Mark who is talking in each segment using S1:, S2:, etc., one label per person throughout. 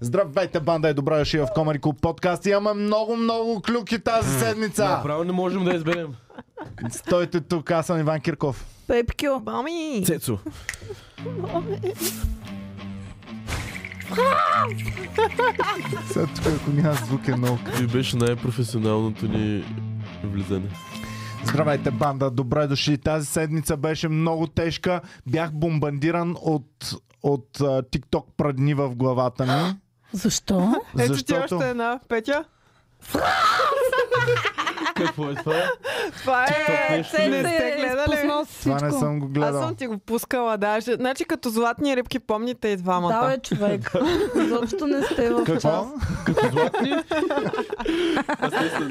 S1: Здравейте, банда е добра дошли в Комари Клуб подкаст. Имаме много, много клюки тази седмица.
S2: Направо не можем да изберем.
S1: Стойте тук, аз съм Иван Кирков.
S3: Пепкио. Мами.
S2: Цецо.
S1: Сега тук, ако няма звук е много.
S2: И беше най-професионалното ни влизане.
S1: Здравейте, банда, добре дошли. Тази седмица беше много тежка. Бях бомбандиран от от а, TikTok прадни в главата ми.
S3: Защо?
S4: Ето ти
S1: Защото-
S4: още една, Петя.
S2: Какво е това?
S4: Това е...
S2: нещо
S4: Не сте гледали.
S3: Спуснал си
S1: Това не
S3: всичко.
S1: съм го
S4: Аз
S1: гледал.
S4: съм ти го пускала даже. Значи като златни рибки помните и
S3: Да,
S4: двамата.
S3: бе, човек. Изобщо не сте в
S1: Какво?
S3: час.
S4: Значи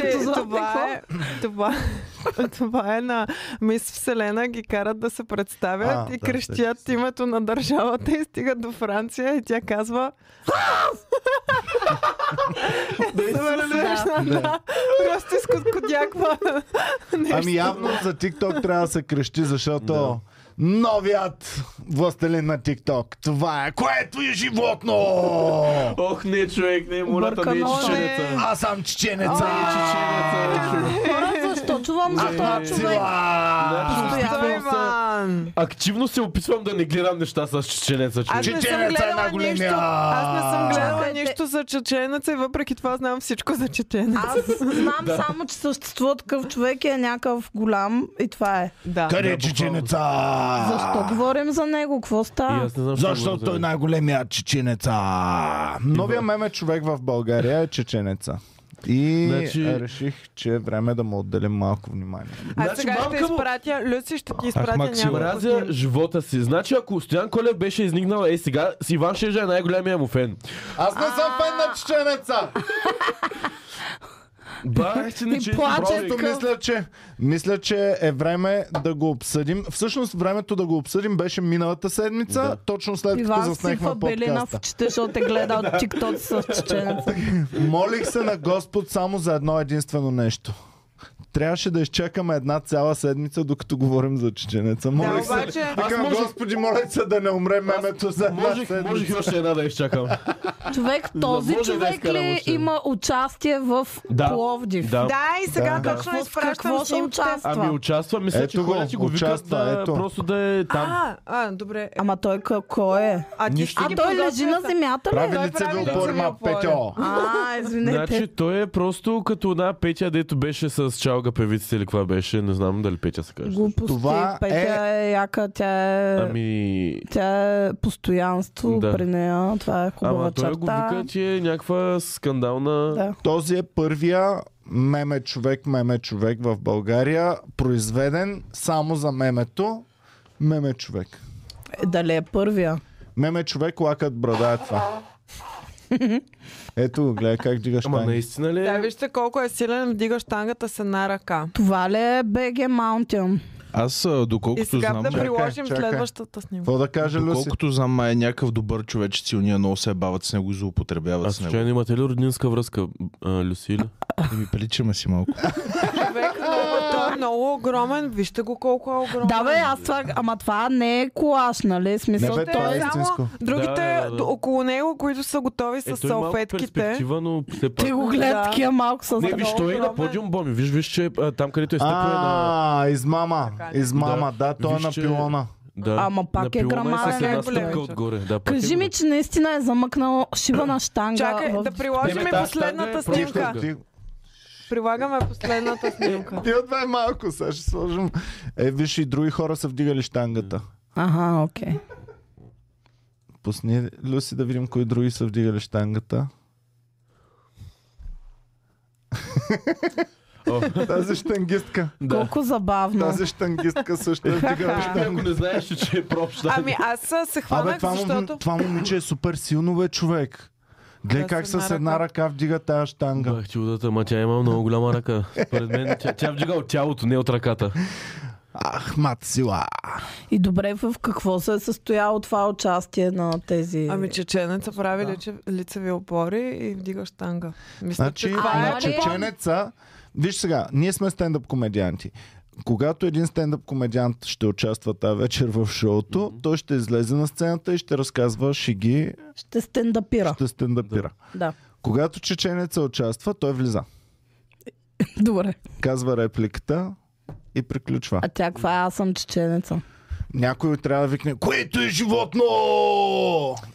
S3: Като златни
S4: това е... Това, това е на Мис Вселена ги карат да се представят
S1: А,
S4: и
S1: да,
S4: крещят името на държавата и стигат до Франция и тя казва... Съвършена, да. Просто изкоткодяква.
S1: Ами явно за TikTok трябва да се крещи, защото новият властелин на TikTok. Това е което е животно!
S2: Ох, не, човек, не, мората не е
S3: Бъркано е.
S2: чеченеца.
S1: Аз съм чеченеца!
S2: Не е чеченеца, човек.
S3: Хора, защо чувам за
S1: Аз съм
S3: този човек?
S1: Ами, сила!
S4: Стой,
S3: Постоянно.
S4: Иван!
S2: Активно се опитвам да не гледам неща с чеченеца, човек.
S4: Аз не съм
S1: Чеченеца е
S4: гледала
S1: най-големия.
S4: нищо. Аз не съм гледала
S3: Чакайте.
S4: нищо за чеченеца и въпреки това знам всичко за чеченеца.
S3: Аз знам само, че съществува такъв човек и е някакъв голям и това е.
S4: Да.
S1: Къде
S2: Да,
S1: е чеченеца?
S3: Защо говорим за него? Какво
S2: И
S3: става?
S2: аз не знам, защо
S1: Защото
S2: го
S1: той е
S2: взема.
S1: най-големия чеченеца. Новия меме човек в България е чеченеца. И
S2: Значи-
S1: реших, че е време да му отделим малко внимание.
S4: А
S2: Значи,
S4: сега ще
S2: мамка му-
S4: изпратя, Люци ще ти
S5: Ах,
S4: изпратя
S5: Максим.
S4: няколко
S2: Мразя
S4: снимки.
S2: живота си. Значи, ако Стоян Колев беше изникнал, е сега, с Иван Шежа е най-големия му фен.
S1: Аз не съм фен на чеченеца!
S2: Бах, ти не
S3: И
S2: че
S3: плаче
S2: брови.
S1: Просто мисля, че, мисля, че е време да го обсъдим. Всъщност времето да го обсъдим беше миналата седмица,
S2: Да.
S1: точно след като
S3: Иван сифа
S1: заснехме
S3: белина в
S1: подкаста.
S3: очите, защото е гледал тиктоци с чеченеца.
S1: Молих се на Господ само за едно единствено нещо. Трябваше да изчакаме една цяла седмица, докато говорим за чеченеца.
S4: Да,
S1: Молих се.
S4: обаче,
S2: Аз
S1: Викам,
S2: можех-
S1: Господи, моля се да не умре мемето за една
S2: Можех,
S1: седмица.
S2: можех и още една да изчакам.
S3: Човек, този
S2: може да
S3: човек
S2: изкарам
S3: ли
S2: още.
S3: има участие в
S2: Да.
S3: Пловдив?
S2: Да.
S4: да, и сега
S1: Да.
S4: точно
S3: Какво-
S4: изпращам
S3: какво се
S4: снимките.
S3: участва?
S2: Ами участва, мисля,
S1: Ето
S2: че
S1: го,
S2: хората го викат
S1: участва,
S2: да,
S1: ето.
S2: просто да е там.
S4: А, а, добре. Е,
S3: Ама той ка- кой е?
S4: А, ти
S2: нищо.
S4: ще
S3: А
S4: ги
S3: той
S4: подготвя
S3: лежи на
S4: са-
S3: земята ли?
S1: Прави лицеви
S4: прави
S1: опори,
S4: лицеви
S1: ма
S4: опори.
S1: петьо.
S3: А, извинете.
S2: Значи той е просто като една Петя, дето беше с чалга певицата или каква беше, не знам дали Петя се каже.
S3: Глупости.
S1: Това
S3: Петя е яка, тя е...
S2: Ами...
S3: Тя е постоянство
S2: Да.
S3: при нея. Това е хубава
S2: Ама той го
S3: черта.
S2: вика, че е някаква скандална...
S3: Да.
S1: Този е първия меме човек, меме човек в България, произведен само за мемето. Меме човек.
S3: Е, Дали е първия?
S1: Меме човек, лакът брада е това. Ето го, гледай как дигаш
S2: Ама
S1: танки.
S2: наистина ли е?
S4: Да, вижте колко е силен, вдига штангата с една ръка.
S3: Това ли е BG Mountain?
S5: Аз, а,
S4: И
S5: доколкото
S4: сега
S5: знам,
S4: да
S1: Чакай,
S4: приложим
S1: чакай.
S4: следващата снимка.
S1: Какво да каже Люси?
S5: доколкото знам, а е някакъв добър човек, че си уния много се бават с него и злоупотребяват
S2: А
S5: с него.
S2: случайно имате ли роднинска връзка, а, Люсиля?
S5: И ми приличаме си малко.
S4: Човек, много, той е много огромен. Вижте го колко е огромен.
S3: Да бе, аз това... Ама това не е колаж, нали?
S1: Не
S3: Смисъл,
S1: бе,
S3: той
S1: това е
S3: е...
S1: истинско.
S4: Другите
S2: Да, да, да.
S4: до- около него, които са готови с
S2: Е, той е малко
S4: салфетките.
S2: перспектива, но все пак...
S3: Ти го гледа
S4: Да.
S3: такива малко с
S2: Не, виж, той е на
S4: огромен.
S2: подиум, Боми. Виж, виж, че а, там, където е стъпва е на...
S1: А, измама. Измама, да, той е
S2: Виж,
S1: на
S2: че-
S1: пилона.
S2: Да,
S3: Ама пак
S2: на
S3: е
S2: пилона
S3: грамаден,
S2: с една
S4: е голям,
S2: стъпка
S4: че.
S2: отгоре. Да, пак е
S3: Кажи ми,
S2: голям.
S3: че наистина е замъкнал шибана штанга.
S4: Чакай,
S3: в...
S4: да приложим
S2: Не,
S4: и
S2: бе,
S4: последната
S2: тази штанга е
S4: снимка.
S2: просто-
S1: Ти-
S4: Прилагаме последната снимка.
S1: Ти от е малко, сега ще сложим. Е, виж и други хора са вдигали штангата.
S3: Аха, окей.
S1: Пусни Люси да видим кои други са вдигали штангата.
S2: О.
S1: Тази штангистка.
S2: Да.
S3: Колко забавно.
S1: Тази штангистка също е вдигала
S2: Ако
S1: штангата.
S2: не знаеш, че е прообща.
S4: Ами аз а, се
S1: Абе,
S4: хванах,
S1: това,
S4: защото...
S1: мом... това момиче е супер силно, бе, човек. Гледай
S4: Да,
S1: как
S4: с една
S1: с една
S4: ръка.
S1: ръка вдига тая штанга.
S2: Бах чудата, ма тя има много голяма ръка. Според мен тя, тя вдига от тялото, не от ръката.
S1: Ах, мат сила.
S3: И добре, в какво се е състояло това участие на тези...
S4: Ами чеченеца прави лице, лицеви опори и вдига штанга. Мисля,
S1: Значи,
S4: че
S3: А,
S4: това е...
S1: на
S3: нали?
S1: чеченеца... Виж сега, ние сме стендъп комедианти. Когато един стендъп комедиант ще участва тази вечер в шоуто, той ще излезе на сцената и ще разказва шиги,
S3: Ще стендапира.
S1: ще стендъпира.
S3: Да.
S1: Когато чеченеца участва, той влиза.
S3: Добре.
S1: Казва репликата и приключва.
S3: А тя каква е? Аз съм чеченеца.
S1: Някой трябва да викне, което е животно!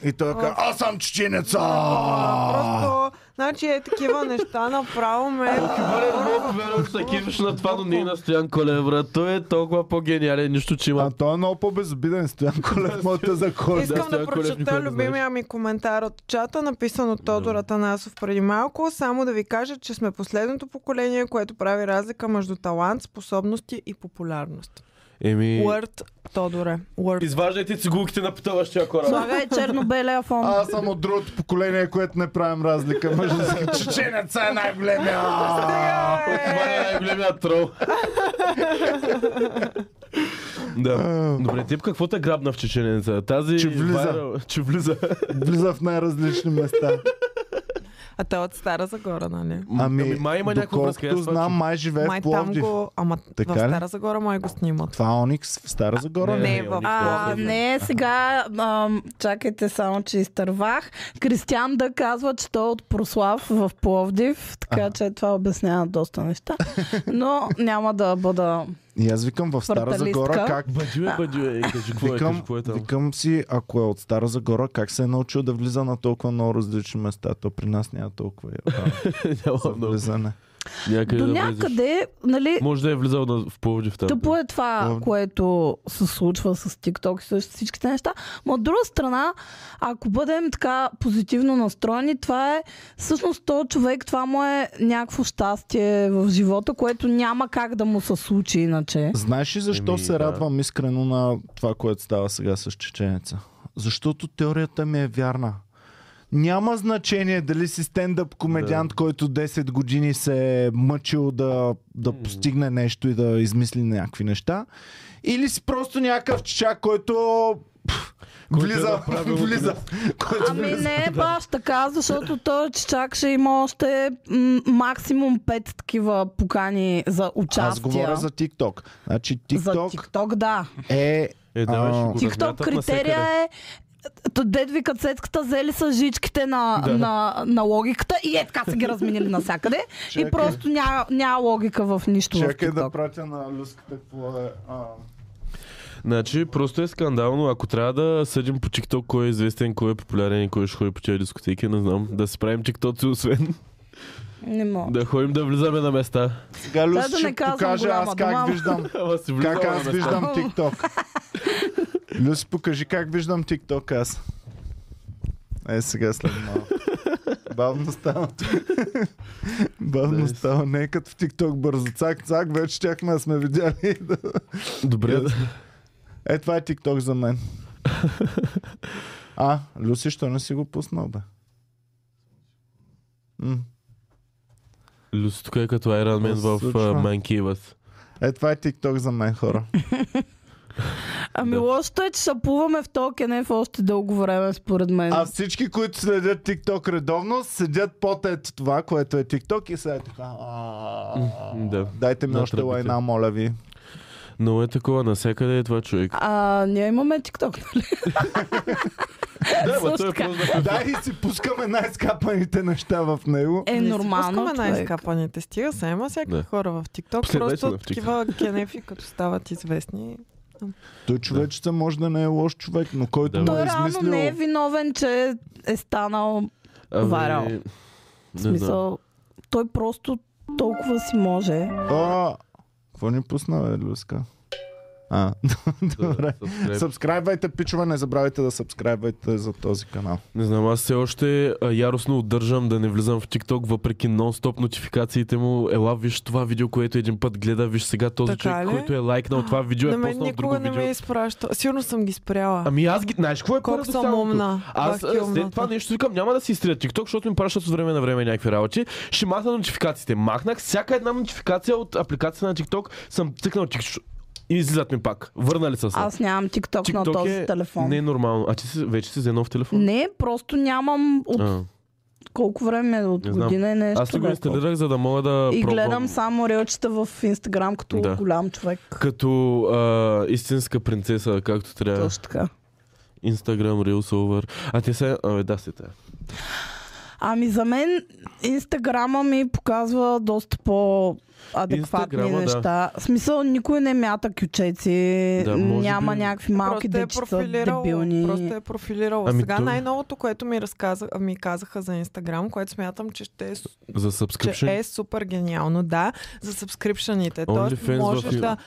S1: И той казва, аз съм чеченеца!
S4: Просто, значи е такива неща, направо ме...
S2: Верно се киваш на това, но не и на Стоян Колевра. Той е толкова по-гениален, нищо,
S1: А
S2: че има...
S1: той е много по-безобиден, Стоян Колев, моята за
S2: Иска-
S4: Искам
S2: Да,
S4: да
S2: Стоян Колев никога
S4: прочета
S2: не
S4: любимия ми коментар от чата, написан от Тодор Атанасов преди малко. Само да ви кажа, че сме последното поколение, което прави разлика между талант, способности и популярност.
S2: Еми...
S4: Word, Тодоре. Word.
S2: Изваждайте цигулките на пътуващия кораб.
S3: Слагай черно-белия фон.
S1: Аз съм от другото поколение, което не правим разлика между чеченеца е най-големия.
S2: Това е най-големия трол. да. Добре, теб какво те грабна в чеченеца? Тази...
S1: Че влиза.
S2: вайрал- Че влиза.
S1: Влиза в най-различни места.
S4: А те от Стара Загора, нали?
S1: Ами,
S2: май има някаква връзка, аз
S1: доколкото
S2: това
S1: знам,
S2: чух.
S1: май живее в
S4: Май там
S1: Пловдив.
S4: го... Ама
S1: Така
S4: в
S1: ли?
S4: Стара Загора май го снимат.
S1: Това е Оникс в Стара Загора. ли?
S4: не, в-
S3: А, не, сега, ам, чакайте само, че изтървах. Кристиан да казва, че той е от Прослав в Пловдив, така че това обяснява доста неща. Но няма да бъда...
S1: И аз викам в Стара
S3: Кварталистка.
S1: Загора как...
S2: Бадю е, бадю е. Кажи какво е, кажи
S1: Викам,
S2: какво е там.
S1: викам си, ако е от Стара Загора, как се е научил да влиза на толкова много различни места? То при нас няма толкова а,
S2: Няма много.
S1: влизане.
S2: Някъде да
S3: До
S2: влизаш.
S3: някъде, нали,
S2: Може да е влизал на, в Пловдив там.
S3: Тъпо е това,
S1: Пловдив.
S3: което се случва с TikTok и също всичките неща. Но от друга страна, ако бъдем така позитивно настроени, това е всъщност то човек, това му е някакво щастие в живота, което няма как да му се случи иначе.
S1: Знаеш ли защо
S2: Еми,
S1: се
S2: да.
S1: радвам искрено на това, което става сега с чеченеца? Защото теорията ми е вярна. Няма значение дали си стендъп комедиант, да. който 10 години се е мъчил да, да постигне нещо и да измисли някакви неща. Или си просто някакъв чичак, който пф,
S2: Който е
S1: влиза,
S2: направил
S1: влиза, който
S3: Ами
S1: влиза.
S3: не е баш така, защото той чак ще има още м- максимум 5 такива покани за участие.
S1: Аз говоря за TikTok. Значи
S3: За
S1: TikTok
S3: TikTok, да.
S1: е...
S2: Е, да,
S1: а,
S2: ще го
S3: Тикток
S2: размятат
S3: критерия
S2: навсякъде.
S3: е т- дед ви кацецката взели са жичките на, да. на, на логиката и е така са ги разменили навсякъде.
S1: Чакай.
S3: И просто няма, няма логика в нищо
S1: Чакай
S3: в
S1: да
S3: TikTok.
S1: пратя на люската какво е... А...
S2: Значи, просто е скандално. Ако трябва да съдим по TikTok кой е известен, кой е популярен и кой ще ходи по тези дискотеки, не знам. Да си правим TikTok, освен
S3: Не мога. Да.
S2: да ходим да влизаме на места.
S1: Сега
S3: Дай да
S1: Люси
S3: не
S1: ще
S3: казвам
S1: покаже аз
S3: голяма
S1: как
S3: дума.
S1: виждам.
S2: Ама си влизала
S1: Как
S2: на
S1: аз
S2: места.
S1: виждам TikTok. Люси, покажи как виждам TikTok аз. Е, сега след малко. Бавно става. Бавно
S2: Nice.
S1: става. Не е като в TikTok бързо. Цак, цак, вече щяхме да сме видяли.
S2: Добре, да.
S1: Е, това е TikTok за мен. А, Люси, що не си го пуснал, бе? М.
S2: Люси тук е като Iron Man
S1: Какво
S2: в
S1: се
S2: а,
S1: случва?
S2: Monkey Bus.
S1: Е, това е TikTok за мен, хора.
S3: Ами
S2: Да.
S3: лошото е, че шапуваме в токен в още дълго време, според мен.
S1: А всички, които следят TikTok редовно, седят под ето това, което е TikTok и сега е така. «А,
S2: М, да.
S1: Дайте ми
S2: На
S1: още
S2: тръбите.
S1: лайна, моля ви.
S2: Но е такова, навсякъде е това човек.
S3: А, ние имаме TikTok, нали?
S2: Да, ама
S3: също
S2: той е
S3: така.
S2: просто да ходи.
S1: Дай и си пускаме най-скапаните неща в него.
S3: Е,
S4: Не си
S3: нормално.
S4: Пускаме
S3: човек.
S4: най-скапаните. Стига се, има всякакви
S2: Да.
S4: хора в TikTok.
S2: Последвайте ме
S4: Просто
S2: в TikTok.
S4: такива кенефи, като стават известни.
S1: Той човечеца може да не е лош човек, но който
S2: Да.
S1: му
S3: Той
S1: е
S3: реално
S1: измислил...
S3: не е виновен, че е станал
S2: Ами,
S3: Варал.
S2: не
S3: в
S2: знам.
S3: смисъл. Той просто толкова си може.
S1: А, какво ни пусна, бе, Люска? А, добре.
S2: Да, subscribe.
S1: Събскрайбвайте, пичове, не забравяйте да събскрайбвайте за този канал.
S2: Не знам, аз все още а, яростно отдържам да не влизам в TikTok, въпреки нон-стоп нотификациите му. Ела, виж това видео, което един път гледа, виж сега този
S4: Така
S2: човек,
S4: ли?
S2: който е лайкнал това видео,
S4: На
S2: е
S4: мен
S2: пуснал друго
S4: никога не
S2: видео.
S4: ме изпраща. Сигурно съм ги спряла.
S2: Ами аз ги... Знаеш какво е
S4: Колко съм
S2: парадоксалното?
S4: умна.
S2: Аз
S4: Бах
S2: а,
S4: ти
S2: след
S4: умната.
S2: това нещо викам, няма да си изтрия TikTok, защото ми пращат от време на време някакви работи. Ще махна нотификациите. Махнах всяка една нотификация от апликацията на TikTok, съм цъкнал TikTok и излизат ми пак. Върнали са се.
S3: Аз нямам TikTok, на този
S2: е
S3: телефон.
S2: Не е нормално. А ти си, вече си за нов телефон?
S3: Не, просто нямам от
S2: А,
S3: колко време от
S2: Не знам.
S3: година и нещо.
S2: Аз тук го
S3: бе.
S2: инсталирах, за да мога да
S3: И
S2: пробвам.
S3: гледам само релчета в Инстаграм като
S2: Да.
S3: голям човек.
S2: Като а, истинска принцеса, както трябва.
S3: Точно така.
S2: Инстаграм, Reels, over. А те се... Абе, да, се те.
S3: Ами за мен Инстаграма ми показва доста по-адекватни
S2: Инстаграма, да.
S3: неща. В смисъл, никой не мята кючеци,
S2: Да, може
S3: няма
S2: би-
S3: някакви малки
S4: просто е
S3: дечица,
S4: профилирал.
S3: дебилни.
S4: Просто е профилирал.
S2: Ами
S4: Сега
S2: то-
S4: най-новото, което ми, разказа, ми казаха за Инстаграм, което смятам, че ще е
S2: За
S4: че
S2: subscription.
S4: е супер гениално, да, за сабскрипшените. Тоест,
S2: OnlyFans в
S4: можеш
S2: Ю-
S4: да...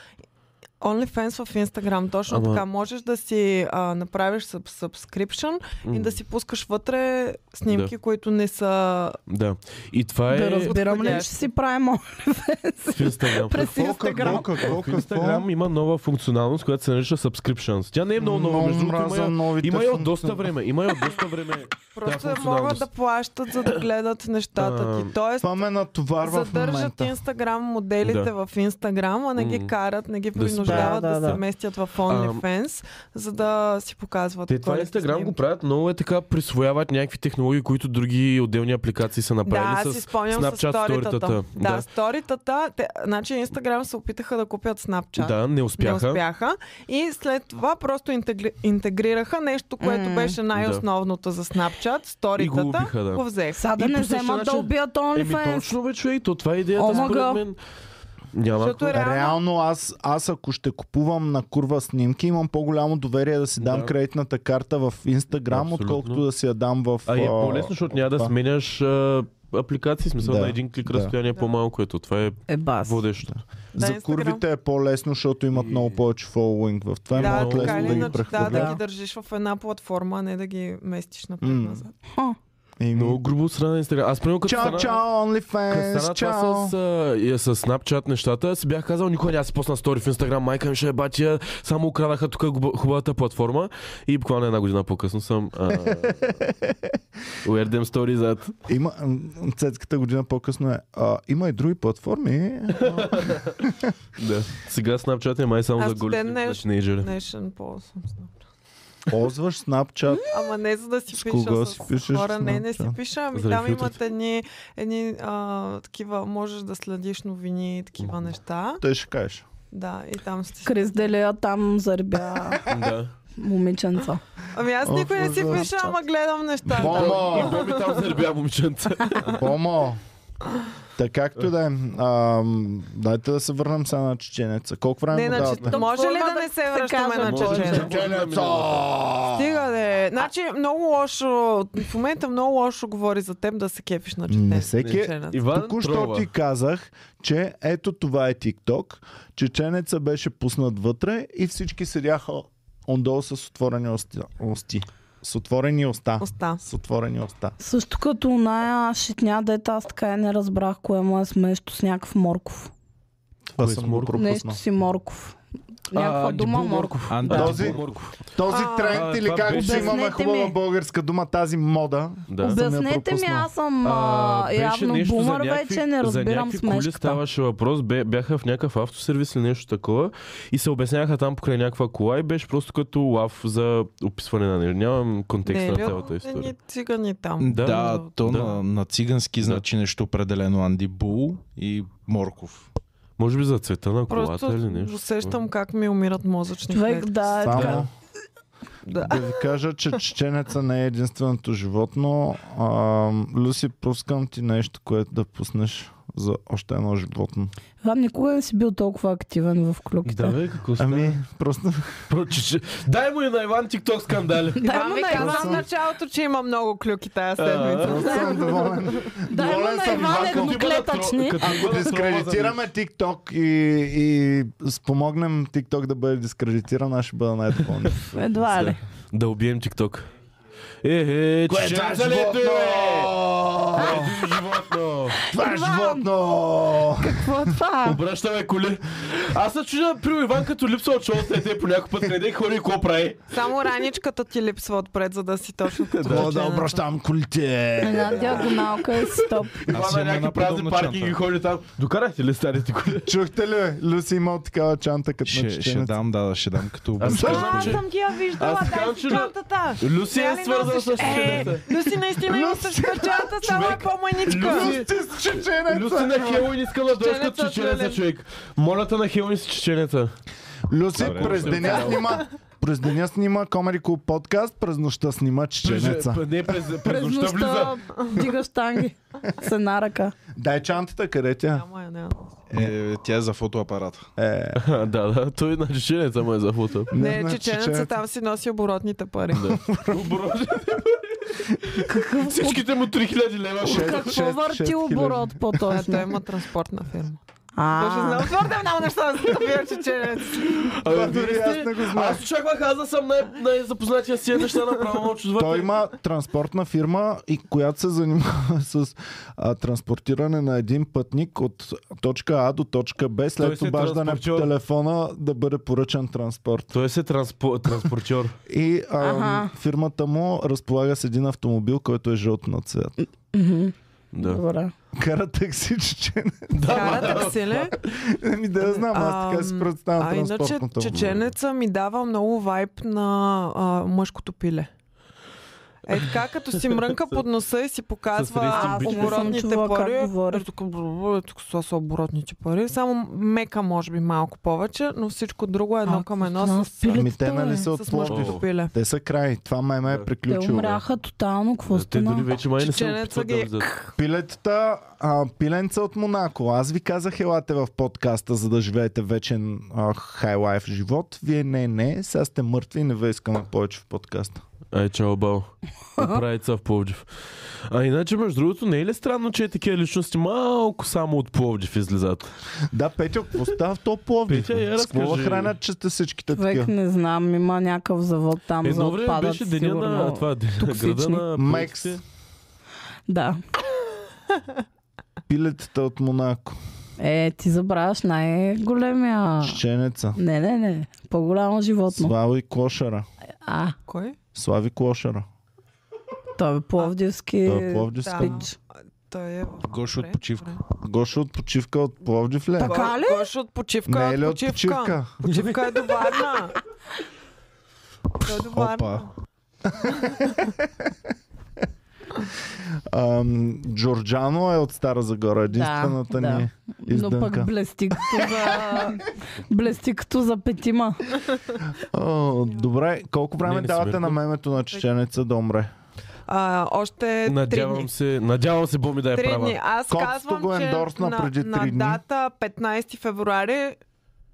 S4: OnlyFans в Instagram, точно
S2: Ама-
S4: така. Можеш да си а, направиш саб- сабскрипшън и да си пускаш вътре снимки, които не са...
S2: Да. И това е е
S3: Да разбирам ли,
S4: подходящи.
S3: че си правим OnlyFans
S2: в Инстаграм.
S3: през Инстаграм.
S5: какво,
S2: В Инстаграм има нова функционалност, която се нарича subscriptions. Тя не е много нова, между другото има, я-
S1: новите
S2: има я от
S1: функции.
S2: доста време. Има я от доста време.
S4: Просто могат
S2: функционалност.
S4: да плащат, за да гледат нещата
S2: А,
S4: ти. Тоест,
S1: Това ме натоварва в
S4: задържат
S1: момента.
S4: Инстаграм моделите
S2: Да.
S4: в Инстаграм, а не ги
S2: Мгм.
S4: карат, не ги
S2: Да си-
S4: принуждават да,
S3: Да, да, да.
S4: се местят в OnlyFans, за да си показват.
S2: Те това
S4: голите
S2: Инстаграм го
S4: снимки.
S2: правят много е така, присвояват някакви технологии, които други отделни апликации са
S4: Да,
S2: направили
S4: аз
S2: с
S4: си спомням с
S2: Snapchat
S4: сторитата.
S2: сторитата.
S4: Да,
S2: Да.
S4: сторитата. Те, значи Инстаграм се опитаха да купят Snapchat.
S2: Да, не успяха.
S4: Не успяха. И след това просто интегри... интегрираха нещо, което
S3: М.
S4: беше най-основното за Snapchat. Сторитата
S2: убиха, да.
S4: го взех.
S3: Сега да
S2: И
S3: не
S2: по същия
S3: вземат да
S2: начин-
S3: убият
S2: Еми
S3: OnlyFans.
S2: Ами точно бе, човек, то това е идеята
S3: О,
S2: според
S3: мага.
S2: мен. Няма
S4: Защото
S2: какво.
S4: е реално.
S1: Реално аз, аз ако ще купувам на курва снимки, имам по-голямо доверие да си дам
S2: Да.
S1: кредитната карта в Инстаграм,
S2: Абсолютно.
S1: отколкото да си я дам в...
S2: А и е по-лесно, защото няма да
S1: това.
S2: сменяш а, апликации, в смисъл
S1: Да,
S2: на един клик
S1: да.
S2: разстояние
S4: Да.
S2: по-малко, ето това е
S3: Е, бас.
S2: водещо.
S4: Да,
S1: За
S4: Instagram.
S1: курвите е по-лесно, защото имат
S2: И-
S1: много повече фолуинг в това. е
S4: Да,
S1: много
S4: така
S1: лесно
S4: или
S1: да ги
S4: иначе, да, да
S1: прехвърлят.
S4: ги държиш в една платформа, а не да ги местиш
S1: М.
S4: напред-назад.
S1: Еми,
S2: Много грубо от страна на Инстаграм. Аз примерно като
S1: Чао,
S2: стана-
S1: чао,
S2: Като
S1: OnlyFans,
S2: стана това
S1: чао.
S2: с, а, и с Snapchat нещата, си бях казал, никога няма да си пусна стори в Instagram, майка ми ще е батия, само украдаха тук губа- хубавата платформа и буквално една година по-късно съм а, Weird Them Story зад.
S1: Има, м, цецката година по-късно е. А, има и други платформи.
S2: Да. Сега Snapchat е май само
S4: Аз
S2: за голите
S4: студент
S2: на
S4: нещо-
S2: тинейджери.
S4: Днешен ползвам Snapchat.
S1: Ползваш Snapchat.
S4: Ама не за да си
S1: С
S4: пиша
S1: кого
S4: с
S1: си пишеш
S4: хора, не, не
S1: Snapchat?
S4: си пиша, ами
S2: За
S4: там
S2: рефютрите.
S4: имат едни, едни а, такива, можеш да следиш новини и такива неща.
S1: Той ще кажеш.
S4: Да, и там си.
S3: Крис Делия там заребя
S2: Да.
S3: момиченца.
S4: Ами аз
S1: Оф,
S4: никой не си
S1: за
S4: пиша, ама гледам неща.
S1: Бомо!
S2: Бе ми там заребя момченца.
S1: Бомо! Така както и да е. Ам, Дайте да се върнем сега на чеченеца. Колко време
S4: Не,
S1: му
S4: значи,
S1: давате?
S4: то може ли
S3: Форма
S4: да
S3: да
S4: не се
S3: се
S4: връщаме
S3: казва,
S4: на
S3: може.
S4: чечен?
S1: е
S4: Стига де. Значи много лошо, в момента много лошо говори за теб да се кефиш на чечен.
S1: Не всеки...
S4: чеченец.
S2: Иван
S1: Току-що
S2: Трова.
S1: ти казах, че ето това е TikTok. Чеченеца беше пуснат вътре и всички седяха отдолу с отворени усти. усти. С отворени уста.
S4: Оста.
S1: С отворени уста.
S3: Също като оная шитня дета, аз така и не разбрах кое му е смешно с някакъв морков.
S1: Това
S2: Кое
S1: съм
S2: с
S1: го
S2: морков?
S1: пропуснал.
S3: Нещо си морков. Някаква
S2: А,
S3: дума
S2: Дибул
S3: морков.
S5: Анда,
S1: Този-
S5: Бобо.
S1: Този
S4: А,
S1: тренд или
S2: това
S1: както
S2: беше-
S1: имаме
S3: Обяснете
S1: хубава
S3: ми.
S1: българска дума, тази мода.
S2: Да.
S1: съм я
S3: Обяснете ми,
S1: пропуснал.
S3: аз съм
S2: А,
S3: а,
S2: беше
S3: явно
S2: нещо за
S3: бумър
S2: някакви-
S3: вече, не
S2: за
S3: разбирам
S2: някакви коли
S3: смешката.
S2: ставаше въпрос, бе, бяха в някакъв автосервис или нещо такова и се обясняха там покрай някаква кола и беше просто като лав за описване на нещо. Нямам контекст
S4: Не, е
S2: на
S4: ли,
S2: цялата
S4: едни
S2: история.
S4: цигани там.
S2: Да.
S5: Да, да, то
S2: да.
S5: На, на цигански значи нещо определено Анди Бул и Морков.
S2: Може би за цвета на колата или
S4: Просто
S2: нещо.
S4: усещам как ми умират мозъчни
S3: Човек,
S4: клетки.
S3: да, е така.
S1: Само
S4: Да.
S1: да ви кажа, че чеченеца не е единственото животно. А, Люси, пускам ти нещо, което да пуснеш за още едно животно.
S3: Вам никога не си бил толкова активен в клюките.
S2: Да, бе, какво става?
S1: Ами, просто
S2: Прочиче. Дай му и на Иван TikTok скандали.
S3: Дай
S4: Иван
S3: му
S4: ви
S3: на
S4: каза е, в
S3: Иван,
S4: началото, че има много клюки тая седмица.
S1: просто съм доволен.
S3: дай му
S1: Доволен
S3: на
S1: съм,
S3: Иван
S1: Иванко.
S3: едноклетъчни.
S1: Ако дискредитираме TikTok и, и спомогнем TikTok да бъде дискредитиран, аз ще бъда най-доволен.
S3: Едва ли.
S2: Да убием TikTok. Е, е, че
S1: това
S2: за лето е, бе?
S1: животно?
S2: Един животно!
S1: Това е
S3: Иван!
S1: животно!
S3: Какво е това?
S2: Обръщаме коли. Аз се чудя, при Иван като липсва от шоу те по някой път къде хори и какво прави.
S4: Само раничката ти липсва отпред, за да си точно като
S1: Мога да
S4: чеченеца.
S1: обращам колите.
S3: Една диагоналка е стоп.
S5: Аз
S2: Иван
S5: имам
S2: на
S5: една
S2: някакви празни
S5: подобна
S2: паркинги
S5: чанта.
S2: ходи там. Докарахте ли старите коли?
S1: Чухте ли? Люси имал такава чанта като на
S5: Ще, ще
S1: чеченец.
S5: дам, да, да, ще дам като
S2: Аз
S5: обръщам.
S2: казвам,
S4: А,
S2: че
S4: съм ги я виждала,
S2: Аз казвам,
S4: дай
S2: че-
S4: си чантата.
S2: Люси
S4: Тя
S2: е
S4: ли
S2: казва също
S4: Е,
S2: чеченеца.
S4: Люси наистина има същата чата, само е по-маничка.
S2: Люси-
S1: Люси с Е. чеченеца.
S2: Люси на Хелуин искам да дойде като
S4: Чеченеца,
S2: чеченеца,
S4: Леле.
S2: човек. Молята на Хелуин с чеченеца.
S1: Люси
S5: Добре,
S1: през
S5: ще
S1: деня снима... През деня снима Comedy Club подкаст, през нощта снима чеченеца.
S2: През- Не, през, през
S3: През
S2: нощта влиза.
S3: нощта дига штанги с една ръка.
S1: Дай чантата, къде тя?
S4: Няма я, няма.
S5: Е, тя е за фотоапарата.
S1: Е,
S2: Ха, да, да, той на чеченеца му е за фута.
S4: Не,
S1: знам,
S4: чеченеца
S1: чеченеца.
S4: там си носи оборотните пари.
S2: Всичките му 3000 лева.
S1: Шест-
S3: Какво
S1: шест- шест
S3: върти
S1: хиляди.
S3: оборот
S4: А той
S3: по-точно?
S4: има транспортна фирма. Боже,
S3: А,
S4: знам твърде много неща за такъв чеченец.
S1: Това дори Ами, аз не го знам.
S2: Аз очаквах аз да съм най- най-запознатия с тия неща направо мълчо отвътре.
S1: Той има транспортна фирма, и която се занимава с а, транспортиране на един пътник от точка А до точка Б,
S2: Той
S1: след
S2: се е
S1: обаждане
S2: транспортьор.
S1: по телефона да бъде поръчан транспорт.
S2: Той се транспо... транспортьор.
S1: И а,
S3: Аха.
S1: фирмата му разполага с един автомобил, който е жълт на цвят.
S3: мгм,
S2: да.
S3: добре.
S1: Кара такси, чечен.
S4: Кара такси ли?
S1: Ами да я знам, аз така си
S4: Ам,
S1: представям
S4: А иначе
S1: транспортната му.
S4: чеченеца ми дава много вайб на а, мъжкото пиле. Е така, като си мрънка под носа и си показва
S2: С
S4: а,
S2: рестин бичове.
S3: Съм
S4: оборотните
S3: чула как
S4: пари.
S3: говори.
S4: Е, Тук бр- бр- тук са с оборотните пари. Само мека може би малко повече, но всичко друго е едно
S3: А,
S4: към едно
S3: какво
S4: с,
S3: стана с
S1: Ами те нали са
S4: с,
S1: от Пловдив.
S4: мъжкото пиле.
S1: Те са край. Това май ме е
S2: Да.
S3: Те
S1: приключило.
S3: умряха тотално, какво
S2: Те дори
S3: стана?
S2: вече май не се
S4: Чеченеца
S2: опитват да
S4: ги-
S2: влизат.
S1: Пилетата, а, пиленца от Монако. Аз ви казах, елате в подкаста, за да живеете вечен а, хайлайф живот. Вие не, не. Сега сте мъртви и не ви искаме повече в подкаста.
S2: Ай, чао, бал. Правица в Пловдив. А иначе, между другото, не е ли странно, че е такива личности малко само от Пловдив излизат?
S1: Да, Петя, какво става в то Пловдив?
S2: Петя, я
S1: С какво
S2: разкажи.
S1: хранят, че сте всичките
S3: Човек
S1: такива?
S3: не знам, има някакъв завод там за
S2: Едно време
S3: отпадъци.
S2: беше деня на
S3: сигурно.
S2: това, деня на
S3: токсични.
S2: града на
S1: Мекс.
S2: пловдивците.
S3: Да.
S1: Пилетата от Монако.
S3: Е, ти забравяш най-големия...
S1: Чеченеца.
S3: Не, не, не. По-голямо животно.
S1: Слави Клошара.
S3: А,
S4: Кой?
S1: Слави Клошара.
S3: той е пловдивски
S1: Той е пловдивска.
S4: Да.
S3: пич.
S4: Той е в-
S5: Гошо от
S4: Добре,
S5: почивка.
S4: добре.
S1: Гошо от почивка от Пловдив ли? е?
S3: Така
S4: Кой-
S3: ли?
S4: Кой ще от почивка?
S1: Не е ли
S4: от почивка? Почивка е до Варна. Той е до
S1: Опа.
S4: Варна.
S1: Ам, Джорджано е от Стара Загора. Единствената
S3: да.
S1: ни е
S3: Но
S1: издънка.
S3: пък блести като за... блести като за петима.
S1: О, добре, колко време
S2: Не, не
S1: давате
S2: смирно.
S1: на мемето на чеченеца да умре?
S4: А, още три
S2: Надявам
S4: дни.
S2: се, надявам се Боми да е
S4: Три
S2: права.
S4: дни. Аз
S1: Коксто
S4: казвам,
S1: го
S4: че
S1: ендорсна
S4: на,
S1: преди
S4: на
S1: три дни.
S4: дата 15 февруари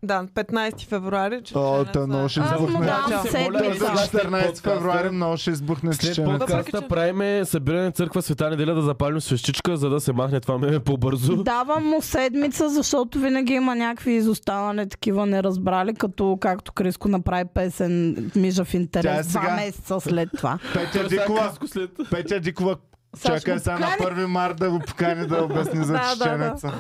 S4: да, 15 февруари, че
S1: О,
S4: чеченеца-
S1: те много ще
S3: Аз му
S1: избухне.
S3: дам
S2: Чао.
S1: Той за
S3: седмица.
S2: Моля,
S1: 14
S2: подкаста.
S1: февруари много ще избухне
S2: След
S1: чеченеца.
S2: подкаста
S4: че-
S2: правиме събиране в църква Света неделя да запалим свещичка, за да се махне това меме по-бързо.
S3: Давам му седмица, защото винаги има някакви изостанали, такива неразбрали, като както Криско направи песен Мижа в
S1: Тя е
S3: интерес
S1: сега.
S3: два месеца след това.
S1: Петя
S2: е Сега
S1: Дикова,
S2: Криско след-
S1: Петя Дикова
S3: Сега ще
S1: чакай
S3: го
S1: сега на
S3: покани.
S1: 1 март да го покани да обясни за
S4: Да, да, да.
S1: чеченеца.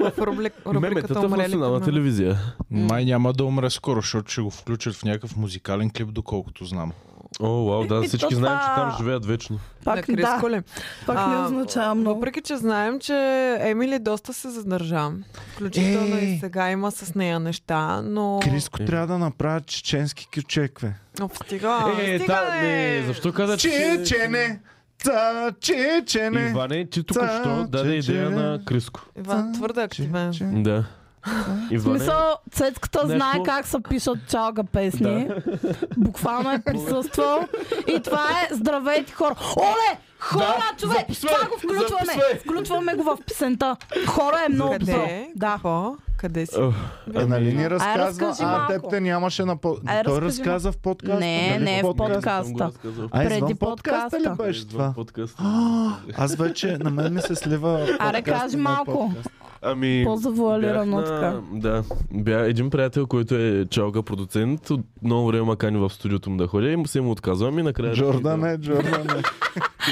S4: в рубрик, рубриката
S2: Меметата в
S4: умрели
S2: национална
S4: към
S2: телевизия.
S5: Май няма да умре скоро, защото ще го включат в някакъв музикален клип, доколкото знам.
S2: О, вау, да,
S3: Еми, то
S2: всички
S3: това-
S2: знаем, че там живеят вечно.
S4: на
S3: Пак, да,
S4: Криско ли?
S3: пак не
S4: А,
S3: означава много.
S4: Въпреки, че знаем, че Емили доста се задържа. Включително
S1: Е.
S4: и сега има с нея неща, но...
S1: Криско
S2: Е.
S1: трябва да направи чеченски кючекве.
S4: Но стига,
S2: е,
S4: стига,
S2: та, не, защо каза, че...
S1: Чечене! Ца, чечене!
S2: Иване, ти току-що
S1: Та,
S2: даде
S1: че- че-
S2: идея на Криско.
S4: Иван,
S1: Та,
S4: твърде активен.
S1: Че-
S2: Да.
S3: В
S2: Иване,
S3: смисъл, цецката
S2: Нещо-
S3: знае как се пишат чалга песни. Буквално е присъствал. И това е здравейте хора. Оле! Хора, човек!
S2: записвай,
S3: това го включваме!
S2: записвай.
S3: Включваме го в песента. Хора е много добро.
S4: Къде?
S3: Да.
S4: Какво? Къде си?
S2: Ох,
S1: Е, нали ни разказва,
S3: разкажи
S1: а
S3: малко.
S1: теб те нямаше на по...
S3: Ай,
S1: Той
S3: разкажи
S1: разказа в подкаста.
S3: Не,
S1: нали?
S3: не е в
S1: подкаст.
S3: подкаста.
S2: аз съм го разказал. Е,
S1: А извън
S3: Преди
S1: подкаста ли
S3: подкаста.
S1: беше това?
S2: Подкаста.
S1: Аз вече, на мен ми се слива
S3: Аре,
S1: подкаста
S3: кажи
S1: на
S3: малко.
S1: подкаст.
S2: Ами,
S3: По-завуалирано
S2: бях
S3: така.
S2: Да, бя един приятел, който е чалга продуцент, от много време ма кани в студиото му да ходя и му се му отказвам и накрая...
S1: Джордан е, Джордан е.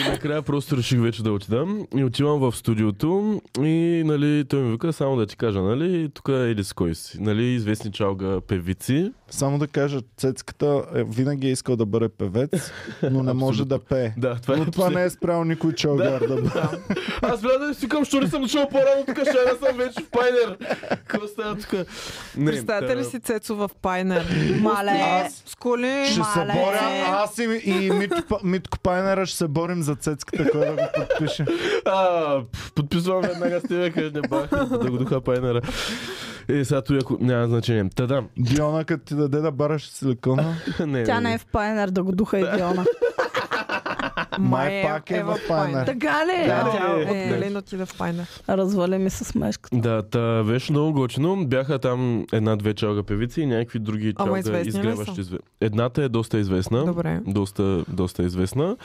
S2: И накрая просто реших вече да отида. И отивам в студиото и нали, той ми вика, само да ти кажа, нали, тук е Елис кой си. Нали, известни чалга певици.
S1: Само да кажа, Цецката е, винаги е искал да бъде певец, но не може да пее.
S2: Да, това е.
S1: Но това не е спрял никой чалгар да бъде.
S2: Аз трябва да си викам, що не съм дошъл по-рано, тук ще не съм вече в Пайнер. Какво става тук? Не,
S4: Представете ли
S2: та-
S4: си Цецо в Пайнер?
S3: Мале,
S1: Аз
S4: С коли...
S1: ще се
S3: Мале.
S1: боря, аз и, и Митко, Па- Митко Пайнера ще се борим за Цецката, кой да го подпише.
S2: А, пф, подписвам веднага с тебе, къде не бах, да го духа Пайнера. Е, сега той, ако няма значение. Та да.
S1: Диона, като ти даде да бараш силикона,
S2: Не,
S3: тя не е в Пайнер да го духа идиона.
S1: май пак е в Пайнер.
S3: така ли?
S4: Да, тя
S2: е.
S4: от Галин отиде в Пайнер.
S3: Развали ми се смешката.
S2: Да, та беше много готино. Бяха там една-две чалга певици и някакви други
S4: Ама
S2: чалга
S4: известни ли
S2: изгледащи.
S4: са?
S2: Изве... Едната е доста известна.
S4: Добре.
S2: Доста, доста известна.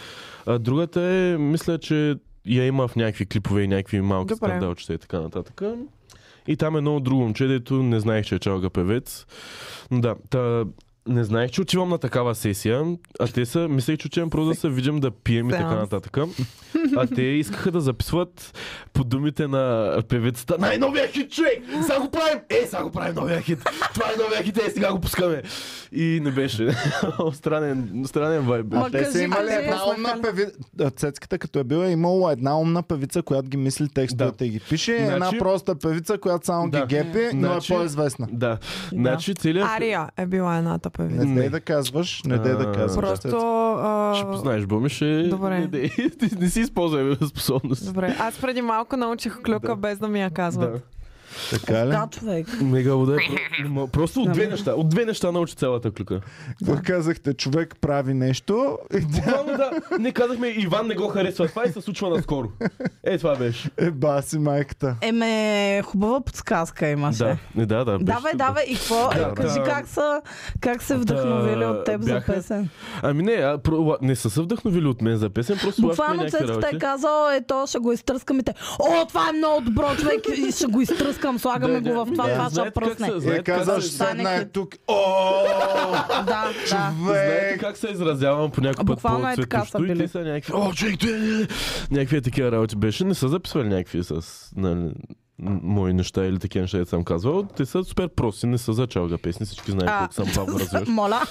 S2: А другата е, мисля, че я има в някакви клипове и някакви малки
S4: Добре.
S2: скандалчета и така нататък. И там едно друго момче, дето не знаех, че е чалга певец. Но да, та, не знаех, че отивам на такава сесия, а те са, мислех, че отивам просто да се видим, да пием и така
S4: Сеанс.
S2: нататък. А те искаха да записват по думите на певицата най-новия хит, човек! Сега го правим! Е, сега го правим новия хит! Това е новия хит, е, сега го пускаме! И не беше. странен, странен вайб. беше.
S3: Ма
S1: А те са
S3: кажи,
S1: имали
S3: кажи.
S1: една умна певица. Цецката, като е била, е имала една умна певица, която ги мисли текстовете и ги пише. и Една
S2: Значи-
S1: проста певица, която само ги
S2: Да.
S1: гепи, но е
S2: Значи-
S1: по-известна.
S2: Да. Значи целият...
S4: Ария е била едната певица.
S1: Не дей
S2: Не.
S1: да казваш, не дей да
S2: А,
S1: казваш.
S4: Просто...
S1: Цецка.
S4: а,
S2: Ще познаеш, Боми, ще...
S4: Добре.
S2: Не, не, ти не си използвай способност.
S4: Добре, аз преди малко научих клюка
S2: Да. без
S4: без да ми я казват.
S2: Да.
S1: Така ли?
S3: Да, човек.
S2: Мега вода. е про- ма- Просто от две неща. От две неща научи цялата клюка.
S1: Какво казахте? Човек прави нещо и тя
S2: Буквално да, не казахме Иван не го харесва това и се случва наскоро. Е, това беше.
S1: е баси майката.
S3: Еме, хубава подсказка имаше.
S2: Да, не, да, да. беше
S3: Давай,
S2: супер.
S3: давай, и какво? Е,
S2: Да,
S3: Кажи
S2: да.
S3: как, са, как се вдъхновили
S2: Да,
S3: от теб
S2: бяха-
S3: за песен.
S2: Ами не, а, про, ла- не са се вдъхновили от мен за песен, просто
S3: Буквално
S2: ласкаме някакви
S3: цецката е
S2: работи.
S3: казала, ето ще го изтръскам и те. О, това е много добро, човек, и ще го изтръскам, слагаме
S2: Да,
S3: го в това,
S2: да.
S3: това ще
S2: Знаете как
S3: пръсне.
S2: се-
S1: И е
S2: знаете как
S1: казал,
S2: се-
S1: ще седна е
S3: Станеха-
S1: тук. О,
S3: Да, да.
S2: Знаете
S1: човек!
S2: как се изразявам по някакъв път
S3: Буквално е така
S2: по-цветощо
S3: са
S2: и
S3: били.
S2: те са някакви... О, човек, той е-" Някакви такива работи беше. Не са записвали някакви с... Нали, м- мои неща или такива неща, дето съм казвал. Те са супер прости, не са за чалга песни, всички знаят
S3: А,
S2: колко съм бавно развиваш.
S3: Моля,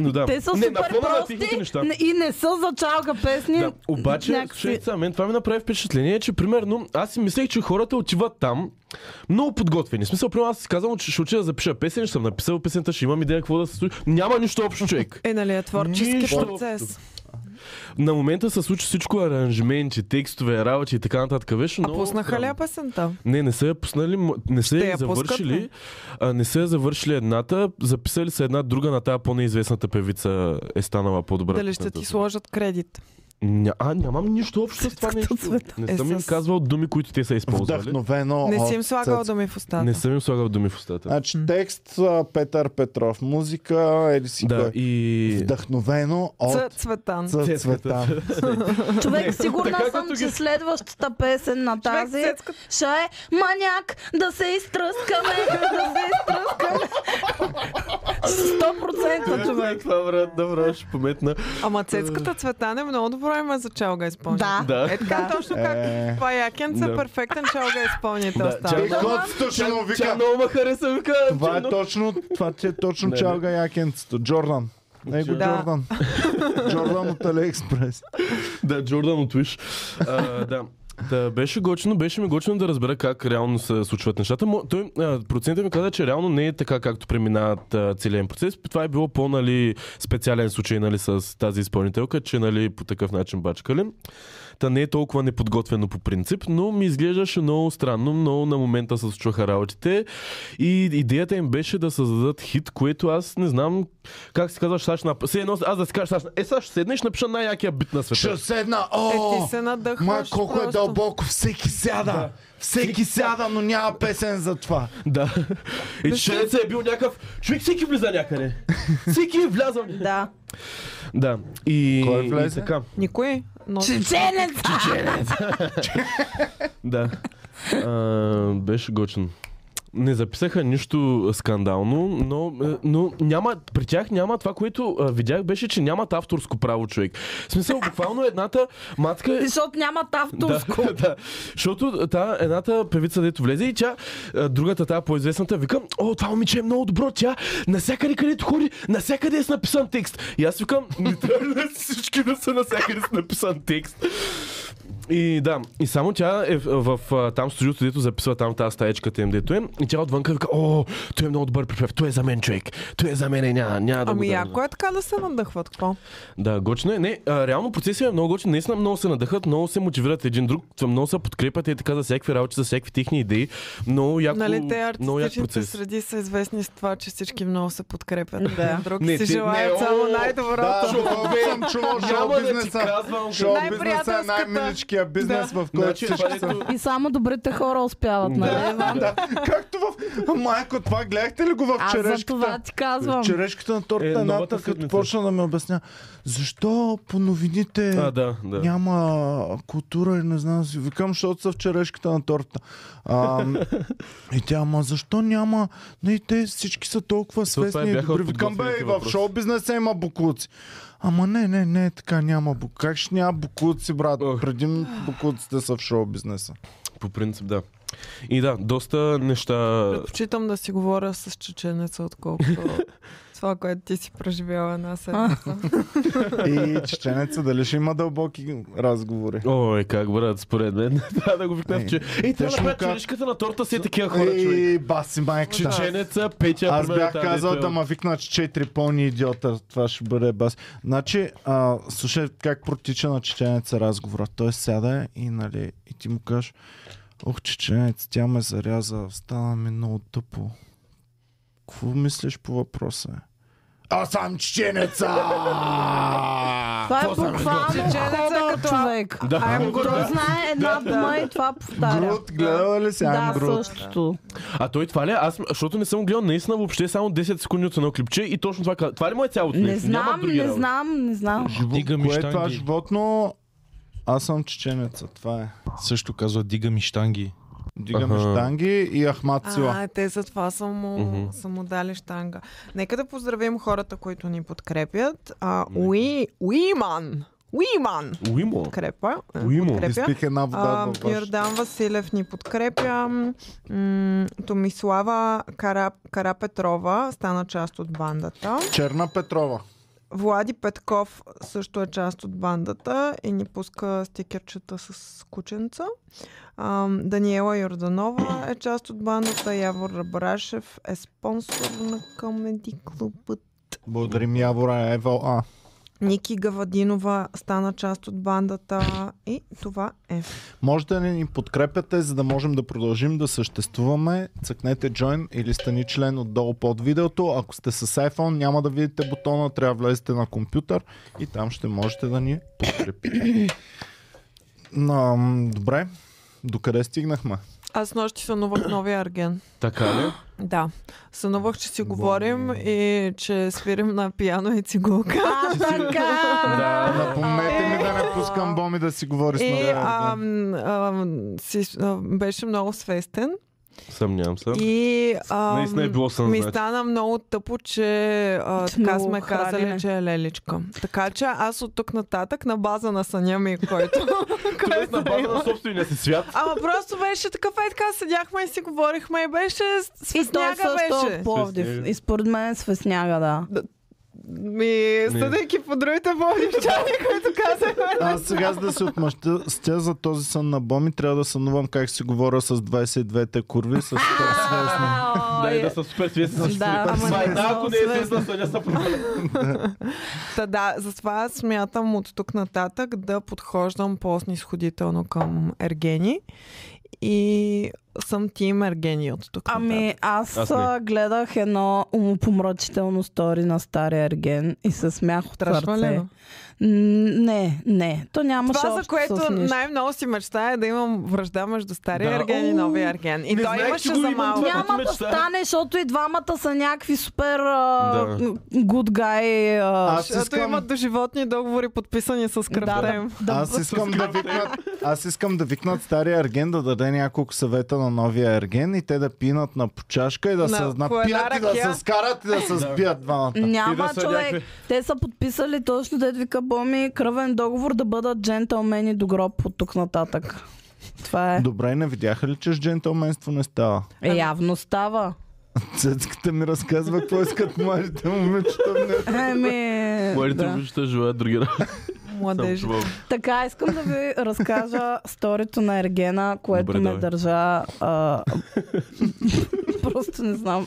S2: Но да.
S3: те са
S2: не, на
S3: супер
S2: фона на техните
S3: прости
S2: неща.
S3: не- и не са за чалга песни.
S4: Е,
S2: Да, обаче,
S3: някакви-
S2: някакси... сега, мен това ми направи впечатление, че примерно аз си мислех, че хората отиват там много подготвени. В смисъл, примерно аз си казвам, че ще отида да запиша песен, ще съм написал песента, ще имам идея какво да се случи. Няма нищо общо, човек.
S4: Е, нали е творчески
S2: Нищо.
S4: процес.
S2: На момента се случи всичко аранжименти, текстове, работи и така нататък. Беше
S4: А
S2: много
S4: пуснаха ли
S2: странно.
S4: я песента?
S2: Не, не са я пуснали, м- не са я,
S4: я пускат
S2: завършили.
S4: ли?
S2: А, не са я завършили едната, записали са една друга на тази по-неизвестната певица е станала по-добра.
S4: Дали ще ти
S2: песента.
S4: сложат кредит?
S2: Ня, а, нямам нищо общо с това нещо. Не
S4: Е,
S2: съм им
S4: с-
S2: казвал думи, които те са използвали.
S1: Вдъхновено.
S4: Не
S1: от
S4: си им слагал
S1: Цецка.
S4: думи в устата.
S2: Не съм им слагал думи в устата.
S1: Значи текст а, Петър Петров, музика Ели си
S2: Да,
S1: кой.
S2: и...
S1: Вдъхновено от
S4: Ц- Цветан.
S1: Ц-
S2: Цецката.
S1: цвета.
S3: Човек, сигурна
S2: така
S3: съм,
S2: като
S3: че
S2: ги-
S3: следващата песен на
S4: Човек,
S3: тази
S4: Цецката.
S3: ще е Маняк, да се изтръскаме, да се изтръскаме. 100% човек.
S2: Това, брат, добре, ще пометна.
S4: Ама цецката Цветан е много добро име за чалга изпълнител.
S3: Да.
S2: Да.
S4: Е така точно
S1: Е.
S4: как Паякен
S2: Да.
S4: са перфектен чалга изпълнител.
S2: Да,
S1: И
S4: става.
S2: чалга-
S1: котството ще му
S2: Тя
S1: вика.
S2: много ме хареса, вика.
S1: Това е
S2: че-
S1: точно, това ти е точно
S2: Не, не.
S1: чалга якенцето. Джордан. Него
S4: Да.
S1: Джордан. Джордан от Алиекспрес.
S2: Да, Джордан от Wish. А, да. Да, беше гочено, беше ми гочено да разбера как реално се случват нещата. Мо, той, а, процентът ми каза, че реално не е така, както преминават а, целият им процес. Това е било по-нали, специален случай нали, с тази изпълнителка, че нали, по такъв начин бачкали. Та не е толкова неподготвено по принцип, но ми изглеждаше много странно, много на момента се случваха работите. И идеята им беше да създадат хит, което аз не знам как си казваш, Саш, нап... Се едно, аз да си кажа, Саш, е, Саш, седнеш, напиша най-якия бит на
S1: Ще
S2: света.
S1: седна.
S4: Е,
S1: О!
S4: ти се надъхваш.
S1: Ма колко е
S4: просто.
S1: дълбоко, всеки сяда. Всеки сяда, но няма песен за това.
S2: Да. И чеченеца е бил някакъв... Човек всеки влиза някъде. Всеки е влязал.
S3: Да.
S2: Да. И...
S1: Кой влезе?
S2: и така.
S4: Никой. Но... ами
S3: Чеченец!
S2: Да. А, беше гочен. не записаха нищо скандално, но, е, но няма, при тях няма това, което а, видях, беше, че нямат авторско право човек. В смисъл, буквално едната матка
S3: Защото нямат авторско.
S2: да, да. Защото та, едната певица, дето влезе и тя, а, другата, тази по-известната, вика, о, това момиче е много добро, тя насякъде, където ходи, насякъде е с написан текст. И аз викам, не трябва ли всички да са насякъде с написан текст. И да, и само тя е в, в а, там студиото, дето записва там тази стаечката им, дето е. И тя отвънка вика, о, той е много добър припев, той е за мен човек, той е за мен, няма, няма да го
S4: Ами
S2: дам.
S4: яко е така да се надъхват. Какво?
S2: Да, гочно е. Не, а, реално процесът е много гочен. Наистина много се надъхат, много се мотивират един друг, много се подкрепят и така за всякакви работи, за всякакви техни идеи. Много яко,
S4: Нали те
S2: много як
S4: артистичните
S2: процес.
S4: среди са известни с това, че всички много се подкрепят. Да. Друг
S2: Не,
S4: си
S2: ти-
S4: желаят
S2: не, о,
S4: само
S1: Да,
S4: най-доброто.
S1: това съм чувал шоу
S2: Няма да ти
S1: бизнеса.
S2: казвам.
S1: Шоу бизнеса е
S4: Най-приятелската.
S1: най-миличкия бизнес, в който
S2: Значи, това
S1: всички са.
S2: дето-
S3: И само добрите хора успяват, нали? Иван?
S1: Да, както в... Майко, това гледахте ли го в
S3: Аз за това
S1: черешката?
S3: ти казвам.
S1: Черешката на
S2: Е,
S1: тортата,
S2: новата
S1: едната, като
S2: седмица.
S1: почна да ми обясня. Защо по новините...
S2: А, да, да.
S1: Няма култура и не знам си. Викам, защото са в черешката на тортата. А, и тя, ама защо няма? Не, те всички са толкова
S2: това е
S1: свестни и
S2: бяха
S1: добри. Викам, бе,
S2: подготвените
S1: и в
S2: въпроси.
S1: шоу бизнеса има буклуци. Ама не, не, не, така няма буклуци. Как ще няма буклуци, брат?
S2: Ох.
S1: Преди буклуците са в шоу бизнеса.
S2: По принцип, да. И да, доста неща.
S4: Предпочитам да си говоря с чеченеца, отколкото това, което ти си преживяла една седмица.
S1: И чеченеца, дали ще има дълбоки разговори?
S2: Ой, как брат, според мен. трябва да го викнем,
S1: Ей,
S2: че. Ей, трябва
S1: ще
S2: да
S1: му
S2: правят
S1: кажа-
S2: човешката на торта си е такива хора, човек.
S1: И баси майка.
S2: Чеченеца, Петя,
S1: Аз
S2: примерно,
S1: бях
S2: тази,
S1: казал
S2: дето е-
S1: да ма викнат с четири пълни идиота. Това ще бъде бас. Значи, а, слушай как протича на чеченеца разговора. Той сяда и, нали, и ти му кажеш Ох, чеченец, тя ме заряза. Стана ми много тъпо. Какво мислиш по въпроса? Аз съм чеченеца!
S3: Това е
S2: какво съм
S3: буквално
S4: изготвил?
S3: хода
S4: Чеченеца
S3: като
S4: като-
S3: човек.
S2: Да.
S4: Ам го
S3: Той знае една дума и това повтаря.
S1: Груд, гледала ли си?
S3: Да,
S1: I'm Грут.
S3: същото.
S2: А той това ли? е? Аз, защото не съм го гледал наистина въобще само 10 секунди от едно клипче и точно това казва. Това ли му е цялото
S3: Не
S2: нещо? Няма
S3: знам,
S2: други
S3: не
S2: работи.
S3: знам, не знам.
S5: Дига ми
S1: Кое е това
S5: штанги.
S1: животно? Аз съм чеченеца. Това е.
S5: Също казва дига ми штанги.
S1: Дигаме
S2: Аха.
S1: штанги и Ахмат Сила.
S4: А, те за това са му,
S2: Мгм.
S4: са му дали штанга. Нека да поздравим хората, които ни подкрепят. А, уи, уиман! Уиман!
S2: Уимо.
S4: Подкрепа. е,
S2: Уимо.
S4: Подкрепя.
S1: Изпих една вода
S4: А,
S1: във ваш.
S4: Йордан Василев ни подкрепя. М, Томислава Кара, Карапетрова стана част от бандата.
S1: Черна Петрова.
S4: Влади Петков също е част от бандата и ни пуска стикерчета с кученца. А, Даниела Йорданова е част от бандата. Явор Рабрашев е спонсор на Comedy Club.
S1: Благодарим Явора Евел А.
S4: Ники Гавадинова стана част от бандата. И това е.
S1: Може да ни подкрепяте, за да можем да продължим да съществуваме. Цъкнете Join или стани член отдолу под видеото. Ако сте с iPhone, няма да видите бутона, трябва да влезете на компютър и там ще можете да ни подкрепите. Но, м, добре, докъде стигнахме?
S4: Аз нощи сънувах новия Арген.
S2: Така ли?
S4: Да. Сънувах, че си говорим и че свирим на пиано и цигулка.
S3: А, така!
S2: Да.
S1: Напомнете ми да не пускам Боми да си говори с
S4: И
S1: Мария. Арген.
S4: ам, ам, си, а, беше много свестен.
S2: Съмнявам се.
S4: И ам,
S2: Наистина е било сън,
S4: ми
S2: значи.
S4: стана много тъпо, че а,
S3: Сме
S4: така сме
S3: го
S4: казали,
S3: хранили.
S4: че е леличка. Така че аз от тук нататък на база на съня ми, който...
S2: Тоест е на база
S3: е
S2: на собствения си свят.
S4: Ама просто беше такъв е така, седяхме и си говорихме и беше... с-
S3: И той
S4: Сняга
S3: също
S4: беше.
S3: от Пловдив.
S2: Свесняга.
S3: И според мен е свесняга, да.
S4: Ми, съдейки по другите водивчани, които казахме.
S1: Аз сега, за да се отмъща с тя за този сън на Боми, трябва да сънувам как си говоря с 22-те курви, с това
S2: Да, и да са супер свестни.
S3: е. Да, ама не
S2: Да, ако
S3: са
S2: не е
S3: свестни.
S2: свестна, съня са проблем.
S4: Та да, затова смятам от тук нататък да подхождам по-снисходително към Ергени. И съм тим Ергени от тук нататък.
S3: Ами аз,
S2: Аз не.
S3: а, гледах едно умопомрачително стори на стария Ерген и се смях от
S4: Страшно ли?
S3: сърце.
S4: е?
S3: М, Не, не. То нямаше
S4: Това, за
S3: общо
S4: което
S3: с нищо.
S4: най-много си мечтая е да имам връжда между стария
S2: Да.
S4: Ерген и
S2: Уу,
S4: новия Ерген. И
S2: не
S4: той
S2: знаех, че
S4: имаше
S2: го
S4: за
S2: имам
S4: малко.
S2: това.
S4: Ням-
S3: Няма да
S2: мечта.
S3: стане, защото и двамата са някакви супер а,
S2: Да.
S3: г- good guy. А,
S1: Аз
S4: Защото
S1: искам-
S4: имат до животни договори подписани с кръвта
S3: да.
S4: им.
S1: Аз искам да викнат, аз искам да викнат стария Арген да даде няколко съвета на на новия ерген и те да пинат на почашка и да
S4: На-
S1: се
S4: по една
S1: напият и да
S4: ръка.
S1: се скарат и да се сбият двамата.
S2: И да
S3: Няма
S2: са
S3: човек.
S2: някакви-
S3: Те са подписали точно дед вика Боми кръвен договор да бъдат джентълмени до гроб от тук нататък. Това е.
S1: Добре, не видяха ли, че с джентълменство не става?
S3: е явно става.
S1: Цецката ми разказва какво искат младите момичета. Не.
S3: Еми,
S2: Младите
S3: Ами, да.
S2: момичета желаят други работи.
S4: младежи.
S3: Така, искам да ви разкажа сторито на Ергена, което
S2: Добре,
S3: ме
S2: давай.
S3: държа... А... Просто не знам.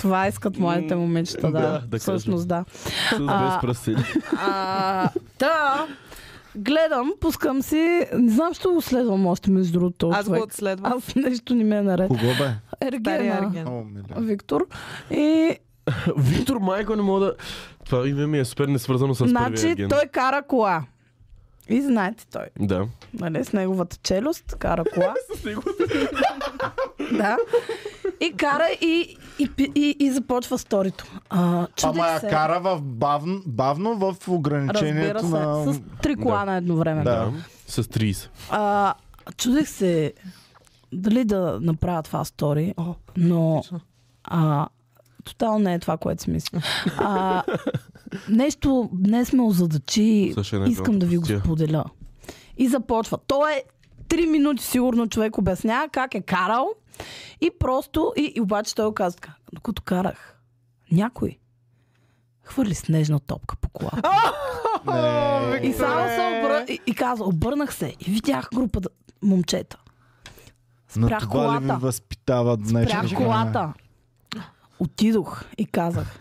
S3: Това искат моите момичета, да.
S2: Да, да
S3: Всъщност, да.
S2: С без
S3: А.
S2: прасили.
S3: А, да. Гледам, пускам си. Не знам, що го следвам още, между другото.
S4: Аз го
S3: човек.
S4: отследвам.
S3: Аз нещо не ми е наред.
S1: Кого бе?
S4: Стария
S3: Ергена.
S4: Ерген.
S1: О, миле.
S3: Виктор. И
S2: Виктор Майко не мога да... Това име ми е супер несвързано с първия
S3: значи
S2: ген.
S3: той кара кола. И знаете той,
S2: Да.
S3: нали, с неговата челюст, кара кола.
S2: С него
S3: да. И кара и, и, пи- и, и започва сторито. А, чудех
S1: Ама я
S3: се.
S1: кара в бавно, бавно в
S3: Разбира
S1: ограничението
S3: се,
S1: на...
S3: с три кола
S2: Да.
S3: на едно време.
S1: Да.
S2: С 30.
S3: А, чудех се дали да направя това стори,
S4: О,
S3: но
S4: отлично.
S3: а, тотално не е това, което си мисля. А, нещо днес ме озадачи,
S2: Слушай, не
S3: искам
S2: знам,
S3: да ви го
S2: простия.
S3: споделя. И започва. Той е три минути сигурно човек обяснява как е карал и просто, и, и обаче той го казва така, докато карах, някой хвърли снежна топка по колата.
S1: Не.
S4: Виктор,
S3: И само се обра... и, и каза, обърнах се и видях групата момчета.
S1: На
S3: Спрях
S1: това ли ви
S3: колата.
S1: възпитава днес?
S3: Прях колата. Отидох и казах,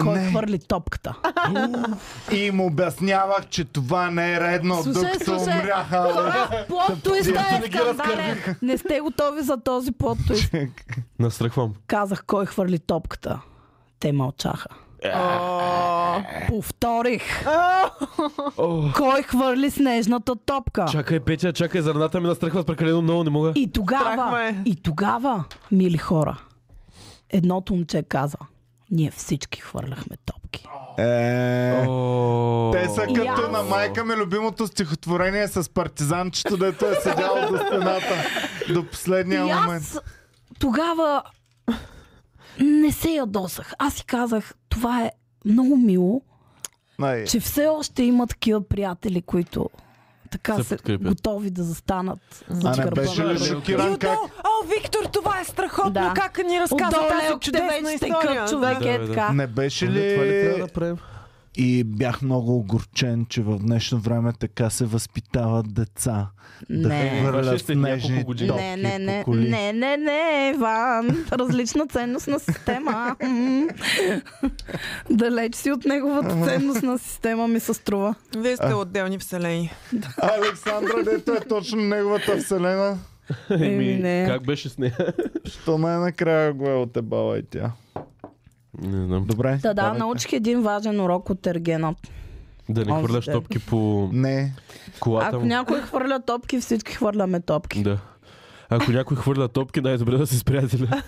S3: кой
S1: Не.
S3: хвърли топката.
S1: И им обяснявах, че това не е редно,
S3: Слушай,
S1: докато
S3: слушай.
S1: умряха.
S3: Хора, плод туиста
S1: Дето
S3: е
S1: не ги
S3: скандален. Не сте готови за този плод туист.
S2: Настрахвам.
S3: Казах, кой хвърли топката. Те мълчаха.
S1: Е.
S3: Повторих.
S2: О,
S3: Кой хвърли снежната топка?
S2: Чакай, Петя, чакай, зърната ми настръхват прекалено много, не мога.
S3: И
S4: Страх ме
S3: тогава,
S4: е.
S3: и тогава, мили хора, едното момче каза, ние всички хвърляхме топки.
S1: Е,
S2: О, Е,
S1: Те са
S3: И
S1: като
S3: аз.
S1: на майка ми любимото стихотворение с партизанчето, дето е седяло до стената до последния
S3: и
S1: момент.
S3: аз тогава не се ядосах. Аз си казах, това е много мило,
S1: Най-
S2: Е.
S3: че все още има такива приятели, които така
S2: Се
S3: са
S2: подкрепят.
S3: готови да застанат.
S1: А не
S3: гърба
S1: беше
S3: на
S1: ли
S3: другия.
S1: шокиран
S4: Юдо,
S1: как?
S4: О, Виктор, това е страхотно,
S3: Да.
S4: как ни разказа
S3: Отдолу
S4: тази
S3: лелките
S4: е чудесна
S3: вече
S4: история.
S3: тъкат, е човек
S2: Да,
S3: е
S2: бе, да.
S3: така.
S1: Не беше
S2: Това ли
S1: ли...
S2: трябва да правим?
S1: И бях много огорчен, че в днешно време така се възпитават деца. Да
S3: Не.
S2: Това ще
S1: хвърлят
S2: след няколко
S1: нежни
S2: години.
S1: топки
S3: Не, не, не,
S1: по коли.
S3: не, не, не, Иван. Различна ценностна система. М. Далеч си от неговата ценностна система ми се струва.
S4: Да. Вие сте отделни вселени.
S1: Александра, дето е точно неговата вселена.
S3: Еми, не.
S2: Ами, Как беше с нея?
S1: Що най-накрая го е отебала и тя.
S2: Не знам.
S1: Добре.
S3: Да, да,
S1: давайте.
S3: научих един важен урок от Ергена.
S2: Да не
S3: Онзи
S2: хвърляш
S3: ден.
S2: топки по
S1: Не.
S2: колата
S3: Ако
S2: му.
S3: някой хвърля топки, всички хвърляме топки.
S2: Да. Ако някой хвърля топки, най-добре да се с приятеля.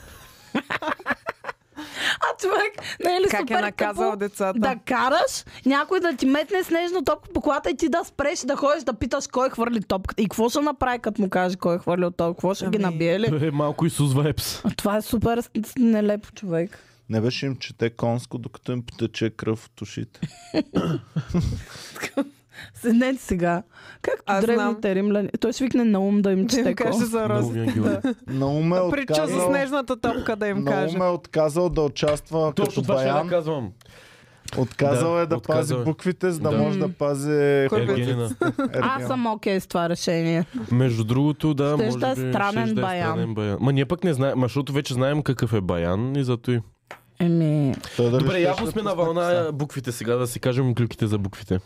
S3: А човек, не е ли
S4: Как
S3: супер
S4: е наказал
S3: тъпо
S4: децата?
S3: да караш, някой да ти метне снежна топка по колата и ти да спреш да ходиш да питаш кой хвърли топката. И какво ще направи, като му каже кой е хвърлил топка? Какво ще ги
S4: Ами-
S3: набие ли?
S2: Той е малко Исус Вайпс.
S3: А това е супер с- с- нелепо човек.
S1: Не беше им чете конско, докато им потече кръв от ушите.
S3: Седнете сега. Както
S4: Аз
S3: древните римляни. Той свикне на ум да им
S4: Да
S3: чете
S4: им каже за
S2: Много ви
S4: розите.
S2: ангел.
S1: На уме е
S4: Прича за
S1: отказал,
S4: снежната топка да им
S1: на
S4: каже.
S1: уме е отказал да участва
S2: Точно
S1: като
S2: това ще я
S1: баян.
S2: казвам.
S1: Отказал
S2: Да,
S1: е да
S2: отказал е.
S1: пази буквите, за да,
S2: Да.
S1: може да пази
S4: Кой бе?
S2: Ергенина.
S3: Аз съм окей с това решение.
S2: Между другото, да,
S3: Щеш
S2: може
S3: да е
S2: би,
S3: странен
S2: щеш да е
S3: баян.
S2: странен баян. Ма ние пък не знаем, ма защото вече знаем какъв е баян и зато и.
S3: Еми,
S1: Той е да ви
S2: Добре,
S1: щеше
S2: явно
S1: да
S2: сме на
S1: пусне коса.
S2: вълна буквите сега, да си кажем клюките за буквите.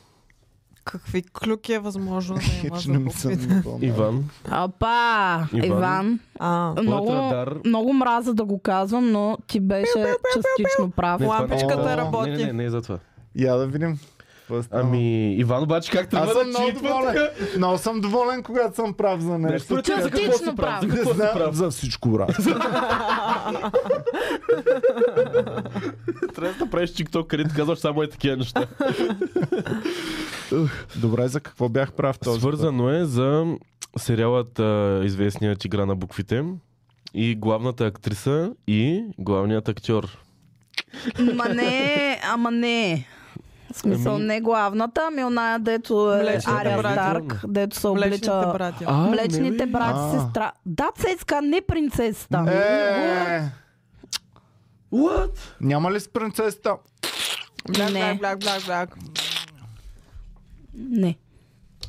S4: Какви клюки е възможно да има
S1: Хич
S4: за
S1: не ми съм
S4: буквите?
S1: на вълна.
S2: Иван,
S3: апа,
S2: Иван.
S3: Иван. Иван.
S4: А,
S3: Много,
S2: радар-
S3: много мраза да го казвам, но ти беше частично прав.
S2: това не е.
S4: лампичката
S1: О,
S4: работи.
S2: Не, не, не, не е за това.
S1: Я да видим. какво е става.
S2: Ами, Иван обаче как
S1: Аз
S2: трябва
S1: съм
S2: да
S1: много доволен. Много съм доволен, когато съм прав за нещо.
S2: Според теб, за какво
S3: Частично
S2: си прав? За
S3: прав.
S2: какво си
S1: знам
S2: прав?
S1: за всичко, брат.
S2: Трябва да правиш TikTok, където казваш само е такива неща.
S1: Добре, за какво бях прав този
S2: Свързано е за сериалът а, известният игра на буквите и главната актриса и главният актьор.
S3: Ма не, ама не. В смисъл,
S2: Ами-
S3: не главната, ами оная, дето е
S4: Млечните
S3: Ария
S4: братя.
S3: Старк, дето се
S4: Млечните
S3: облича...
S4: братя.
S2: А,
S3: Млечните
S2: нали?
S1: А.
S3: брати, сестра. Да, Цецка, не принцесата.
S1: Е,
S2: What?
S1: няма ли с принцесата?
S4: Бляк,
S3: Не.
S4: бляк, бляк, бляк, бляк.
S3: Не.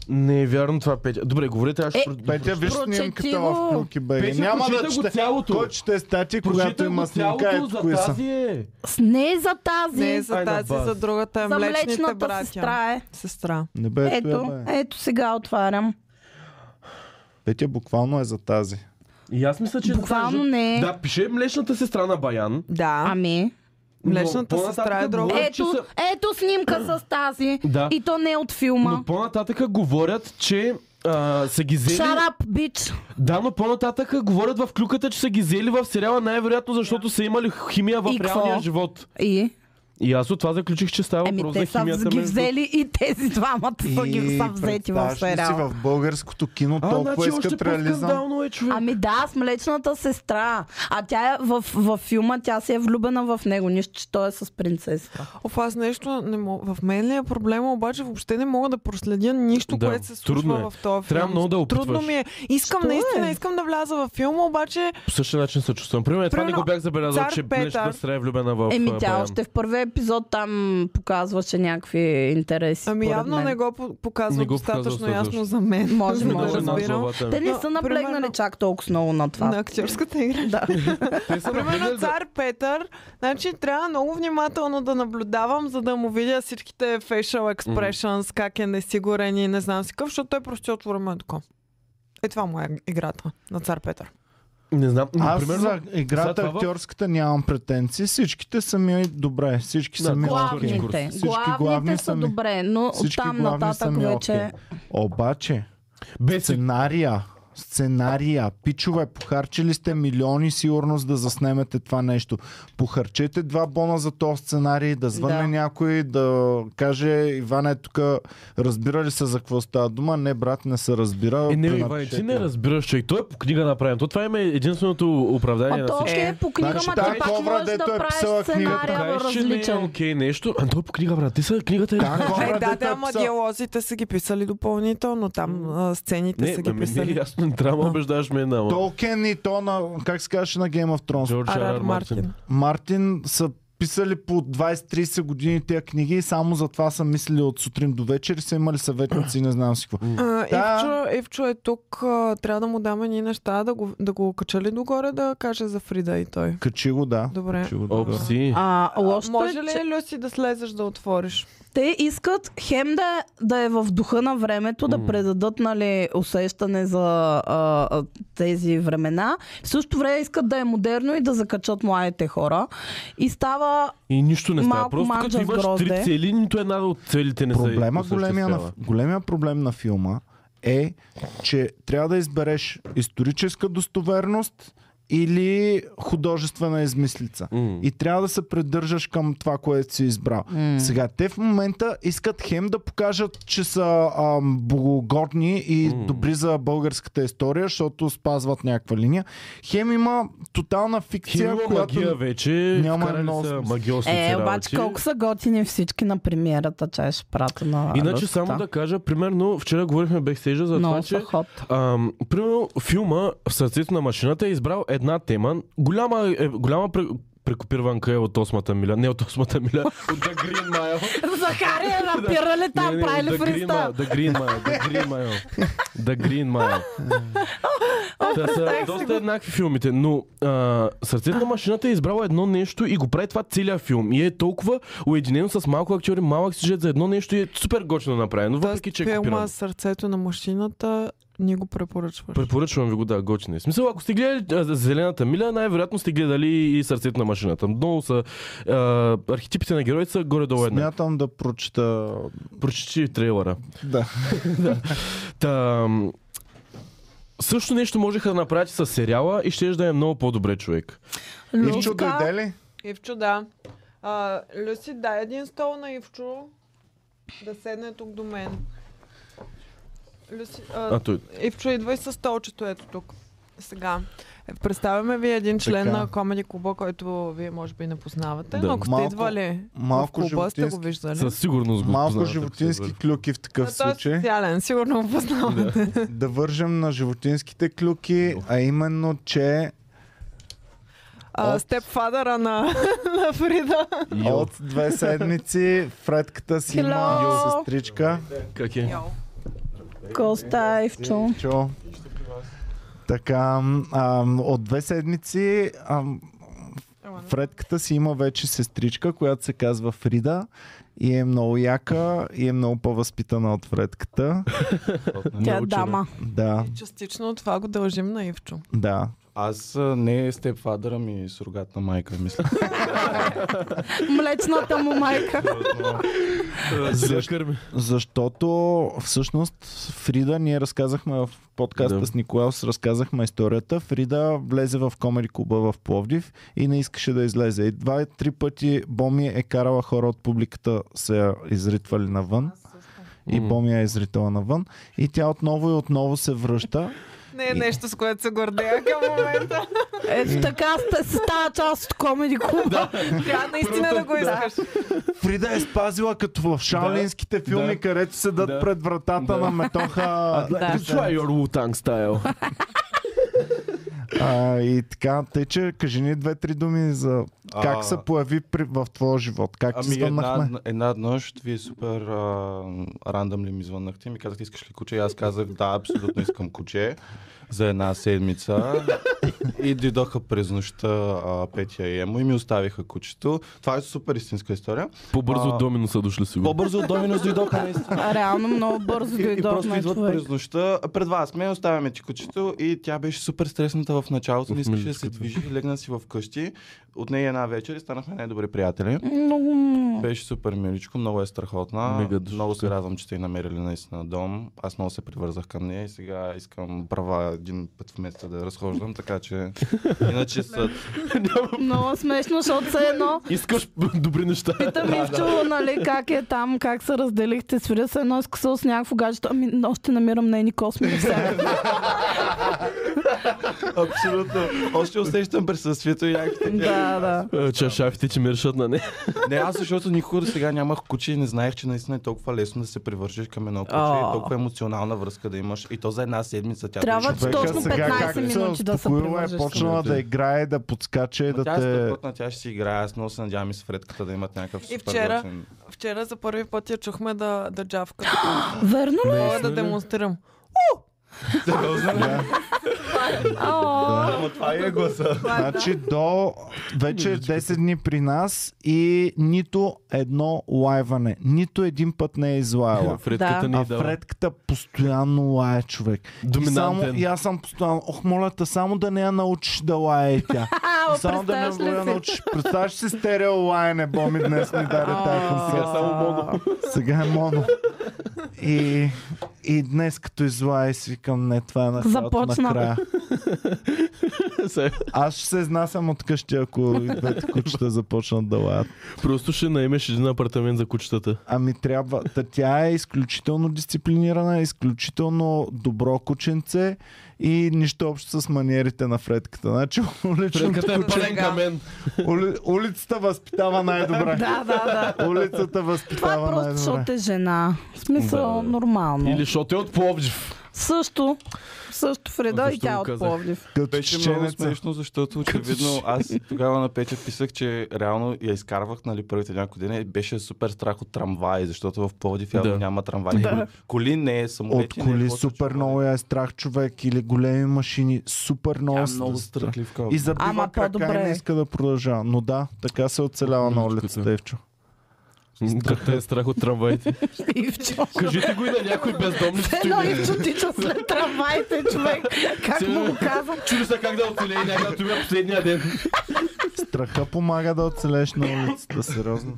S2: Не е вярно това, Петя. Добре, говорите, аз ще...
S3: Е,
S2: про-
S1: Петя, виж
S3: Прочети
S1: снимката
S3: го.
S1: в Кнуки Бери.
S2: Петя,
S1: Няма да
S2: прочитай го
S1: чете.
S2: цялото.
S1: Кой чете стати, когато
S2: Прочитай го
S1: има снимка,
S2: цялото
S1: ето
S2: за
S1: кои са.
S2: тази е.
S3: С- Не е за тази.
S4: Не е за
S2: Ай, на
S4: тази,
S2: бас.
S4: за другата е
S3: за
S4: млечните
S3: млечната
S4: братя.
S3: сестра е.
S4: Сестра.
S1: Не бе, ето, я,
S3: Ето,
S1: бе.
S3: ето сега отварям.
S1: Петя буквално е за тази.
S2: И аз мисля, че... е за
S3: Буквално
S2: тази.
S3: не е.
S2: Да, пише млечната сестра на Баян.
S4: Да.
S3: Ами.
S2: но
S4: Млечната
S2: по-нататък
S4: сестра е друга.
S2: говорят, че
S3: Ето,
S2: са-
S3: ето снимка с тази.
S2: Да.
S3: И то не е от филма.
S2: Но по-нататък говорят, че а, са ги взели...
S3: Shut up, bitch.
S2: Да, но по-нататък говорят в клюката, че са ги взели в сериала най-вероятно, защото са имали химия в
S3: И какво?
S2: реалния живот.
S3: И?
S2: И аз от това заключих, че става
S3: Еми,
S2: въпрос
S3: те
S2: за
S3: са
S2: химията
S3: ги
S2: между-
S3: взели и тези двамата са ги са взети в
S1: представяш ли си
S3: сериала.
S1: в българското кино
S2: А,
S1: толкова
S2: значи още
S1: искат реализъм.
S2: по-скандално е, човек.
S3: Ами да, с млечната сестра. А тя е в, в филма, тя си е влюбена в него. Нищо, че той е с принцеса.
S4: Оф, аз нещо не мога. В мен ли е проблема, обаче въобще не мога да проследя нищо,
S2: Да,
S4: което се
S2: трудно
S4: случва
S2: е.
S4: в този филм.
S2: Трябва много да
S4: Трудно
S2: опитваш.
S4: ми е. Искам
S3: Що
S4: наистина,
S3: е?
S4: искам да вляза във филма, обаче
S2: По същия начин се чувствам. Примерно, това не
S4: Примерно,
S2: го бях забелязал,
S4: цар
S2: че
S4: Петър-
S2: Блешната сестра е влюбена в
S3: Еми
S2: а,
S3: тя
S2: Баян.
S3: още в първия епизод там показваше някакви интереси.
S4: ами
S3: според
S4: явно
S3: мен.
S4: не го по- показва
S2: Не го показва
S4: достатъчно
S2: следващо.
S4: ясно за мен.
S3: Може,
S4: за да
S3: може,
S2: Една
S4: разбирам.
S2: главата ми.
S3: Те не
S4: Но,
S3: са наблегнали
S4: примерно-
S3: чак толкова много на това.
S4: На актьорската игра.
S3: Да.
S2: Те са
S4: Примерно
S2: наблюдали-
S4: цар Петър, значи трябва много внимателно да наблюдавам, за да му видя всичките facial expressions, как е несигурен и не знам си какъв, защото той просто отворено е така. Е това му е играта на цар Петър.
S2: Не знам. но
S1: Аз
S2: примерно-
S1: за
S2: за
S1: играта
S2: това в-
S1: актьорската нямам претенции. Всичките са ми добре. Всички
S2: Да,
S1: са ми окей.
S2: главните.
S3: Главните.
S1: Всички главни
S3: Главните
S1: са
S3: са
S1: ми-
S3: добре, но
S1: Всички
S3: оттам
S1: главни са
S3: нататък
S1: ми
S3: вече...
S1: окей. Обаче,
S2: Бесен.
S1: сценария, сценария, пичове, похарчили сте милиони сигурно, за да заснемете това нещо. Похарчете два бона за този сценарий, да звънне
S3: Да.
S1: някой, да каже Иван е тук, разбира ли се за какво става дума? Не, брат, не се разбира.
S2: Е, не, Иван,
S1: Пренапишете.
S2: ти не разбираш, че и той е по книга направен. То това им е единственото оправдание
S3: Е, А
S2: на
S3: то
S2: всичко.
S3: окей, по книга,
S1: Е, Значи
S3: ма
S1: тая
S3: ти пак
S1: ковра,
S3: можеш
S1: дето
S3: да
S1: е писала
S3: правиш
S1: книгата.
S3: сценария
S2: Кажеш, че не е
S3: различен.
S2: окей нещо. А той е по книга, брат. Ти са книгата е...
S1: Как хора,
S4: Е, да,
S1: дето
S4: да,
S1: е
S4: ама
S1: писал-
S4: диалозите са ги писали допълнително, там а, сцените
S2: Не,
S4: са ги
S2: ами не,
S4: писали.
S2: ясно, не трябва да убеждаваш мен, ама.
S1: Толкен и то на, как се казваше на Game of Thrones?
S2: Джордж
S4: Арар
S2: Арар Мартин.
S4: Мартин.
S1: Мартин са писали по 20-30 години тези книги и само за това са мислили от сутрин до вечер и са имали съветници и не знам си какво.
S4: А,
S1: Да.
S4: Ивчо, Ивчо е тук, а, трябва да му даме ни неща, да го, да го кача ли догоре, да каже за Фрида и той.
S1: Качи го, да.
S4: Добре.
S1: Качи го, да.
S2: Опси.
S3: А,
S4: А,
S3: лошото е,
S4: Може
S3: че
S4: ли, Люси, да слезеш да отвориш?
S3: те искат хем да, да е в духа на времето, да
S2: М.
S3: предадат нали, усещане за а, а, тези времена. В същото време искат да е модерно и да закачат младите хора. И става...
S2: И нищо не става.
S3: Малко
S2: Просто като
S3: манджа с
S2: имаш три
S3: грозде.
S2: цели, нито една от целите не се
S1: Проблема,
S2: осъществява.
S1: големия, на, големия проблем на филма е, че трябва да избереш историческа достоверност или художествена измислица.
S2: М.
S1: И трябва да се придържаш към това, което си избрал.
S3: М.
S1: Сега, те в момента искат хем да покажат, че са ам, благогодни и
S2: М.
S1: добри за българската история, защото спазват някаква линия. Хем има тотална фикция,
S2: Химова
S1: която...
S2: магия вече.
S1: няма
S2: вкарали
S1: много
S2: са
S1: смисъл.
S2: магиосници
S3: Е,
S2: работи.
S3: обаче колко са готини всички на премиерата, че ще прата на
S2: Иначе
S3: Люсата.
S2: само да кажа, примерно, вчера говорихме бекстейджа за това,
S3: Много
S2: че
S3: са ход.
S2: Ам, примерно, филма в сърцето на машината е избрал една тема. Голяма, е, голяма пре, прекопирванка е от осмата миля. Не от осмата миля, от The Green Mile.
S3: Захари е рапира ли там, прави ли
S2: The Green
S3: фристайл?
S2: Mile, The Green Mile, The Green Mile. The Green Mile. Та са доста еднакви филмите, но а, сърцето на машината е избрало едно нещо и го прави това целия филм. И е толкова уединено с малко актьори, малък сюжет за едно нещо и е супер гочно направено, въпреки че е
S4: филма
S2: копирано.
S4: Сърцето на машината ни го препоръчваш.
S2: Препоръчвам ви го, да, готин е. В Смисъл, ако сте гледали а, Зелената миля, най-вероятно сте гледали и Сърцето на машината. Много са... А, архетипите на героите са горе-долу една.
S1: Смятам да прочета...
S2: Прочети трейлера.
S1: Да.
S2: Та, м, също нещо можеха да направят и с сериала и ще да е много по-добре човек.
S1: Ивчо,
S3: Люска,
S1: дойде ли?
S4: Ивчо, да. А, Люси, дай един стол на Ивчо да седне тук до мен. Люси,
S2: А,
S4: а,
S2: той.
S4: Ивчо, идвай с столчето ето тук. Сега. Е, Представяме ви един член
S1: Така.
S4: на комеди клуба, който вие може би не познавате,
S2: Да.
S4: но ако
S1: Малко-
S4: сте идвали в
S1: Малко
S4: клуба, сте го
S1: животински,
S4: виждали.
S2: Със сигурност го
S1: малко
S2: познавате, ако
S1: животински
S2: сте
S1: клюки в такъв
S4: Той е
S1: случай.
S4: социален, сигурно го познавате.
S1: Да вържем на животинските клюки, а именно, че
S4: А,
S1: От-
S4: степфадъра на, на Фрида.
S2: Йо.
S1: от две седмици Фредката си има
S3: Hello.
S1: сестричка.
S2: вързали. Как е?
S3: Коста Ивчо.
S1: Чо. Така, ам, от две седмици ам, Фредката си има вече сестричка, която се казва Фрида и е много яка и е много по-възпитана от Фредката.
S3: Тя е
S2: Научена.
S3: дама.
S1: Да,
S4: Частично това го дължим на Ивчо.
S1: да.
S5: Аз а, не степфадъра ми, сурогатна майка, мисля.
S3: Млечната му майка.
S2: Закърми.
S1: Защото всъщност Фрида, ние разказахме в подкаста
S2: Да.
S1: с Николаус, разказахме историята. Фрида влезе в комери клуба в Пловдив и не искаше да излезе. И два-три пъти Боми е карала хора от публиката, се я изритвали навън. И
S2: М.
S1: Боми я е изритала навън. И тя отново и отново се връща.
S4: Не е нещо, с което се гордея към момента.
S3: Ето така сте- става част от комеди клуба.
S4: Трябва наистина да го искаш.
S1: Фрида е спазила като в шаолинските филми,
S2: да.
S1: където седат
S2: Да.
S1: пред вратата на метоха.
S2: To try your Wu-Tang style.
S1: А, и така, тъй че кажи ни две-три думи за
S5: А,
S1: как се появи при, в твоя живот, как се
S5: Ами
S1: стъмнахме.
S5: една, една нощ вие супер а, рандъм ли ми звъннахте и ми казахте искаш ли куче и аз казах да, абсолютно искам куче за една седмица и дойдоха през нощта а, Петя и Емо и ми оставиха кучето. Това е супер истинска история.
S2: По-бързо
S5: А.
S2: от Домино са дошли сигурно.
S5: По-бързо от Доминос дойдоха наистина.
S3: А, Реално много бързо
S5: И, и просто
S3: дойдохме
S5: идват
S3: е човек.
S5: през нощта, а, пред вас ме, оставяме ти кучето и тя беше супер стресната в началото, не искаше да се движи, легна си в къщи, от нея една вечер и станахме най-добри приятели.
S3: Много м-
S5: Беше супер миличко, много е страхотна.
S2: Мега душичка.
S5: много се радвам, че сте й намерили наистина дом. Аз много се привързах към нея и сега искам права един път в месеца да я разхождам, така че иначе са...
S3: много смешно, защото все едно
S2: Искаш добри неща.
S3: питам Ивчо, нали, как е там, как се разделихте с Фрида, се едно иска с някакво гаджето. Ами, още намирам нейни косми всякакви.
S5: Абсолютно. Още усещам присъствието и яките.
S3: Да, да.
S2: Е, Че шафите, че миришат на не.
S5: Не, аз защото никога до сега нямах куче и не знаех, че наистина е толкова лесно да се привържеш към едно куче
S3: О.
S5: и е толкова емоционална връзка да имаш. И то за една седмица тя
S3: Трябва
S5: беше-
S3: да точно
S1: сега
S3: 15
S1: как се
S3: минути да се
S1: успокоила, е
S3: привържеш
S1: почнала
S5: към
S1: да играе, да подскача и
S5: Ма
S1: да
S5: Тя е
S1: те...
S5: страхотна, тя ще си играе. Аз много се надявам и с Фредката да имат някакъв
S4: И
S5: супер
S4: вчера-
S5: готин-
S4: Вчера за първи път я чухме да, да джавка.
S3: Верно ли?
S4: Мога да демонстрирам.
S3: О,
S5: Ама това е гласа.
S1: Значи до вече е 10 дни при нас и нито едно лайване, нито един път не е излаяла.
S2: Фредката
S3: Да.
S2: ни
S1: А
S2: е дала.
S1: Фредката постоянно лае човек. И, само,
S2: Доминантен.
S1: и аз съм постоянно, ох, моля те, само да не я научиш да лае и тя.
S3: а,
S1: Само да не
S3: представяш
S1: го я
S3: ли си?
S1: научиш. Представяш си стерео лайне, Боми днес ни даде тази
S3: Сега
S1: концерт.
S3: само моно.
S1: Сега е моно. И, и днес като излая и свикам, не, това е началото на
S3: Започна.
S1: края.
S2: Се-
S1: Аз ще се изнасям от къщи, ако и двете кучета започнат да лаят.
S2: Просто ще наемеш един апартамент за кучетата.
S1: Ами трябва. Та тя е изключително дисциплинирана, изключително добро кученце и нищо общо с маниерите на Фредката. Значи уличното
S2: Фредката е
S1: куче,
S2: пълен
S4: Сега.
S2: камен.
S1: ули, улицата възпитава най-добре.
S3: Да, да, да.
S1: Улицата
S3: Това е
S1: възпитава
S3: просто
S1: най-добре.
S3: защото е жена. В смисъл,
S2: Да, да.
S3: нормално.
S2: Или защото е от Пловдив.
S3: Също, също Фреда и
S2: Защо
S3: тя е
S2: го
S3: от
S2: казах?
S3: Пловдив.
S1: Като
S5: Беше много
S1: чеченеца.
S5: смешно, защото очевидно аз тогава на Петя писах, че реално я изкарвах нали, първите няколко дни. и Беше супер страх от трамваи, защото в Пловдив явно
S2: Да.
S5: няма трамваи. Да. Коли не е
S1: От
S5: самолети. не е
S1: коли
S5: лодка,
S1: супер
S5: чуване.
S1: много я е страх човек или големи машини, супер много,
S5: Тя е
S1: се
S5: много
S1: страх.
S5: страхливка.
S1: И забива
S3: Ама
S1: крака
S3: по-добре
S1: и не
S3: е.
S1: иска да продължава. Но да, така се оцелява на улицата,
S2: Миличката.
S1: Евчо.
S2: Как те е страх от трамваите?
S3: Ивчо.
S2: Кажете го и на някой бездомни
S3: Едно Ивчо тича след трамваите, човек. Как му го казвам?
S2: Чули са как да е оцелее някакъв това последния ден.
S1: Страха помага да оцелеш на улицата, сериозно.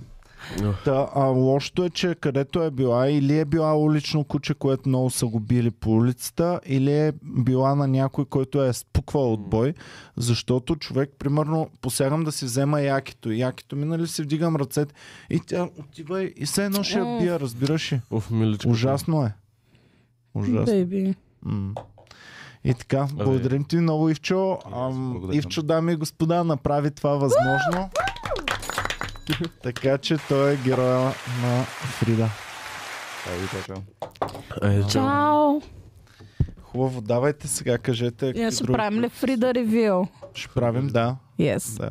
S1: Та, а лошото е, че където е била, или е била улично куче, което много са го били по улицата, или е била на някой, който е спуквал от бой, защото човек, примерно, посягам да си взема якито. И Якито ми, нали, си вдигам ръцете и тя отива и все едно ще я бия, разбираш ли?
S2: Оф, миличко.
S1: Ужасно е. Ужасно.
S3: Бейби.
S1: М. И така, благодарим ти много, Ивчо. Ам,
S5: благодаря.
S1: Ивчо, дами и господа, направи това възможно. така че той е героя на Фрида.
S2: Е,
S3: Чао!
S1: Хубаво, давайте сега, кажете.
S3: Ние
S1: какви
S3: ще
S1: други-
S3: правим ли Фрида ревил?
S1: Ще правим, да.
S3: Yes.
S1: да.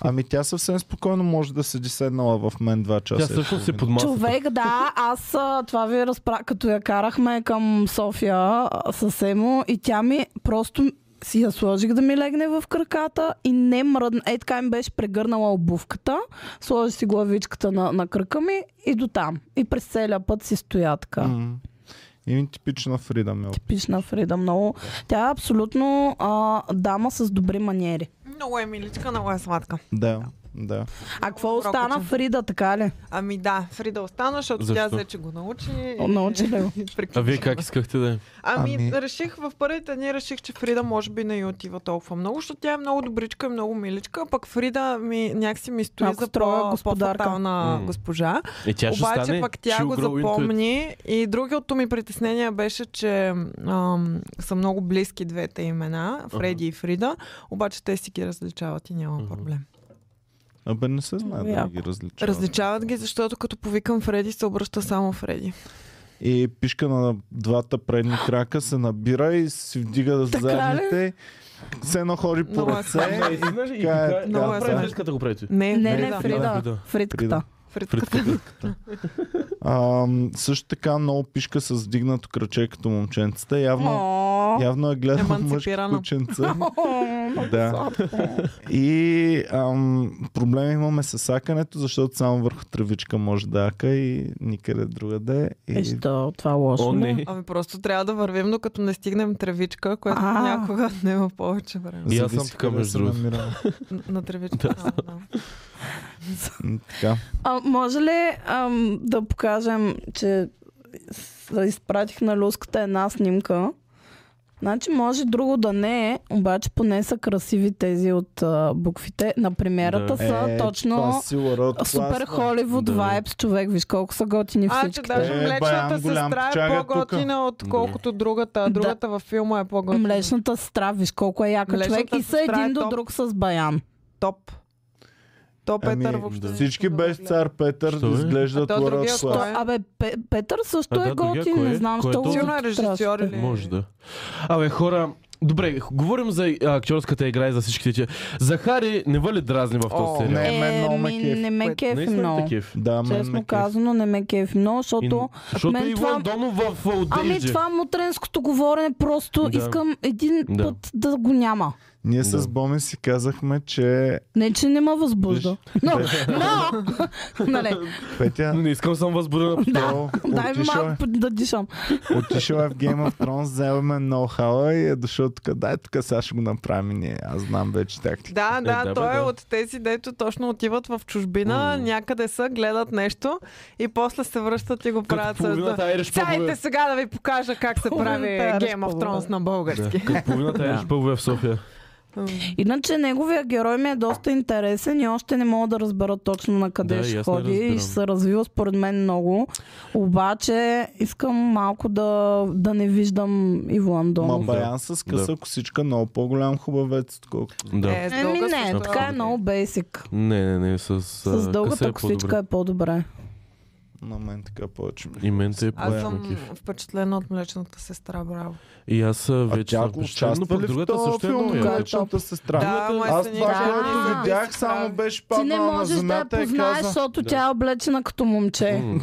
S1: Ами тя съвсем спокойно може да седи седнала в мен два
S2: Тя
S1: часа.
S2: всъщност се е- под масата.
S3: Човек, да, аз а, това ви разпра... като я карахме към София а, с Емо и тя ми просто си я сложих да ми легне в краката и не мръдна. Ей така им беше прегърнала обувката, сложи си главичката на, на кръка ми и до там. И през целия път си стоя така. Mm.
S1: М. Ими типична Фрида, мил.
S3: Пишна Фрида много. Тя е абсолютно а, дама с добри маниери.
S4: Много е миличка, много е сладка.
S1: Да, да.
S3: А какво остана
S4: Рокоче.
S3: Фрида, така ли?
S4: Ами да, Фрида остана, защото тя
S2: Защо?
S4: взе, че го научи.
S3: О, научи ли го?
S4: и
S2: А
S4: приключи.
S2: вие как искахте да е?
S4: Ами,
S1: Ами-
S4: реших в първите дни, реших, че Фрида може би не й отива толкова много, защото тя е много добричка и много миличка, а пък Фрида ми някакси ми стои
S3: Малко
S4: за
S3: строга
S4: по,
S3: господарка.
S4: по-фатална
S2: М.
S4: госпожа.
S2: Е, тя ще
S4: Обаче
S2: стане
S4: пък тя
S2: she'll
S4: го
S2: grow into it.
S4: запомни и другото ми притеснение беше, че ам, са много близки двете имена, Фреди и Фрида, обаче те си ги различават и няма
S2: Мгм.
S4: проблем.
S1: Абе не се знае дали
S3: Ами Яко.
S1: ги различава.
S4: Различават ги, защото като повикам Фреди се обръща само Фреди.
S1: И пишка на двата предни крака се набира и си вдига
S3: Така ли?
S1: задните. Все едно ходи по
S4: Много е
S1: ръце.
S2: Е,
S1: и
S2: знаеш ли, и
S1: така е,
S2: така е.
S4: много е
S2: Прави
S4: смешно.
S2: връзката, го правите.
S4: Не,
S3: Не,
S4: Фрида.
S3: нали? не, Фрида.
S2: Фрида.
S3: Фритката.
S1: Фрида.
S4: Фридката.
S1: А, също така много пишка с вдигнато кръче като момченцата. Явно,
S3: О,
S1: явно е гледал мъжко
S4: Еманципирана.
S1: кученце.
S3: О, много
S1: да. И ам, проблем имаме с сакането, защото само върху травичка може да ака и никъде другаде.
S3: Е,
S1: И
S3: що, това е лошо.
S2: О,
S3: ли?
S2: не.
S4: Ами просто трябва да вървим, докато не стигнем тревичка, което
S3: А.
S4: някога няма повече време.
S2: И аз съм
S1: зависи
S2: така,
S1: къде
S2: между
S1: се
S2: другото.
S1: намираме.
S4: Н- На тревичка. да, да.
S1: М, Така.
S3: А, може ли ам, да покажем, че с- изпратих на Люската една снимка? Значи може друго да не е, обаче поне са красиви тези от а, буквите. На
S2: Да.
S3: премиерата са
S1: Е, това
S3: точно
S1: сила, род,
S3: супер
S1: класна.
S3: холивуд
S2: Да.
S3: vibes, човек. Виж колко са готини
S4: А, че
S3: всички.
S4: даже
S1: Е,
S4: млечната
S1: баян голям
S4: сестра е
S1: чага
S4: по-готина, отколкото другата. Другата във филма е по-готина.
S3: Млечната сестра, виж колко е яка
S4: Млечната
S3: човек. И са
S4: сестра е
S3: един до
S4: топ.
S3: друг с Баян.
S4: Топ. Топ
S1: Ами,
S4: Петър въобще.
S2: да.
S1: Всички без цар Петър
S2: Що е?
S1: изглеждат
S4: А то
S1: лорд
S4: другия
S1: клас.
S4: кой е?
S3: Абе, Пе- Петър също
S2: А,
S3: е
S2: да, другия
S3: готин,
S2: кой е?
S3: не знам,
S2: Кой е
S3: що го
S2: този?
S4: Силно е режисьор
S3: тръскате.
S4: или...
S2: Може да. Абе, хора, добре, х- говорим за а, актьорската игра и за всичките тия. Захари не вали дразни в
S4: О,
S2: този сериал.
S1: не. Е, мен много ме
S3: ми,
S1: кефи.
S3: не ме кефи
S2: Наистина е
S3: много.
S2: такив.
S1: Да, мен ме
S3: Честно
S1: кефи.
S3: казано, не ме кефи много,
S2: И-
S3: защото...
S2: Защото
S3: мен
S2: и
S3: това-
S2: Иван Донов в- в от
S3: Ами
S2: Дейджи.
S3: това мутренското говорене, просто
S2: Да.
S3: искам един
S2: Да.
S3: път да го няма.
S1: Ние с
S2: Да.
S1: Боми си казахме, че
S3: Не, че не ме възбужда. Но, но, нали,
S1: Петя
S2: Не искам съм възбуден.
S1: то
S3: дай ми
S1: отишъл, е-
S3: малко да дишам.
S1: отишъл е в Game of Thrones, взел ме ноу-хава и е дошъл тук. Дай тук, сега ще го направим и ние. Аз знам вече тактика.
S4: Да, да,
S2: да, бе,
S4: той е
S2: да.
S4: от тези, дето точно отиват в чужбина,
S2: М.
S4: някъде са, гледат нещо и после се връщат и го правят
S2: Като
S4: с да.
S2: половината е- Айриш
S4: Сядайте
S2: пъбове.
S4: сега е да ви покажа как се прави
S3: Половината
S4: Game of
S3: разпъва,
S4: Thrones
S3: да.
S4: на български.
S2: Като половината Айриш пъбове в София.
S3: Иначе неговия герой ми е доста интересен и още не мога да разбера точно на къде
S2: Да, и
S3: ще
S2: аз не
S3: ходи и
S2: разбирам.
S3: ще се развива според мен много. Обаче искам малко да, да не виждам Иво
S1: Ма
S3: Андонов.
S1: Баян с къса косичка, много по-голям хубавец, отколкото.
S2: Да.
S4: Е, с
S3: Еми
S4: дълга
S3: не,
S4: също
S3: така е
S4: окей.
S3: много бейсик.
S2: Не, не, не, с, а,
S3: С дългата
S2: къса е
S3: косичка
S2: по-добре.
S3: е по-добре.
S1: На мен така повече ми.
S2: И мен те е по
S4: Аз съм впечатлена от млечната сестра, браво.
S2: И аз а,
S1: А
S2: вече
S1: тя
S2: съм
S1: го
S2: впечатлен, но
S1: участва
S2: пък
S1: ли в
S2: другата
S1: този
S2: също е
S1: филм
S2: много
S3: Да.
S2: яка.
S1: Далечната сестра?
S4: Да, ама
S1: Ами, Аз
S4: са ни
S1: това,
S4: казали,
S1: което
S4: да.
S1: видях, само беше
S3: Ти не
S1: паднала на
S3: можеш да я
S1: земята е и
S3: познаеш,
S1: каза...
S3: защото тя е облечена като момче.
S2: М.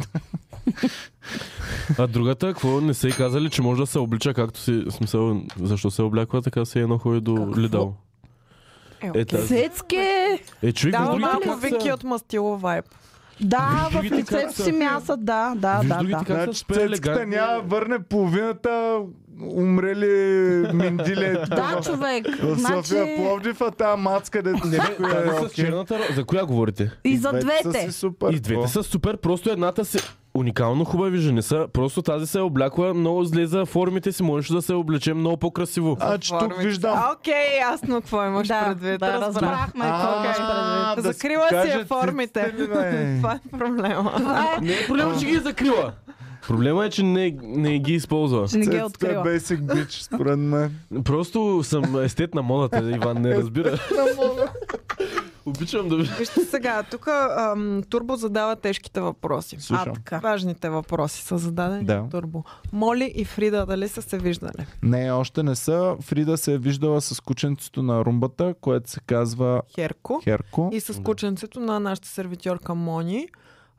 S2: А другата, какво не са и казали, че може да се облича както си, в смисъл, защо се обляква така се едно ходи до
S3: Какво?
S2: Лидал. Е, тази.
S3: Кисецке!
S2: Е, човек,
S4: Да,
S2: виж другите
S4: малко
S2: как са-
S4: Вики от Мастило вайб.
S3: Да,
S2: Виж
S3: в
S2: другите как
S3: лицето
S2: са.
S3: си мяса, да, да,
S2: Виж
S3: да,
S2: другите
S3: да.
S2: как са
S1: Значи
S2: супер
S1: цецката
S2: елегантни.
S1: няма да върне половината умрели миндили е тук
S3: Да,
S1: в-
S3: човек.
S1: в София
S3: Значи,
S1: Пловдив, а тази мацка, дето
S2: Не,
S1: всичко
S2: бе,
S1: е
S2: тази с
S1: окей.
S2: черната ро- За коя говорите?
S3: и за
S1: са
S3: двете.
S1: си супер.
S2: И двете
S1: Какво?
S2: са супер, просто едната си уникално хубави жени са, просто тази се е облякла много зле за формите си, можеш да се облече много по-красиво.
S1: А, че Значи тук
S4: Формите.
S1: виждам.
S4: А, Окей, ясно какво имаш
S3: Да,
S4: предвид.
S3: да,
S4: разбрах.
S3: разбрахме е. какво
S1: А,
S3: имаш предвид.
S1: да си
S4: Закрила си
S1: покажа
S4: е формите.
S1: циците ми, бе.
S4: Това е проблема.
S3: Това е
S2: Не е проблема, че ги е закрила. Проблема е, че не, не ги използва.
S3: Че не ги е
S1: Цецата е
S3: открила.
S1: basic bitch, според мен.
S2: Просто съм естет на модата, Иван, не разбира. Обичам да ви...
S4: Вижте сега, тук ам, Турбо задава тежките въпроси.
S1: Слушам.
S4: А, така. Важните въпроси са зададени
S1: Да.
S4: от Турбо. Моли и Фрида, дали са се виждали?
S1: Не, още не са. Фрида се е виждала с кученцето на румбата, което се казва
S4: Херко.
S1: Херко.
S4: И с кученцето на нашата сервитьорка Мони.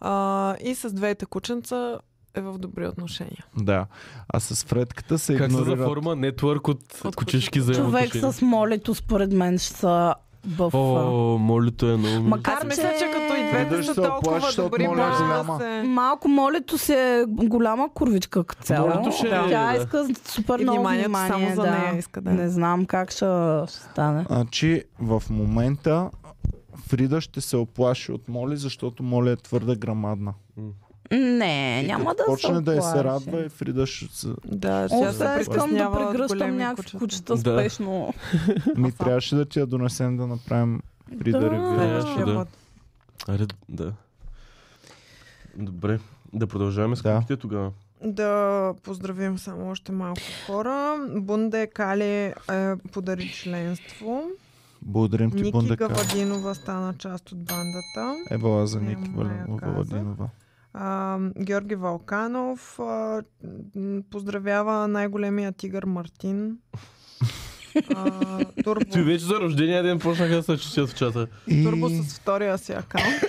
S4: А, и с двете кученца е в добри отношения.
S1: Да. А с Фредката се
S2: Как се за
S1: игнорира.
S2: форма? Нетворк от,
S4: От
S2: кучешки
S4: кучешки.
S2: взаимоотношения.
S3: Човек с молето, според мен, ще са в...
S2: О, молито е много... ми-
S3: Макар
S4: Аз мисля, че като и двете
S1: Фрида ще се
S4: са толкова
S1: оплаши, защото
S4: добри,
S1: Моли
S3: е
S4: може да
S1: голяма.
S4: се...
S3: Малко молето си е голяма курвичка като цяло.
S2: Молето ще е,
S3: Тя
S2: да.
S3: иска супер
S4: И
S3: много
S4: вниманието
S3: внимание.
S4: само за
S3: да.
S4: нея иска, да.
S3: Не знам как ще, ще стане.
S1: Значи в момента Фрида ще се оплаши от Моли, защото Моли е твърде грамадна.
S3: Не, няма
S1: Като
S3: да
S1: почне
S3: се
S1: да й се
S3: оплаши.
S1: радва и Фрида ще се...
S4: Да,
S3: О,
S4: тя се
S3: сега искам да
S4: притеснява от
S3: прегръщам
S4: големи
S3: някакви
S4: кучета.
S3: кучета
S2: Да.
S3: спешно.
S1: Ми трябваше да ти я донесем да направим Фрида
S3: Да.
S1: ревю.
S2: Трябваше да.
S4: Ема,
S2: Аре, да. Добре, да продължаваме с
S1: Да.
S2: книгите тогава.
S4: Да поздравим само още малко хора. Бунде Кали е, подари членство.
S1: Благодарим ти,
S4: Ники
S1: Бундека.
S4: Гавадинова стана част от бандата.
S1: Ебала за Ники
S4: Няма я
S1: Вален-
S4: казах.
S1: Валадинова.
S4: А, Георги Валканов а, м, поздравява най-големия тигър Мартин. А, турбо,
S2: Ти вече за рождения ден почнаха да се чистят в чата.
S4: турбо
S1: И...
S4: с втория си акаунт.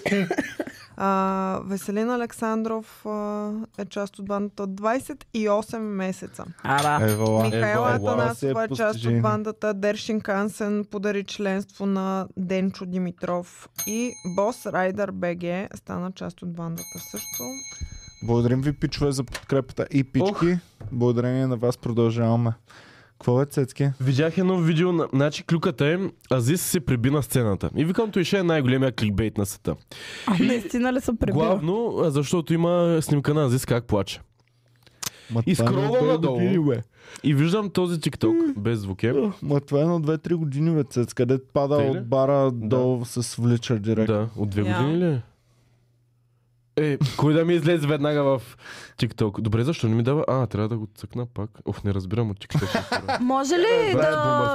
S4: А, Веселин Александров а, е част от бандата от 28 месеца.
S3: Ара.
S2: е,
S1: Ебала.
S4: Михайла
S2: Ева,
S4: Атанасова е част
S1: постижение.
S4: от бандата. Дершин Кансен подари членство на Денчо Димитров. И Бос Райдър БГ стана част от бандата също.
S1: Благодарим ви, пичове, за подкрепата. И пички, благодарение на вас продължаваме. Какво е, Цецки?
S2: Видях едно видео, на... значи клюката е Азис се приби на сцената. И викам, той ще е най-големия кликбейт на света.
S3: А наистина ли се пребива?
S2: Главно, а, защото има снимка на Азис как плаче.
S1: Ма
S2: И
S1: това е на
S2: скролвам
S1: две
S2: надолу.
S1: години, бе.
S2: И виждам този тикток без звук е.
S1: Ма това е на 2-3 години, бе, Цец, къде пада
S2: Тъй ли?
S1: от бара долу с влича директно.
S2: Да, от две
S4: Я.
S2: години ли? е? Е, кой да ми излезе веднага в TikTok? Добре, защо не ми дава? А, трябва да го цъкна пак. Оф, не разбирам от TikTok.
S3: Може ли
S2: е
S1: Да,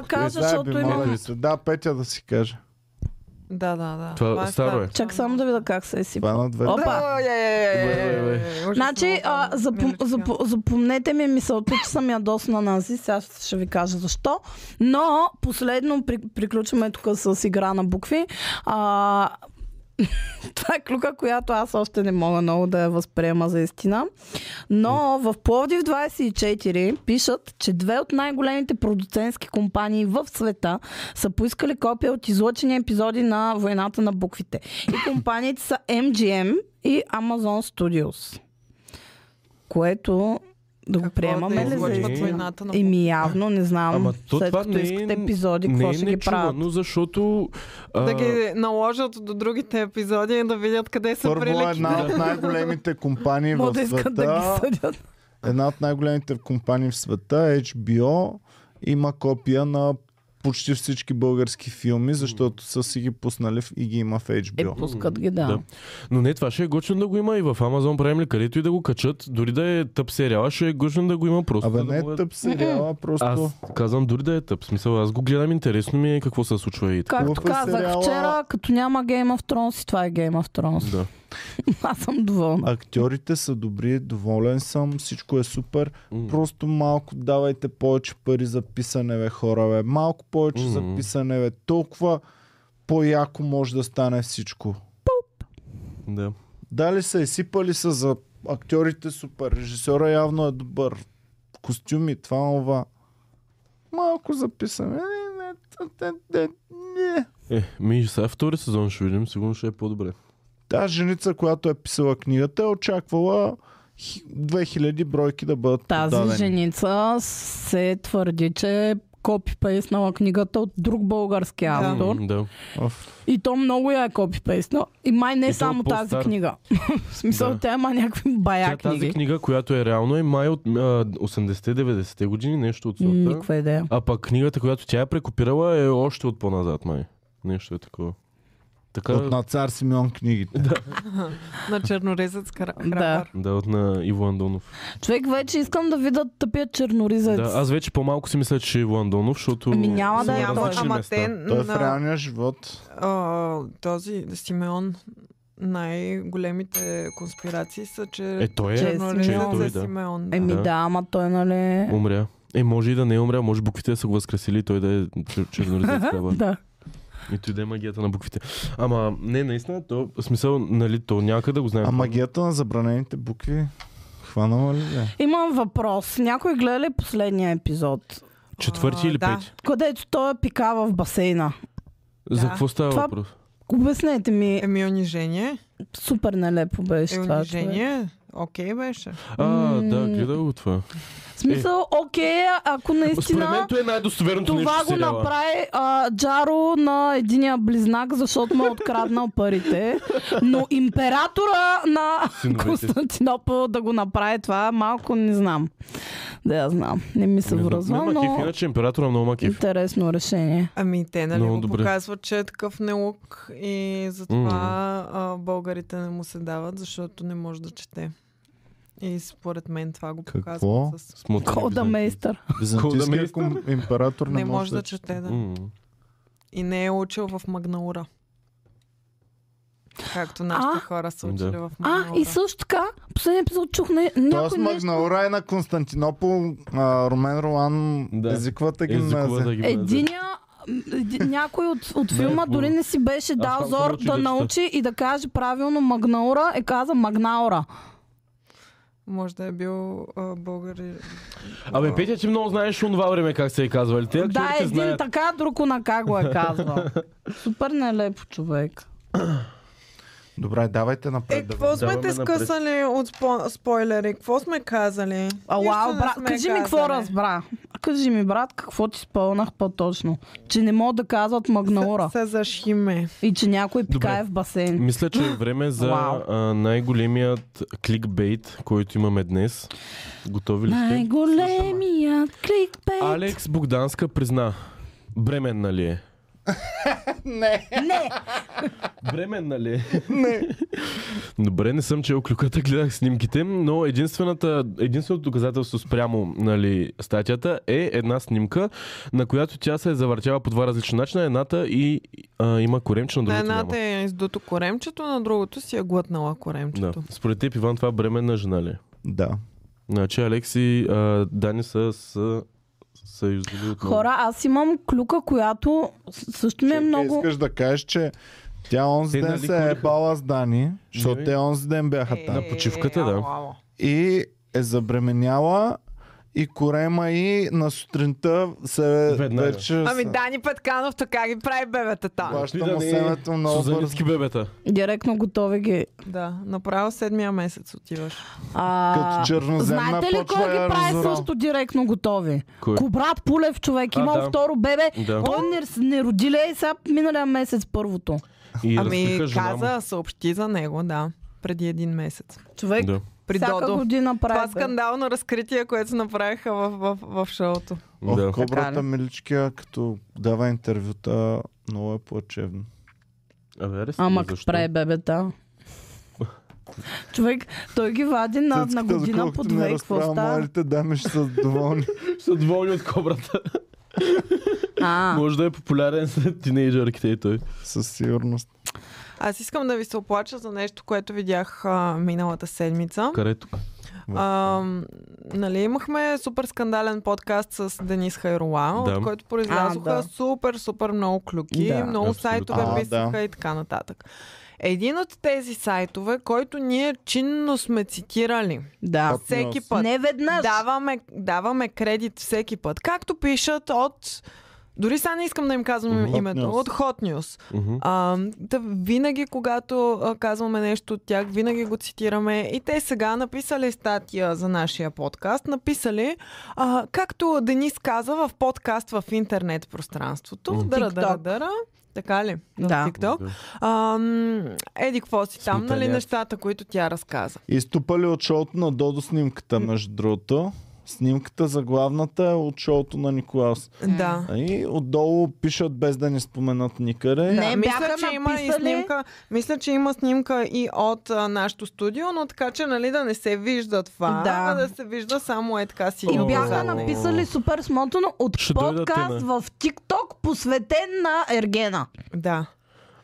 S3: да кажа, защото има...
S1: Да, Петя да си каже.
S4: Да, да, да.
S2: Това старо е.
S3: Чак само да видя как се е
S1: Това
S3: сипал.
S1: е на 2
S3: Опа.
S4: Е, е, е,
S2: Добре, добре.
S4: е, ужасно
S3: Значи, а,
S4: гадно.
S3: запом,
S4: Миличка.
S3: запом, запомнете ми мисълта, че съм ядосна на Ази, сега ще ви кажа защо. Но последно при, приключваме тук с игра на букви. А, това е клюка, която аз още не мога много да я възприема за истина. Но в Пловдив 24 пишат, че две от най-големите продуцентски компании в света са поискали копия от излъчени епизоди на Войната на буквите. И компаниите са MGM и Amazon Studios. Което да го
S4: Какво
S3: приемаме
S4: да
S3: ли за
S4: излъчват
S3: истина?
S4: войната на
S3: Еми явно, не знам.
S2: Ама то
S3: след
S2: това
S3: като
S2: не е-
S3: искат епизоди,
S2: не
S3: какво
S2: е
S3: ще ги правят?
S2: нечувано, защото... А,
S4: Да ги наложат до другите епизоди и да видят къде са
S1: Първо е
S4: прилики.
S1: една от най-големите компании
S3: Мога да
S1: в
S3: искат да ги
S1: света.
S3: съдят.
S1: Една от най-големите компании в света, HBO, има копия на почти всички български филми, защото са си ги пуснали в- и ги има в
S3: Е,
S1: HBO.
S3: пускат ги, да.
S2: Да. Но не, това ще е гочно да го има и в Amazon Prime ли, където и да го качат, дори да е тъп сериала, ще е гочно да го има просто.
S1: Абе
S2: за да
S1: не е
S2: могат-
S1: тъп сериала, просто...
S2: Аз казвам дори да е тъп. В Смисъл, аз го гледам, интересно ми е какво се случва и така.
S3: Както
S1: Хубав е
S3: казах
S1: сериала.
S3: вчера, като няма Game of Thrones, и това е Game of Thrones.
S2: Да.
S3: Аз съм доволна.
S1: Актьорите са добри, доволен съм, всичко е супер.
S2: М.
S1: Просто малко давайте повече пари за писане, бе, хора, бе. Малко повече
S2: Мгм.
S1: за писане, бе. Толкова по-яко може да стане всичко.
S2: Да.
S1: Дали са изсипали са за актьорите супер, режисьора явно е добър, костюми, това, това. Малко записаме. Не, не, не, е, не, не.
S2: Е, ми сега втори сезон ще видим, сигурно ще е по-добре.
S1: Та женица, която е писала книгата, е очаквала хи- 2000 бройки да бъдат
S3: Тази
S1: продадени.
S3: женица се твърди, че е копипейснала книгата от друг български автор.
S2: М, да.
S1: Оф.
S3: И то много я е копипейснала. И май не
S2: И
S3: е
S2: то
S3: само
S2: по-стар.
S3: тази книга. В смисъл,
S2: Да.
S3: тя има някакви бая
S2: Тя, е тази
S3: Е, книги.
S2: книга, която е реално е май от а, 80-90-те години, нещо от сорта.
S3: Никаква идея.
S2: А пък книгата, която тя е прекопирала е още от по-назад май. Нещо е такова. Така,
S1: От на цар Симеон книгите. Да.
S4: На чернорезец кара-
S3: Да.
S4: храбър.
S2: да, от на Иво Андонов.
S3: Човек, вече искам да видя тъпия черноризец.
S2: Да, аз вече по-малко си мисля, че е Иво Андонов, защото...
S3: Ами няма
S2: са
S3: да е
S2: на
S4: Няма,
S3: той.
S2: различни
S4: ама
S2: места.
S4: те
S1: Той е в
S4: на
S1: реалния живот.
S4: а, този Симеон най-големите конспирации са, че
S2: Е, той е.
S3: Че-
S2: че е
S4: чернорезец
S2: той,
S4: е
S2: да.
S4: Симеон. да.
S3: Еми
S2: Да.
S3: да. ама той, нали...
S2: Умря. Е, може и да не е умря, може буквите да са го възкресили и той да е чер- черноризец. тогава.
S3: Да.
S2: И той да е магията на буквите. Ама, не, наистина, то, в смисъл, нали, то някъде да го знаем.
S1: А магията на забранените букви хванала ли е?
S3: Имам въпрос. Някой гледа ли последния епизод?
S2: Четвърти
S4: А,
S2: или
S4: да.
S2: пети?
S3: Където той е пикава в басейна.
S2: За
S4: Да.
S2: какво става
S3: Това-
S2: въпрос?
S3: Обяснете ми.
S4: Еми унижение.
S3: Супер нелепо беше
S4: Е
S3: това. човек.
S4: унижение. Окей беше.
S2: А,
S3: М.
S2: да, гледай го това.
S3: В смисъл, окей, ако
S2: Според
S3: наистина...
S2: мен той е най-достоверното нещо
S3: Това
S2: в
S3: го
S2: сериала.
S3: направи а, Джаро на единия близнак, защото му е откраднал парите. Но императора на
S2: Синовете.
S3: Константинопол да го направи това, малко не знам. Да я знам. Не ми се
S2: Не знам.
S3: връзва,
S2: Ма кеф,
S3: но
S2: иначе императора е много макив.
S3: интересно решение.
S4: Ами те, нали,
S2: Много
S4: му
S2: добре.
S4: показват, че е такъв нелук и затова а, българите не му се дават, защото не може да чете. И според мен това го
S1: Какво?
S4: показва с...
S3: Кода мейстър.
S1: Византийският ком-
S2: Колдамейстър?
S1: император
S4: Не, може да чете, да. И не е учил в Магнаура. Както нашите
S3: А?
S4: хора са
S2: Да.
S4: учили в
S3: А,
S4: Магнаура.
S3: и също така, последния епизод чух не, някой
S1: Тоест
S3: нещо.
S1: Магнаура е на Константинопол, а, Румен Ролан,
S2: Да.
S1: езиковата
S2: Езикова
S1: гимназия.
S2: да ги
S3: Единия м, еди- някой от, от
S2: Не,
S3: филма
S2: хубаво.
S3: дори не си беше дал
S2: там
S3: зор
S2: научих
S3: да
S2: да
S3: научи и да каже правилно Магнаура е каза Магнаура.
S4: Може да е бил а, българи.
S2: Абе, Петя, ти много знаеш онова време как се е казвали. Те
S3: Да,
S2: актьорите
S3: един
S2: знаят.
S3: така, друг онака го е казвал. Супер нелепо човек.
S1: Добре, давайте
S4: Е,
S1: напред. да
S4: какво сме
S2: даваме
S4: те
S2: напред.
S4: скъсали от спо- спойлери? Какво сме казали?
S3: Ала,
S4: Нищо не
S3: брат,
S4: сме
S3: кажи ми какво
S4: казали.
S3: разбра. Кажи ми, брат, какво ти спълнах по-точно. Че не могат да казват Магнаура
S4: Се зашиме.
S3: и че някой
S2: Добре.
S3: пикае в басейн.
S2: Мисля, че е време за
S3: Вау.
S2: а, най-големият кликбейт, който имаме днес. Готови ли сте?
S3: Най-големият кликбейт.
S2: Алекс Богданска призна. Бременна ли е?
S3: Не,
S2: Бременна ли е? Не. Добре, не съм чел клюката, гледах снимките, но единствената, единственото доказателство спрямо нали, статията е една снимка, на която тя се е завъртяла по два различни начина. Едната и а, има коремче, на
S4: На
S2: другата няма.
S4: едната е издуто коремчето, на другото си е глътнала
S2: Да.
S4: коремчето.
S2: Според теб, Иван, това бременна жена ли? е?
S1: Да.
S2: Значи Алекс и а, Дани са с съюзили отново.
S3: Хора, аз имам клюка, която с- също ми е
S1: Чакай,
S3: много...
S1: Искаш да кажеш, че тя онзи
S2: Те
S1: ден
S2: нали
S1: се е
S2: ходиха?
S1: бала с Дани, защото
S2: бе.
S1: те онзи ден бяха
S4: Е,
S1: там.
S2: на почивката, да.
S4: ало, ало.
S1: И е забременяла и корема и на сутринта се
S2: Веднага.
S1: вече
S4: Ами
S1: се-
S4: Дани Петканов така ги прави бебетата.
S1: Плаща
S2: Видя
S1: му
S2: ни
S1: семето много бързо.
S2: е Сузанитски бебета.
S3: Директно готови ги.
S4: Да, направо седмия месец отиваш.
S3: А...
S1: Като черноземна
S3: Знаете ли
S1: почва е
S3: кой ги
S2: е
S1: я
S3: прави
S1: разорал.
S3: също директно готови?
S2: Кой?
S3: Кобрат Пулев човек,
S2: А,
S3: имал
S2: да.
S3: второ бебе.
S2: Да.
S3: Той не, не роди ли е сега миналия месец първото?
S2: И
S4: Ами
S2: разкриха жена му.
S4: каза, съобщи за него, да. Преди един месец.
S3: Човек,
S2: Да.
S4: При
S3: всяка
S4: Додо.
S3: година
S4: Това
S3: прави. бе.
S4: скандално разкритие, което се направиха в, в, в шоуто.
S1: Ох,
S2: да.
S1: кобрата
S3: Така ли?
S1: миличкия, като дава интервюта, много е плачевно.
S2: Абе, аре,
S3: Ама как
S2: защо?
S3: прави бебета? Човек, той ги вади на, на
S1: Цецката,
S3: година по
S1: доколкото ми
S3: две. Какво
S1: разправя,
S3: става?
S1: младите дами ще са доволни.
S2: Са доволни от кобрата.
S3: А,
S2: Може да е популярен сред тинейджърките и той.
S1: Със сигурност.
S4: Аз искам да ви се оплача за нещо, което видях а, миналата седмица.
S2: Каре тук.
S4: А, нали, имахме супер скандален подкаст с Денис Хайрула,
S2: Да.
S4: от който произлязоха
S3: А, да.
S4: супер, супер много клюки,
S3: Да.
S4: много
S2: Абсолютно.
S4: сайтове
S1: А,
S4: писаха
S1: да.
S4: и така нататък. Един от тези сайтове, който ние чинно сме цитирали
S3: да.
S1: От-
S4: всеки
S1: нас.
S4: път.
S3: Не веднъж.
S4: Даваме, даваме кредит всеки път. Както пишат от... Дори сега не искам да им казвам
S1: Мгм.
S4: името.
S1: Hot News.
S4: От Hot News.
S2: Мгм.
S4: А, да, винаги, когато а, казваме нещо от тях, винаги го цитираме. И те сега написали статия за нашия подкаст. Написали, а, както Денис каза, в подкаст в интернет пространството.
S2: Мгм.
S4: Дъра, дъра,
S3: TikTok.
S4: дъра. Така ли? В
S3: Да.
S4: TikTok. Ам, еди, какво си там, нали,
S2: Смутаняци.
S4: нещата, които тя разказа.
S1: Изтупали от шоуто на Додо снимката, между другото. Снимката за главната е от шоуто на Николаус.
S3: Е.
S4: Да.
S1: И отдолу пишат без да ни споменат никъде.
S4: Да,
S3: Не,
S4: мисля,
S3: бяха
S4: че има и
S3: написали-
S4: снимка, мисля, че има снимка и от а, нашото студио, но така, че нали, да не се вижда това,
S3: Да.
S4: а да се вижда само е така си.
S3: И
S2: О.
S3: бяха написали супер смотано от
S2: Ще дойдат те,
S3: подкаст
S2: не?
S3: в TikTok, посветен на Ергена.
S4: Да.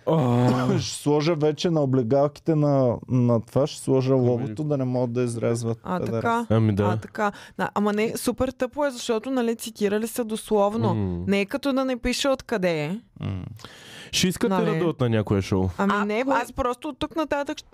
S2: О,
S1: Ще сложа вече на облегалките на, на това, ще сложа логото, да не могат да изрязват.
S4: А,
S1: педера.
S4: така.
S2: Ами
S4: Да. А,
S2: да.
S4: така. Да, ама не, супер тъпо е, защото, нали, цитирали са дословно.
S2: М.
S4: Не е като да не пише откъде е.
S1: М.
S2: Ще искате
S4: Нали?
S2: да дойдат на някое шоу.
S4: Ами
S3: А,
S4: не,
S3: кой-
S4: аз просто от тук нататък ще-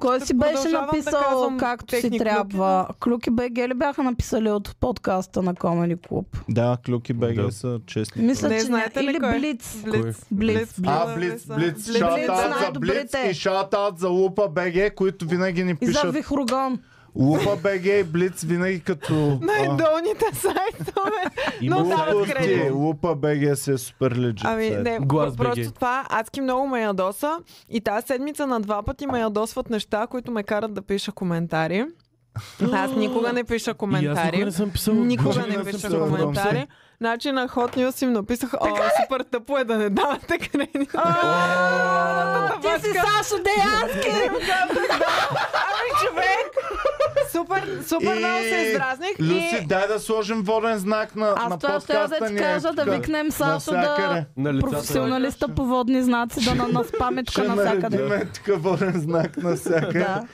S3: Кой
S4: Ще
S3: си беше
S4: продължавам да
S3: написал
S4: казвам
S3: както си
S4: техни клюки,
S3: трябва? Клюки БГ ли бяха написали от подкаста на Comedy Club?
S1: Да, клюки БГ
S2: Да.
S1: са честни.
S3: Мисля,
S4: Не
S3: че
S4: знаете
S3: не.
S4: ли
S3: Или
S4: кой е?
S3: Блиц.
S4: Блиц.
S3: Блиц.
S1: А,
S4: Блиц,
S1: Блиц,
S4: са.
S1: Блиц,
S3: Блиц, е
S1: шатаут за Блиц
S3: най-добрите.
S1: и шатаут за Лупа БГ, които винаги ни
S3: И за
S1: пишат.
S3: Вихрогон.
S1: Лупа БГ и Блиц винаги като... а,
S4: Най-долните сайтове.
S2: Има
S4: Но дават
S2: сайт.
S4: кредит.
S1: Глупости, Лупа БГ си е супер лежит.
S4: Ами, не,
S2: Глас
S4: просто
S2: BG.
S4: това адски много ме ядоса и тази седмица на два пъти ме ядосват неща, които ме карат да пиша коментари. Аз никога не
S2: И аз
S4: пиша
S2: никога не
S4: коментари.
S2: съм писал.
S4: Никога
S1: Никога
S4: Значи не
S1: не съм
S4: пиша
S1: се радвам
S4: коментари. Значи на Hot News им написах, о, супер тъпо е да не давате кредит.
S3: Ти си Сашо Деянски!
S4: Ами човек! Супер, супер много се издразних
S1: Люси,
S4: и...
S1: дай да сложим воден знак на, на
S3: Аз това ще
S1: подкаста
S3: я да ти
S1: ни е
S3: кажа да
S1: тука.
S3: викнем Сашо
S1: Навсякъде.
S3: да...
S2: На лицата. Е,
S3: Професионалиста по водни знаци да на нас паметка
S1: Ще
S3: навсякъде.
S1: наредиме тук воден знак навсякъде.
S3: Да.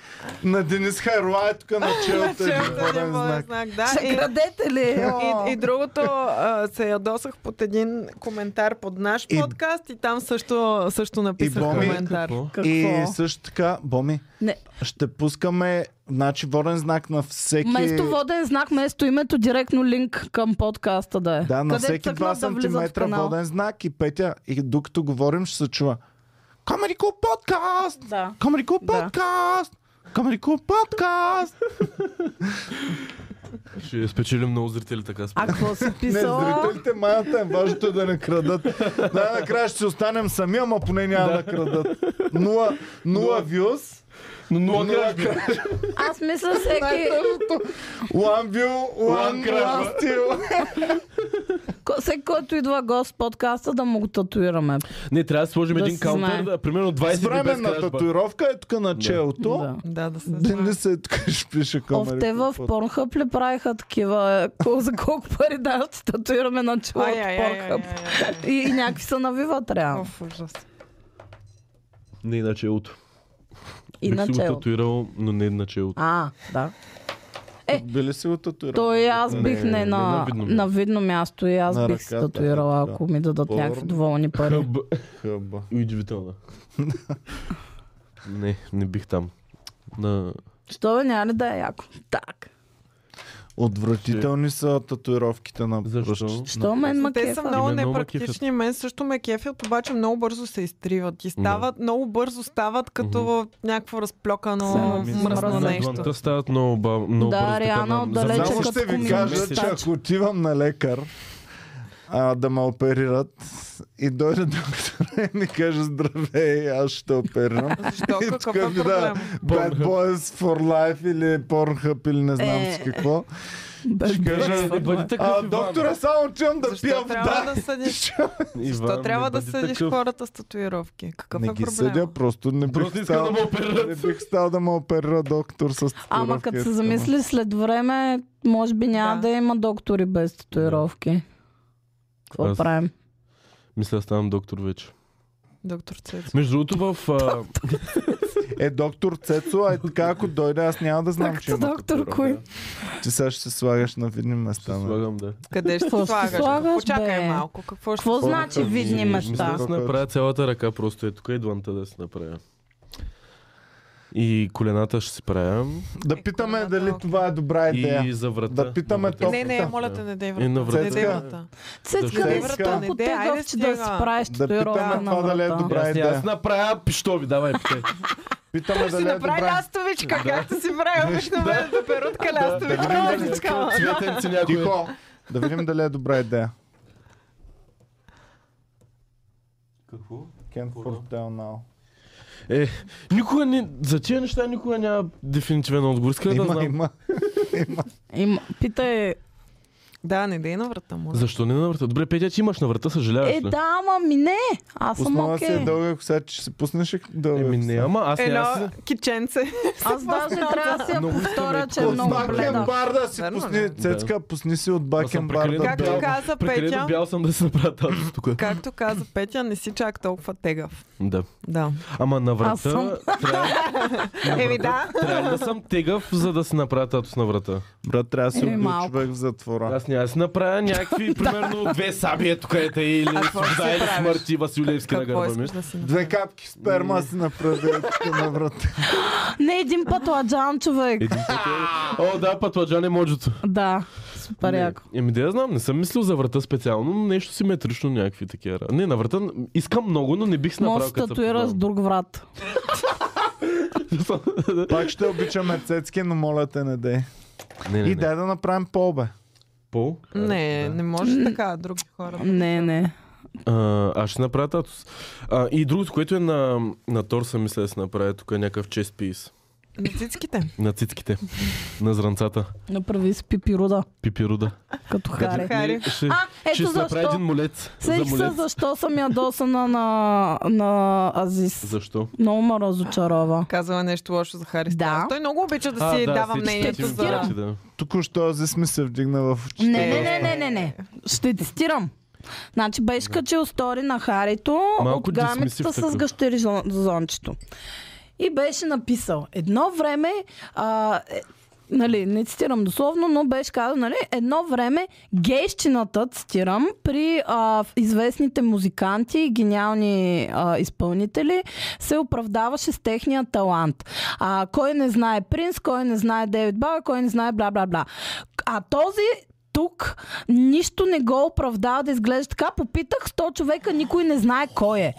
S3: е
S1: На Денис Хайруа е тук на челото
S4: Че,
S1: един воден
S4: воден
S1: знак.
S4: е знак, да.
S3: Ще
S4: И-
S3: крадете ли?
S4: И, и другото а, се ядосах под един коментар под наш
S1: И-
S4: подкаст и там също, също написах
S1: Боми-
S4: коментар.
S3: Какво?
S1: И също така, Боми,
S3: Не.
S1: ще пускаме значи, воден знак на всеки...
S3: Вместо воден знак, вместо името, директно линк към подкаста да е.
S1: Да, на
S3: Където
S1: всеки
S3: цъкнат
S1: 2
S3: да влизат в
S1: сантиметра
S3: канала.
S1: воден знак и Петя, и докато говорим, ще се чува Comedy Club Podcast!
S3: Да.
S1: Comedy Club
S3: Да.
S1: Podcast! Comedy Club Podcast!
S2: Ще спечелим много зрители така.
S3: А какво си
S1: Не,
S3: писала?
S1: зрителите маята е важното е да не крадат. Най-накрая ще си останем сами, ама поне няма да крадат. Нула, нула views.
S2: Но много
S1: нула кражби.
S3: Аз мисля всеки,
S1: One view, one,
S2: One кражба.
S1: one steal.
S3: ко- всеки, който идва гост в подкаста, да му го татуираме.
S2: Не, трябва да сложим
S3: Да
S2: един
S3: се знае.
S2: каунтер, да, примерно 20
S1: С
S2: дни без
S1: временна
S2: кражба.
S1: татуировка е тук на челото.
S3: Да.
S4: Да, да се знае.
S1: Денис е тук, ще пише
S3: Ов,
S1: камера.
S3: те в Порнхъп ли правиха такива? е, ко- За колко пари да ще татуираме на чело от
S4: Ай, ай, ай, ай, ай,
S3: Порнхъб? И, и някакви се навиват
S4: ай.
S3: реално.
S4: Оф, ужас.
S2: Не на челото.
S3: И
S2: Бих
S3: на
S2: си го
S3: челото.
S2: татуирал, но не е на челото.
S3: А, да. Е.
S1: Били си го татуировка?
S3: То и аз бих не, на,
S2: на видно място.
S3: на видно място и аз
S1: На
S3: бих се
S1: ръката,
S3: татуирала,
S1: да.
S3: ако ми дадат
S1: Порно.
S3: някакви доволни пари.
S2: Хъб.
S1: Хъба.
S2: Удивително. Не, не бих там. На...
S3: Що бе, няма ли да е яко? Так.
S1: Отвратителни са татуировките на
S2: Защо?
S1: пръстчета.
S3: Що мен ма
S4: Те са
S3: кефа?
S4: много
S2: Мен много ме
S4: непрактични. Мен също ме кефят, обаче много бързо се изтриват и стават, много бързо стават като някакво разплокано
S3: Само
S4: мръсно
S3: мръсно.
S4: нещо.
S2: Двамата стават много, ба, много
S3: Да,
S2: бързо. така,
S3: реално
S2: на-
S3: отдалече
S2: за-
S1: Само
S3: като
S1: ще ви
S3: комин.
S1: кажа,
S3: Месец.
S1: че ако отивам на лекар а, да ме оперират и дойде доктора и ми каже здравей, аз ще те оперирам.
S4: Защо?
S1: И
S4: Какъв
S1: така
S4: е
S1: ми да-
S4: проблем?
S1: Bad
S2: Pornhub.
S1: Boys for Life или Pornhub или не знам
S3: Е.
S1: си какво.
S3: Бе,
S1: Ще
S3: бе,
S1: кажа,
S2: Не бъди такъв,
S1: а,
S2: Иван.
S1: доктора, само отивам да пия
S4: Защо трябва
S1: вода.
S4: да съдиш?
S2: Иван,
S4: Защо
S2: не
S4: трябва да
S2: бъди
S4: съдиш
S2: такъв.
S4: хората с татуировки? Какъв
S1: Не
S4: е
S1: ги съдя,
S4: проблем?
S1: просто не
S2: Просто
S1: бих
S2: искам да
S1: стал,
S2: ме оперират.
S1: не бих стал да ме оперира доктор с татуировки.
S3: Ама като се замисли след време, може би няма
S4: Да.
S3: да, има доктори без татуировки. Какво
S2: Аз-
S3: правим?
S2: Мисля, ставам доктор вече.
S4: Доктор Цецо.
S2: Между другото, в... а,
S1: Е, доктор Цецо, а и така ако дойде, аз няма да знам, че
S3: Като
S1: има
S3: доктор кой?
S1: Ти сега ще се слагаш на видни
S2: Ще
S4: е.
S1: места. нали?
S2: слагам, да.
S4: Къде ще
S3: Какво ще
S4: слагаш?
S3: слагаш, бе?
S4: Почакай малко. Какво ще
S3: Какво значи
S1: Хората
S2: Ми,
S3: видни
S2: Мисля
S3: места?
S2: да си направя цялата ръка просто е тук и дланта да си направя. И колената ще си правя.
S1: Да
S4: Е,
S1: питаме
S4: колената,
S1: дали
S4: окей.
S1: това е добра
S2: И
S1: идея.
S2: за врата.
S1: Да питаме
S2: на врата.
S1: топ.
S4: Не, не, моля те, не дей
S2: И на
S4: врата. Не дей
S1: врата.
S4: врата.
S3: Цецка,
S2: Защо?
S3: не си
S1: Цецка,
S3: толкова
S4: не дей, айде
S3: тегъв, че да си
S4: стига.
S3: правиш
S1: Да питаме
S3: татуировка на
S1: това дали е
S3: врата.
S1: добра
S2: Аз, не,
S1: идея.
S2: аз направя пиштови, давай питай.
S1: Питаме
S4: Ще
S1: дали е
S4: направи
S1: добра.
S4: ластовичка, както си прави обикновено да перутка
S1: Да,
S4: ластовичка.
S1: да,
S4: ластовичка.
S2: Цветенци някой.
S1: Тихо. Да видим дали е добра идея.
S5: Какво?
S1: Can't foretell now.
S2: Е, никога не, за тия неща никога няма дефинитивен отговор. Иска да
S1: Има,
S2: знам.
S1: има.
S3: Им, питай.
S4: Да, не дей на врата му.
S2: Защо не на врата? Добре, Петя, ти имаш на врата, съжаляваш
S3: Е,
S2: ли?
S3: да, ама ми не. Аз съм
S1: Основа си
S3: окей.
S1: е дълга коса, че ще се пуснеш ли дълга
S2: Еми
S1: коса?
S2: не, ама аз не
S4: Едно
S2: аз...
S4: киченце.
S3: Аз даже трябва да си я
S2: Много искам
S3: повторя,
S2: леко.
S3: че е много бледа.
S1: Бакенбарда си
S4: Верно ли?
S1: пусни, Цецка, пусни си от
S2: Аз съм прекалено
S1: Бакенбарда.
S4: Както
S2: бял.
S4: каза
S2: Прекалено
S4: Петя.
S2: бял съм да се направя тази тук.
S4: Както каза Петя, не си чак толкова тегав.
S2: Да.
S4: Да.
S2: Ама на врата
S3: Аз съм.
S2: трябва,
S4: Еми да.
S2: трябва ли да съм тегав, за да си направя татус на врата.
S1: Брат, трябва да си
S3: Еми,
S1: убил
S3: малко.
S1: човек в затвора.
S2: Аз няма да си направя някакви, примерно, две саби, ето където е, или
S4: А какво
S2: свобода,
S4: ще
S2: или
S4: правиш?
S2: смърт и Василевски на
S4: Какво
S2: гърба ми.
S4: искаш да си
S1: Две капки сперма си направи тук на врата.
S3: Не един път ладжан, човек.
S2: Един път е... О, да, патладжан е моджото.
S3: Да, супер
S2: Не.
S3: яко.
S2: Еми да я знам, не съм мислил за врата специално, но нещо симетрично някакви такива. ра- Не, на врата искам много, но не бих си
S3: Може да
S2: направил
S3: се татуираш друг врат.
S2: познавам.
S1: Пак ще обичаме Цецки, но моля те не дей.
S2: не, не,
S1: И
S2: не.
S1: дай да направим по-обе.
S2: Пол?
S4: Не, не може така, други хора.
S3: Не, не.
S2: А, аз ще направя татус. А, и другото, което е на, на торса, мисля да се направя тук е някакъв чест пис.
S4: На цицките.
S2: На цицките. на зранцата.
S3: Направи си пипируда,
S2: Пипируда.
S3: като хари.
S4: Хари.
S2: Не, Ще,
S3: А,
S2: ще
S3: ето
S2: си направя
S3: защо.
S2: един молец. За
S3: Сех се
S2: молец.
S3: защо съм ядосана на, на Азис.
S2: Защо?
S3: Много ме разочарова.
S4: Казала нещо лошо за Хари
S3: Да.
S4: Стайлс. Той много обича да
S2: А,
S4: си дава
S2: всички
S4: мнението
S2: статии ми
S4: за...
S2: прати, да.
S1: Току-що Азис ми се вдигна в очите.
S3: Не, не,
S4: Е.
S3: не, не, не, не. Ще цитирам. Значи беше качил стори на Харито
S2: Малко
S3: от
S2: дисмисив
S3: гамицата с
S2: такъв.
S3: гъщери зон- зончето. И беше написал. Едно време, а, е, нали, не цитирам дословно, но беше казал, нали, едно време гейщината, цитирам, при а, в- известните музиканти и гениални а, изпълнители се оправдаваше с техния талант. А, кой не знае Принц, кой не знае Дейвид Бауер, кой не знае бла-бла-бла. А този тук нищо не го оправдава да изглежда така. Попитах 100 човека, никой не знае кой е.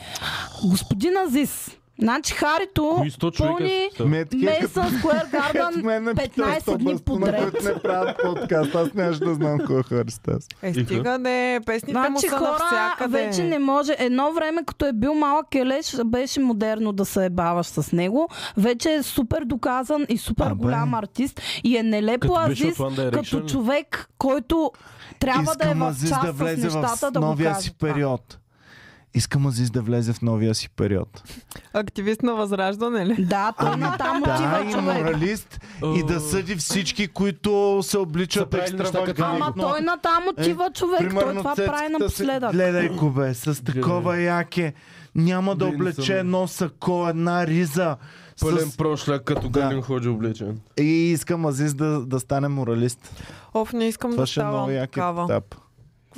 S3: Господин Азис, значи Харито
S2: Кои 100
S3: пълни
S2: Ами човека?
S1: Ме е такива, като-
S3: Мейсън Скуер
S1: като мен
S3: Гарден
S1: ме питат
S3: 15
S1: сто
S3: дни
S1: пъти, на
S3: подред.
S1: които не правят подкаст. Аз нямаше да знам кой е Христос.
S4: Е,
S2: Иха.
S4: стига де, песните му
S3: Значи
S4: са
S3: хора
S4: навсякъде.
S3: вече не може. Едно време, като е бил малък елеш, беше модерно да се ебаваш с него. Вече е супер доказан и супер
S1: Абе.
S3: голям артист. И е нелепо
S2: Като беше
S3: Азис
S2: от One Direction
S3: като
S2: ли?
S3: човек, който трябва да е
S1: Искам
S3: в
S1: Азис
S3: част
S1: да влезе
S3: с
S1: в
S3: нещата, да го
S1: новия
S3: каже
S1: си
S3: това.
S1: период. Искам Азис да влезе в новия си период.
S4: Активист на възраждане ли?
S3: Да, той
S1: Ами,
S3: на там
S1: Да,
S3: отива
S1: и
S3: човек.
S1: моралист и да съди всички, които се обличат
S2: Са правили неща като
S3: Ама
S1: екстравагантно.
S3: той на там отива човек. Той това
S1: е, цецката
S3: прави
S1: се-
S3: напоследък.
S1: Гледай го бе, с такова яке. Няма да
S2: Блин,
S1: облече
S2: съм-
S1: едно сако, една риза.
S2: Пълен
S1: С...
S2: прошляк, като
S1: Да.
S2: Галин ходи облечен.
S1: И искам Азис да, да стане моралист.
S4: Оф, не искам
S1: Това
S4: да
S1: ще е много
S4: ставам
S1: яки
S4: такава.
S1: етап.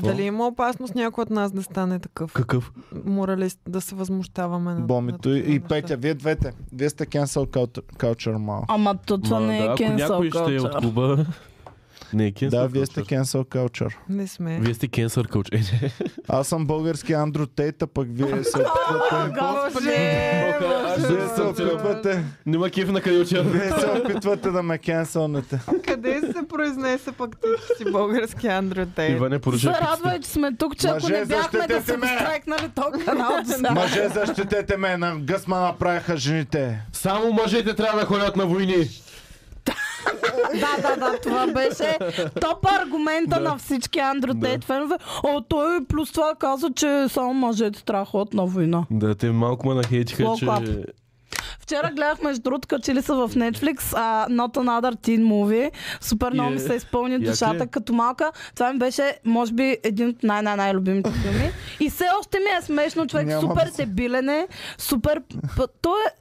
S4: Дали има опасност някой от нас да стане такъв?
S2: Какъв?
S4: Моралист, да се възмущаваме на
S1: Бомито
S4: на
S1: и,
S4: такива
S1: и
S4: неща.
S1: Петя, вие двете. Вие сте cancel cult- culture малко.
S3: Ама то това
S2: Ма,
S3: не е
S2: да, ако някой
S3: cancel
S2: ще е от
S3: culture.
S2: клуба... Не е cancel
S1: Да, вие сте
S2: culture.
S1: cancel culture.
S4: Не сме.
S2: Вие сте кенсър кълч. Е, не.
S1: Аз съм български Андрю Тейт, а пък вие се опитвате...
S4: Боже,
S2: аз
S1: Вие
S2: ще
S1: се
S2: съм целуван.
S1: опитвате...
S2: Нема кеф на къде отивам.
S1: Вие се опитвате да ме кенселнете.
S4: Къде се произнесе пък ти, че си български Андрю Тейт?
S2: Иване, поръчай
S3: Се
S2: пицата.
S3: радвай, че сме тук, че ако
S1: Мъже,
S3: не бяхме да
S1: защитете
S3: се
S1: ме!
S3: дострекнали този канал до сега.
S1: Мъже, защитете ме, на гъсма направиха жените.
S2: Само мъжете трябва да ходят на войни.
S3: Да, да, да, това беше топ аргумента на всички Андрю Тейт фенове. О, той плюс това каза, че само мъжете трябва да ходят на война.
S2: Да, те малко ме нахейтиха,
S3: Лоу
S2: че...
S3: клап. Вчера гледах между другото, качили са в Netflix а, Not Another Teen Movie. Супер много
S2: И е-
S3: ми се изпълни
S2: як ли е?
S3: душата като малка. Това ми беше, може би, един от най-най-най любимите филми. И все още ми е смешно, човек
S1: Няма
S3: супер
S1: да
S3: да дебилен е, супер... п- Той е...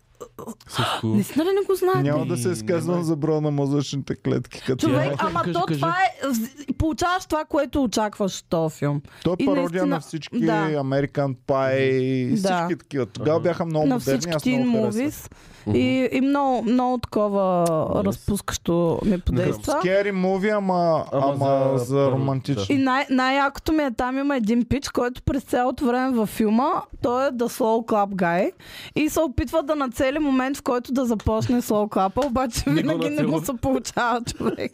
S2: Всичко.
S3: Наистина ли не го знаете?
S1: Няма да се
S2: Ами,
S1: изказвам
S2: няма. за
S1: за броя на мозъчните клетки. Като
S3: Човек,
S2: Тя-
S3: ама
S2: Кажи,
S3: то
S2: кажи.
S3: това е... вз- Получаваш това, което очакваш от този филм.
S1: То е
S3: И
S1: пародия
S3: наистина-
S1: на всички
S3: да.
S1: American Pie и всички
S3: Да.
S1: такива. Тогава
S2: Аха.
S1: бяха много
S3: на
S1: модерни,
S3: всички
S1: аз
S3: тин
S1: много харесах.
S3: мувис. И, и много, много такова
S2: Yes.
S3: разпускащо ми подейства.
S1: Scary movie, ама,
S2: Ама
S1: ама,
S2: за-
S1: за,
S2: първо,
S1: за романтично.
S3: И най- най-якото ми е там има един пич, който през цялото време във филма, той е The Slow Clap Guy и се опитва да нацели момент, в който да започне Slow Clap, обаче
S2: Не го
S3: винаги не му
S2: нацелва.
S3: се получава човек.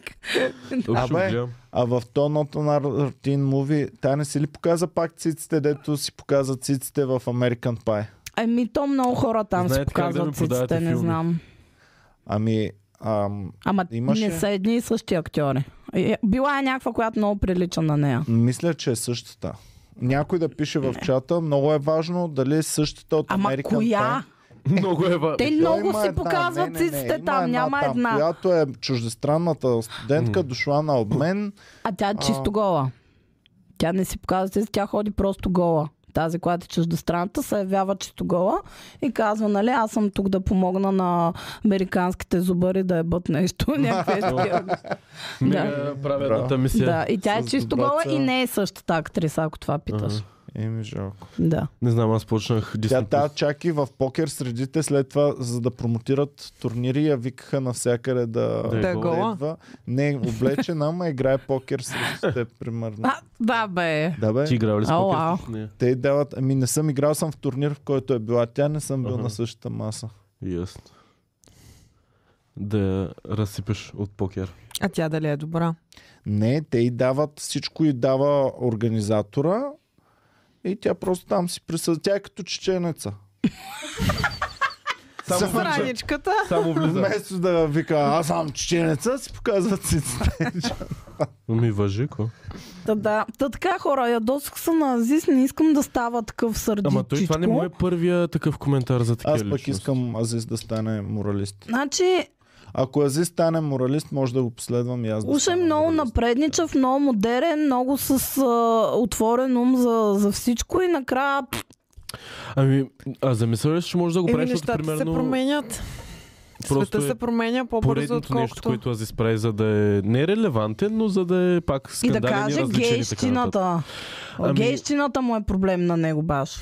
S2: Общо
S1: Абе.
S2: гледам.
S1: А в то Not Another Teen Movie, тя не си ли показа пак циците, дето си показа циците в American Pie?
S3: Еми, то много хора там си
S2: Знаете как да ми
S3: показват
S2: продавате
S3: циците, не
S2: филми.
S3: знам.
S1: Ами, ам,
S3: Ама
S1: Имаше-
S3: не са едни и същи актьори. Е, Била е някаква, която много прилича на нея.
S1: мисля, че е същата. Някой да пише в чата, много е важно дали е същата от
S3: Ама
S1: American Pie.
S3: коя?
S2: Много е ва.
S3: Те
S1: Той
S3: много
S1: има
S3: си
S1: една,
S3: показват
S1: не, не, не,
S3: циците
S1: има
S3: там, няма една.
S1: Която е чуждестранната студентка, дошла на обмен.
S3: А тя е чисто гола. Тя не си показва циците, тя ходи просто гола. Тази, която е чуждестранната, се явява чисто гола и казва, нали, аз съм тук да помогна на американските зубари да ебат нещо. някакви такива.
S2: Мега правя
S1: Браво.
S2: едната мисия.
S3: да, и тя е
S1: С
S3: чисто
S1: добра
S3: гола
S1: цел.
S3: и не е същата актриса, ако това питаш.
S2: Е,
S1: Еми, жалко.
S3: Да.
S2: Не знам, аз почнах
S1: Тя,
S2: Disney+.
S1: тя чаки в покер средите след това, за да промотират турнири, я викаха навсякъде да,
S2: Да е
S4: Да е гола. гола.
S1: идва. Не е облечена, ама играе покер срещу теб, примерно.
S3: А, да, бе.
S1: Да бе,
S2: Ти играл ли с
S3: Ау,
S2: покер?
S3: ау.
S2: Не.
S1: те дават, ами не съм играл съм в турнир, в който е била тя, не съм бил
S2: Аха.
S1: на същата маса.
S2: Ясно. Да я разсипеш от покер.
S4: А тя дали е добра?
S1: Не, те й дават, всичко и дава организатора и тя просто там си присъда. Тя е като чеченеца. Само влиза.
S4: Страничката.
S2: Само влиза.
S1: Вместо да вика, аз съм чеченеца, си показват циците.
S2: Ми въжи, Ами, ко.
S3: Та, да. Та така хора, ядосах се на Азис, не искам да става такъв сърдичичко.
S2: Ама той това не му е първия такъв коментар за такива
S1: Аз пък
S2: личности.
S1: искам Азис да стане моралист.
S3: Значи,
S1: Ако Азис стане моралист, може да го последвам и аз. да
S3: уж е
S1: стана
S3: много
S1: моралист.
S3: напредничав, много модерен, много с а, отворен ум за, за всичко и накрая пф,
S2: Ами, а замисля ли, си, че може да го
S4: Еми
S2: правиш, защото
S4: нещата се
S2: примерно
S4: променят.
S2: Просто
S4: Света
S2: е
S4: се променя по-бързо,
S2: поредното нещо,
S4: отколкото.
S2: което аз изправи, за да е нерелевантен, но за да е пак
S3: и да
S2: скандален
S3: каже
S2: различен и така нататък.
S3: гейщината.
S2: Ами-
S3: Гейщината му е проблем на него баш.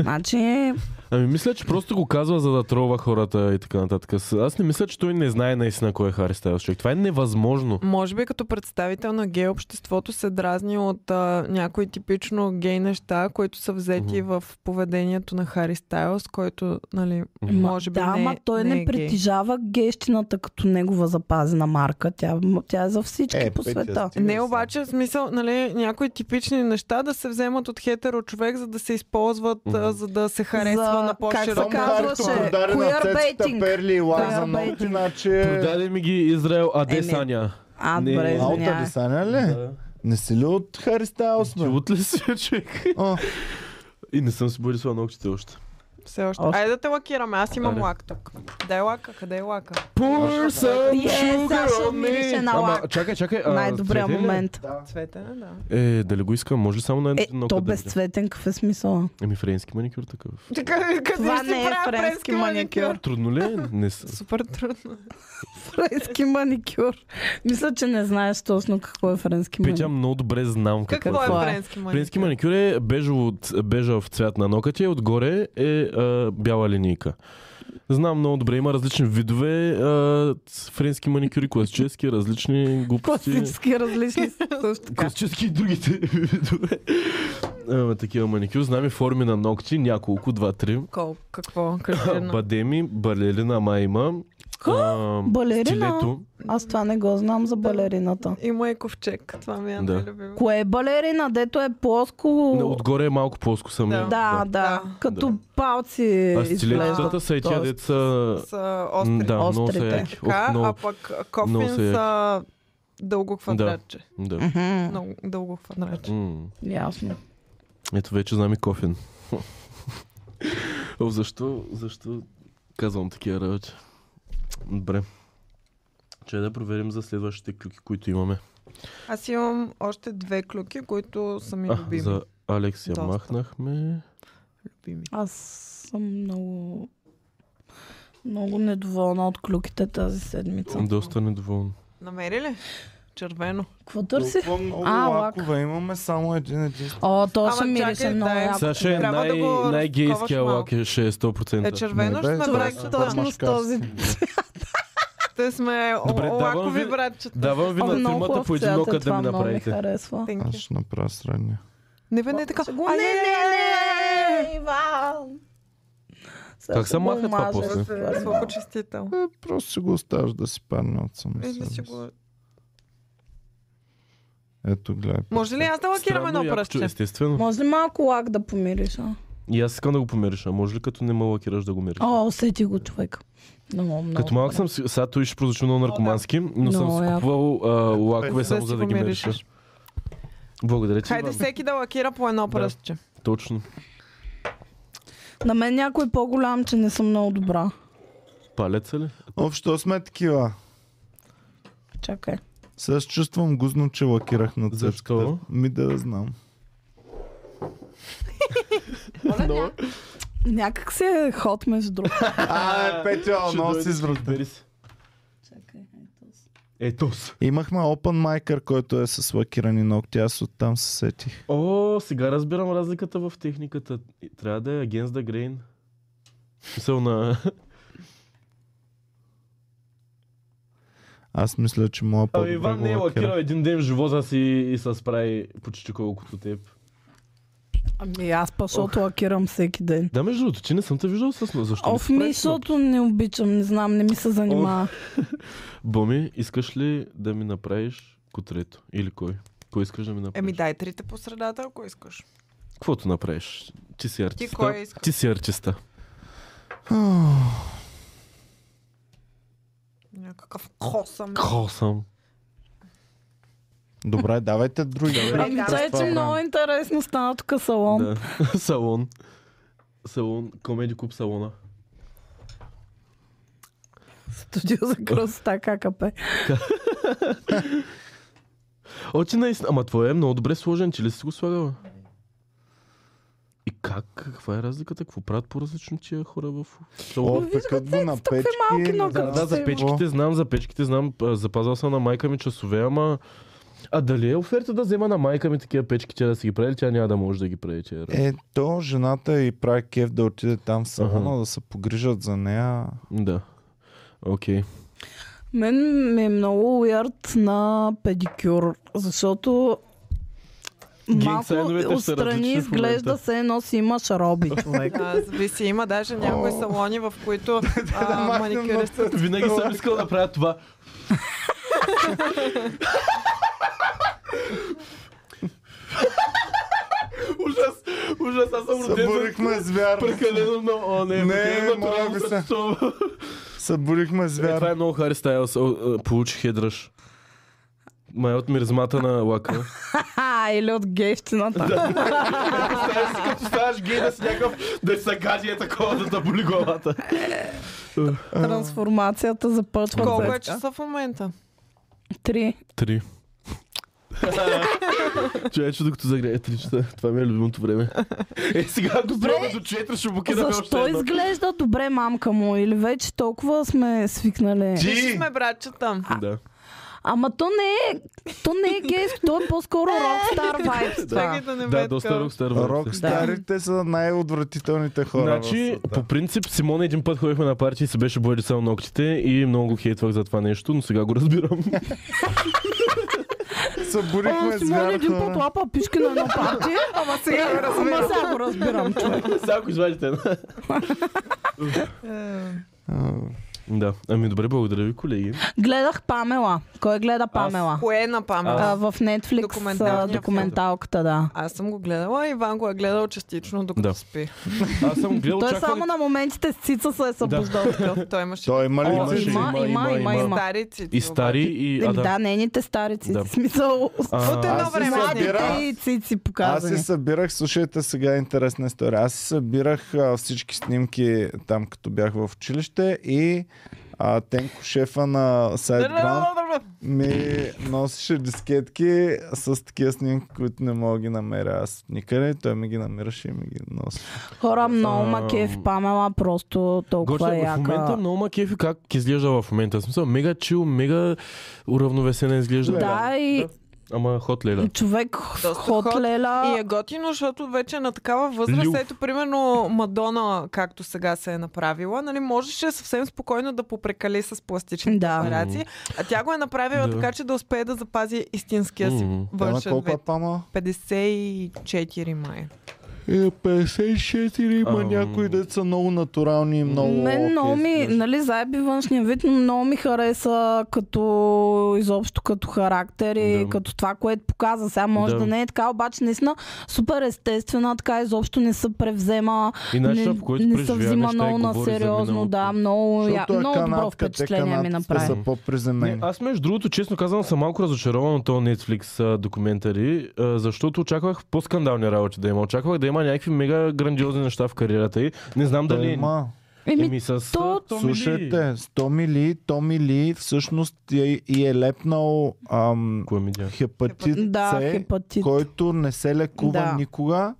S3: Значи,
S2: Ами мисля, че просто го казва, за да тролва хората и така нататък. С- Аз не мисля, че той не знае наистина кой е Хари Стайлс човек. Това е невъзможно.
S4: Може би като представител на гей обществото се дразни от а, някои типично гей неща, които са взети
S2: Мгм.
S4: в поведението на Хари Стайлс, който, нали,
S2: Мгм.
S4: може би
S3: да,
S4: не,
S3: ама той не,
S4: е гей.
S3: притежава гейщината като негова запазена марка. Тя, тя е за всички
S1: Е,
S3: по
S1: Петя,
S3: света.
S1: стига
S4: Не,
S1: сега.
S4: обаче, в смисъл, нали, някои типични неща да се вземат от хетеро човек, за да се използват,
S2: Мгм.
S4: а, за да се харесва
S3: За-
S4: на
S3: как
S1: Том
S4: по-широк.
S3: се
S1: Харди
S3: казваше,
S1: подари на цецката
S3: queerbaiting.
S1: Перли и Лайза
S3: Queerbaiting.
S1: Нот, иначе...
S2: Продаде ми ги Израел, а де
S3: Еми,
S2: Саня?
S3: А,
S2: Не,
S3: добре,
S1: А, от
S3: извинявай.
S1: Адесаня
S2: Е,
S1: ли? нали? Не си ли от Хари Стайлс, бе?
S2: Чуват ли си, човек?
S1: О,
S2: е. И не съм си борисла ногтите още.
S4: Все още.
S3: Още.
S4: Айде да те лакираме, аз имам
S2: Айде.
S4: лак тук. Дай лака, къде е лака?
S2: Pour some
S3: Е,
S2: sugar
S3: Сашо,
S2: on me.
S3: мирише на
S2: Ама,
S3: лак.
S2: чакай, чакай. а,
S3: Най-добрия
S2: цвете ли?
S3: момент.
S4: Цветене, да.
S2: Е, дали го искам? Може ли само на
S3: Е,
S2: едно
S3: то
S2: къде?
S3: безцветен какъв е смисъла?
S2: Еми, френски маникюр такъв.
S4: Така, къде
S3: Това
S4: си
S3: не е
S4: правя
S3: френски маникюр.
S2: Трудно ли е? Не с...
S4: Супер трудно.
S3: Френски маникюр. Мисля, че не знаеш точно какво е френски
S2: Петя
S3: маникюр.
S2: много добре знам какво,
S4: Какво е
S3: е?
S4: френски маникюр?
S2: Френски маникюр е бежов, бежав цвят на нокътя и отгоре е а, бяла линейка. Знам много добре, има различни видове а, ц- френски маникюри, класически, различни глупости.
S3: Класически различни са също така.
S2: Класически и другите видове. А, такива маникюр. Знам и форми на ногти, няколко, два-три.
S4: Колко, какво?
S2: А,
S4: Кажи
S2: Бадеми, балерина, ама има. А,
S3: Балерина?
S2: Стилето.
S3: Аз това не го знам за балерината.
S4: Има и ковчег. Това ми е
S2: Да.
S4: най-любимо.
S3: Кое е балерина, дето е плоско?
S2: Не, Отгоре е малко плоско сами.
S4: Да.
S3: Да, да.
S4: Да.
S3: Като
S2: Да.
S3: палци
S2: А
S3: изглеждат.
S2: стилетата са и тия
S3: Тоест,
S2: деца.
S4: Са
S2: М,
S4: остри.
S2: Да, много са
S3: Острите.
S2: яки.
S4: Така,
S2: Ох,
S4: а
S2: много,
S4: пък а,
S2: много
S4: кофин
S2: са яки.
S4: са дълго квадратче.
S2: да.
S3: Мгм.
S4: Много дълго квадратче.
S2: М.
S3: Ясно.
S2: Ето вече знам и кофен. О, защо, защо казвам такива работи? Добре. Че да проверим за следващите клюки, които имаме.
S4: Аз имам още две клюки, които са ми
S2: А,
S4: любими.
S2: за Алекс я
S4: Доста.
S2: махнахме.
S4: любими.
S3: Аз съм много... Много недоволна от клюките тази седмица.
S2: Доста недоволен.
S4: Намери ли? Червено.
S3: Какво търси?
S1: толкова много
S3: А, лак.
S1: лакове имаме, само един единствен.
S3: О, то
S4: Ама
S3: ще мирише
S4: чакай,
S3: много
S4: дай.
S3: яко.
S2: Сега ще е
S4: Трябва да
S2: най-
S4: го
S2: най-гейския
S4: разковаш
S2: лак, е, ще е 100%.
S4: Е червено,
S1: Не,
S4: ще
S1: бе,
S4: сме
S1: това е
S4: братчета.
S1: супер.
S3: Точно с този
S4: Ще сме о-
S2: Добре,
S4: о-
S2: давам
S4: лакови
S2: ви-
S4: братчета.
S2: Давам ви
S3: О,
S2: на
S3: много
S2: тримата
S3: хубав
S2: по един
S3: цвят е
S2: локът да
S3: това,
S2: ми
S3: много ми
S2: направите.
S3: харесва.
S4: Thank
S1: Аз
S4: you.
S1: ще направя средния.
S4: Не бе, не е така.
S3: Го,
S4: А,
S3: не, не, не, Иван! Сега
S2: Как
S3: ще
S2: се
S3: го
S2: маха това
S3: мажа
S2: после?
S4: Е,
S3: с това.
S4: Слабочистител.
S1: Е, просто си го оставаш да си падне от само
S4: Или
S1: себе
S4: Е, си
S1: си.
S4: го...
S1: Ето, гледай.
S4: Може ли аз да лакирам
S2: Странно
S4: едно
S2: яко, че-
S4: пръстче?
S2: Естествено.
S3: Може ли малко лак да помириш, а?
S2: И аз искам да го помириш, а може ли като не ме лакираш да го мириш?
S3: О, усети го човек. Много, много.
S2: Като малък
S3: добре.
S2: съм, си- сега той ще прозвучи много наркомански, но съм
S3: Много
S2: си
S3: яко.
S2: купувал а, лакове
S4: Да
S2: само
S4: си
S2: за да
S4: го
S2: ги
S4: миришеш.
S2: мириша. Благодаря ти.
S4: Хайде
S2: Иван.
S4: всеки да лакира по едно
S2: Да.
S4: пръстче.
S2: Точно.
S3: На мен някой по-голям, че не съм много добра.
S2: Палеца ли?
S1: Общо сме такива.
S3: Чакай.
S1: Сега се чувствам гузно, че лакирах на
S2: Защо?
S1: цъцката. Ми да знам.
S2: Много.
S3: Някак си е ход между другото.
S1: А, Петя,
S2: Ще
S1: много
S2: дойде,
S1: си изврата.
S2: бери си.
S3: Чакай. ето си.
S2: Ето с.
S1: Имахме Open Micer, който е с лакирани ногти. Аз оттам се сетих.
S2: О, сега разбирам разликата в техниката. Трябва да е Against the Grain. В Смисъл на...
S1: Аз мисля, че моя по
S2: Абе, Иван не е лакирал един ден в живота си и се справи почти колкото теб.
S3: Ами аз па, защото лакирам всеки ден.
S2: Да, между другото, ти не съм те виждал с нос. Защо? не
S3: Оф
S2: си
S3: ми,
S2: правиш нос?
S3: защото не обичам, не знам, не ми се занимава.
S2: Боми, искаш ли да ми направиш котрето? Или кой? Кой искаш да ми направиш?
S4: Еми дай трите по средата, ако искаш.
S2: Каквото направиш? Ти си артиста.
S4: кой искаш?
S2: Ти си артиста.
S4: Някакъв косъм.
S2: Кол съм.
S1: Добре, давайте други.
S3: Ами
S4: да,
S3: това е,
S1: това
S3: че
S1: време.
S3: много интересно стана тук салон.
S2: Да. Салон. Салон. Комеди клуб салона.
S3: Студио за красота ККП.
S2: О, ти наистина. Ама твой е много добре сложен. Че ли си го слагала? И как? Каква е разликата? Какво правят по-различно тия хора в салона?
S1: О,
S3: Виж
S1: пекат го на
S3: такива е малки
S1: печки.
S3: ногти.
S2: Да, да, за
S3: Сево.
S2: печките знам, за печките знам. А, Запазал съм на майка ми часове, ама... А дали е оферта да взема на майка ми такива печки, тя да си ги прави, или тя няма да може да ги прави. Тя...
S1: Е, то жената и прави кеф да отиде там в салона, да се погрижат за нея.
S2: Да. Окей.
S3: Мен ми е много уярд на педикюр, защото
S2: Гейн
S3: малко
S2: сайновете ще са
S3: отстрани
S2: различни в момента.
S3: изглежда се едно си имаш роби, човек.
S4: А, зависи, има даже някои салони, в които а, маникюристът...
S2: Винаги съм искал да правя това. ужас, ужас, аз съм роден.
S1: Събудихме звяр.
S2: за- Прекалено много. О, не,
S1: Не,
S2: не,
S1: моля ви се. Събудихме
S2: Е, това
S1: звяр.
S2: е много Хари Стайлс. О, е, Получих хедръж. Май от миризмата на лака.
S3: Ха, или от гейфтината.
S2: Представяш си, като ставаш гей да си някакъв, да се гади е такова, да заболи главата.
S3: Трансформацията започва.
S4: Колко е
S3: Цецка.
S4: часа в момента?
S3: Три.
S2: Три. Човече, докато загрее три часа, това ми е любимото време. Е, сега ако
S3: Добре.
S2: стигаме до четири, ще блокираме е още
S3: Защо
S2: едно.
S3: изглежда добре мамка му? Или вече толкова сме свикнали?
S1: Ти!
S4: Виж сме братчета.
S2: Да.
S3: Ама то не е, то не е гейско, то е по-скоро рокстар вайбс това.
S4: Чакай да не
S2: Да,
S4: ме
S2: доста
S4: така.
S2: рок стар
S1: Рокстарите са най-отвратителните хора.
S2: Значи,
S1: в света.
S2: по принцип, Симон един път ходихме на парти и се беше боили само ногтите и много го хейтвах за това нещо, но сега го разбирам.
S1: Събудихме
S3: О, Симон е
S1: звяр.
S3: един път
S1: хора.
S3: лапа пишка на едно парти.
S4: Е, Ама сега го
S3: Ама
S4: разбирам.
S3: сега го разбирам, човек.
S2: сега ако извадите една.
S4: Е,
S1: А,
S2: Да, ами добре, благодаря ви, колеги.
S3: Гледах Памела. Кой гледа Памела?
S4: Кое е на памет?
S3: А, в Netflix
S4: Документалния
S3: а,
S4: филм.
S3: документалката, да.
S4: Аз съм го гледала, Иван го е гледал частично, докато
S2: Да.
S4: спи.
S2: Аз съм гледал
S3: Той
S2: очакван...
S3: само на моментите с цица се е събуждал.
S4: Той имаше
S1: Той има ли
S3: О,
S1: мъж?
S3: има, има, има, има. има.
S4: стари цици.
S2: И стари,
S4: обаче.
S2: и...
S3: Да, е
S2: А, да.
S3: да, нейните стари цици.
S2: Да.
S3: В смисъл,
S4: От едно
S1: аз се
S4: време.
S1: събирам.
S4: Събира...
S3: и цици
S1: Аз се
S3: показани.
S1: събирах, слушайте сега интересна история. Аз се събирах а, всички снимки там, като бях в училище и а, Тенко шефа на SiteGround ми носеше дискетки с такива снимки, които не мога да ги намеря аз от никъде. Той ми ги намираше и ми ги носи.
S3: Хора, много
S2: А,
S3: ма кеф Памела, просто толкова
S2: Гоче,
S3: е
S2: в момента
S3: яка.
S2: много ма кефи как изглежда в момента. В смисъл, мега чил, мега уравновесена изглежда.
S3: Да, и
S2: Ама хот леля.
S3: човек
S4: Доста
S3: ход
S4: ход. И е
S3: леля.
S4: готино, защото вече на такава възраст,
S2: Люф.
S4: ето примерно Мадона, както сега се е направила, нали, можеше съвсем спокойно да попрекали с пластичните
S3: Да.
S4: операции, а тя го е направила
S2: Да.
S4: така, че да успее да запази истинския си
S2: Мгм.
S1: Тя на
S4: външен
S1: колко е
S4: вид.
S1: пама?
S4: 54 май.
S1: Е, 56 или има
S2: Ам.
S1: някои деца много натурални и много...
S3: Мен
S1: окей,
S3: много ми,
S1: изглеждат.
S3: нали, заеби външния вид, но много ми хареса като изобщо като характер и
S2: Да.
S3: като това, което показа. Сега може
S2: Да.
S3: да. не е така, обаче наистина супер естествена, така изобщо не се превзема,
S2: И
S3: не,
S2: начинът, по който
S3: не се
S2: преживя
S3: взима
S2: неща и
S3: много на
S2: говори за
S3: сериозно,
S2: миналото.
S3: да, много, я,
S1: Защото е
S3: много добро
S1: канадка, те
S3: впечатление ми
S1: канадците
S3: направи.
S1: са по-приземени.
S2: Не, аз между другото, честно казвам, съм малко разочарован от този Netflix а, документари, а, защото очаквах по-скандални работи да има. Очаквах да има някакви мега грандиозни неща в кариерата й. Не знам
S1: Той
S2: дали... е-
S1: има.
S3: Еми,
S2: Еми с...
S3: то-
S2: Томи Ли.
S1: Слушайте, с Томи Ли, Томи Ли всъщност е, и е лепнал ам,
S2: Кламидия.
S1: хепатит
S3: да,
S1: С,
S3: хепатит.
S1: който не се лекува
S3: Да.
S1: никога.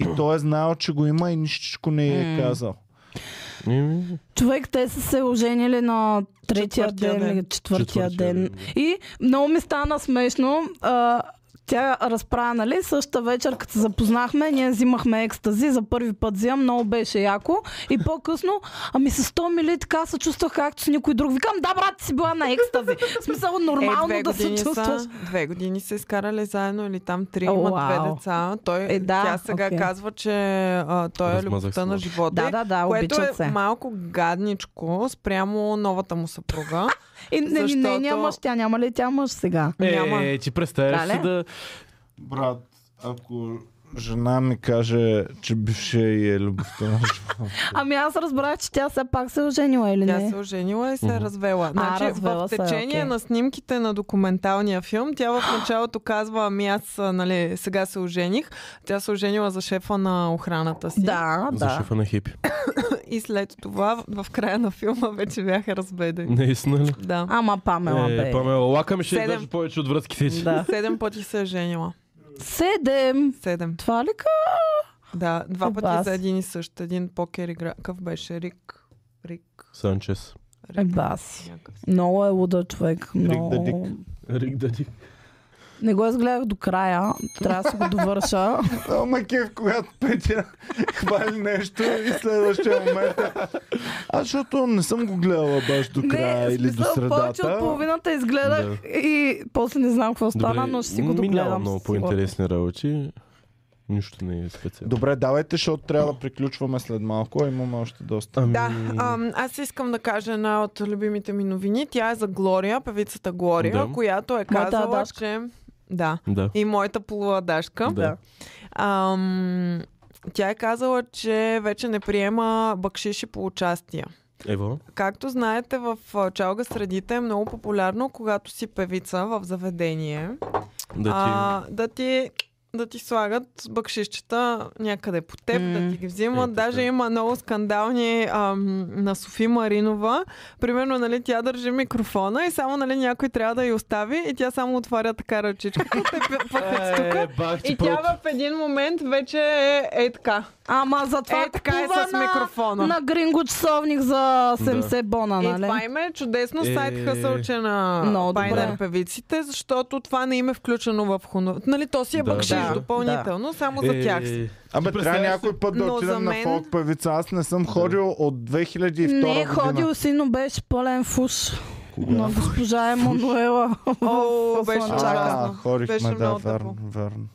S1: И той е знаел, че го има и нищичко не е
S3: М.
S1: казал.
S2: Еми,
S3: Човек, те са се оженили на третия
S4: Четвъртия
S3: ден
S4: ден.
S3: или четвъртия
S2: Четвъртия
S3: ден.
S2: ден,
S3: И много ми стана смешно. А, тя разправя, нали, същата вечер, като се запознахме, ние взимахме екстази, за първи път взимам, много беше яко. И по-късно, ами с 100 мили така се чувствах, както с никой друг. Викам, да, брат, ти си била на екстази. В смисъл, нормално
S4: е, две
S3: да се
S4: години
S3: чувстваш.
S4: Са, две години са изкарали заедно или там три
S3: О,
S4: имат две
S3: вау.
S4: деца. Той,
S3: Е, да,
S4: тя сега
S3: окей.
S4: казва, че а, той е
S2: Размазах
S4: любовта на
S2: се.
S4: живота.
S3: Да,
S4: й,
S3: да, да,
S4: което е
S3: обичат се.
S4: малко гадничко спрямо новата му съпруга.
S3: И нали, не,
S4: защото-
S3: нейния мъж, тя няма ли тя мъж сега?
S4: Няма.
S2: Е, ти представяш си
S3: Трале?
S2: да...
S1: Брат, ако жена ми каже, че бившия и е любовта на живота.
S3: Ами аз разбрах, че тя все пак се е оженила или
S4: Тя се
S3: не?
S4: оженила и се
S2: Мгм.
S4: е развела. Значи,
S3: развела
S4: в
S3: се е,
S4: течение
S3: окей.
S4: на снимките на документалния филм, тя в началото казва, ами аз а, нали, сега се ожених. Тя се оженила за шефа на охраната си.
S3: Да,
S2: За
S3: да.
S2: шефа на хипи.
S4: И след това, в в края на филма, вече бяха разведени.
S2: Наистина ли?
S4: Да.
S3: Ама Памела
S2: Е,
S3: бе.
S2: Памела, лака ми ще
S4: Седем.
S2: даже повече от връзките си.
S3: Да.
S4: Седем пъти се е женила.
S3: Седем.
S4: Седем.
S3: Това ли ка?
S4: Да, два пъти
S3: Бас.
S4: за един и същ. Един покер игра. Какъв беше? Рик. Рик.
S2: Санчес.
S3: Е,
S4: Рик.
S3: баси.
S4: Някакъв си.
S3: Много е луда човек.
S1: да
S3: Много...
S1: дик.
S2: Рик Дадик.
S3: Не го изгледах до края. Трябва да си го довърша.
S1: Ама кеф, когато Петя хвали нещо и следващия момент. е, Аз защото не съм го гледала баш до края
S3: не,
S1: или до
S3: смисъл, повече от
S1: средата.
S3: половината изгледах и после не знам какво стана, но ще си го
S2: минава
S3: догледам.
S2: много
S3: със сигурност.
S2: по-интересни работи. Нищо не е специално.
S1: Добре, давайте, защото трябва да приключваме след малко, а имаме още доста.
S2: Ами...
S4: Да, ам, аз искам да кажа една от любимите ми новини. Тя е за Глория, певицата Глория,
S2: Да.
S4: която е
S3: Моята
S4: казала,
S3: адашка.
S4: че... Да.
S2: Да.
S4: И моята полуадашка.
S2: Да.
S4: Ам, тя е казала, че вече не приема бакшиши по участия.
S2: Ево.
S4: Както знаете, в а, чалга средите е много популярно, когато си певица в заведение,
S2: Да ти...
S4: а, да ти да ти слагат бакшищата някъде по теб,
S3: М.
S4: да ти ги взимат.
S2: Е, така.
S4: Даже има много скандални ам, на Софи Маринова. Примерно, нали, тя държи микрофона и само нали, някой трябва да я остави и тя само отваря така ръчичката, те пе- пътят тука.
S2: Е, бах
S4: И тя в един момент вече е, е така.
S3: Ама затова
S4: Е, така е
S3: купува
S4: с
S3: на-
S4: микрофона.
S3: На Гринго часовник за 70 бона,
S4: И това
S3: нали?
S4: им е чудесно
S2: Е.
S4: сайт хъсълче на
S3: Много
S4: Пайнер
S3: добре.
S4: певиците, защото това не им е включено в хуно. Нали, то си е
S2: Да,
S4: бакшиш
S3: да.
S4: допълнително, само
S1: Е.
S2: Е,
S4: за тях си.
S1: Абе,
S2: Ти
S1: трябва
S2: представяш
S1: някой път да
S4: Но за
S1: отидем на
S4: мен-
S1: фолк певица. Аз не съм ходил от 2002
S3: Не е
S1: година.
S3: ходил си, но беше пълен фуш на
S1: Кога?
S3: госпожа Емануела.
S4: О,
S3: в
S4: беше
S3: Слънчака.
S4: ужасно.
S1: А, ходихме,
S4: Беше
S1: да,
S4: много
S1: верно,
S4: тъпо.
S1: верно.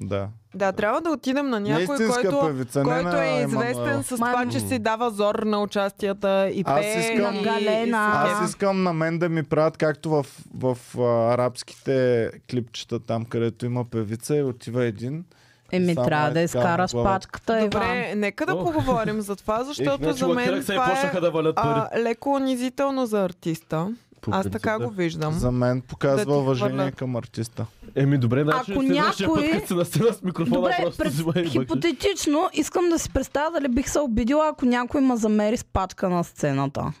S1: Да.
S4: Да, трябва да отидем на
S1: Не
S4: някой,
S1: истинска
S4: който,
S1: певица, не
S4: който
S1: на
S4: е
S1: Емануела.
S4: известен с
S3: Май-
S4: това, че си дава зор на участията и
S1: Аз
S4: пее.
S1: искам-
S4: и-
S3: На Галена.
S4: и се кефи.
S1: Аз искам на мен да ми правят както в, в а, арабските клипчета, там където има певица и отива един.
S3: Еми,
S1: Само
S3: трябва
S1: е
S3: да
S1: така,
S3: изкараш
S1: глава.
S3: пачката, Иван.
S4: Добре, нека да
S2: О.
S4: поговорим за това, защото
S1: значи
S2: значи,
S4: за мен това е
S2: да валят
S4: а, леко унизително за артиста. Аз така го виждам.
S1: За мен показва
S4: Да ти
S1: уважение
S4: хвърля.
S1: към артиста.
S2: Еми, добре, значи, да.
S3: Ако някой-
S2: Път, като си на стена с микрофона,
S3: Добре,
S2: просто
S3: пред-
S2: взимай бакшиш.
S3: хипотетично искам да си представя дали бих се обидила, ако някой ма замери с пачка на сцената.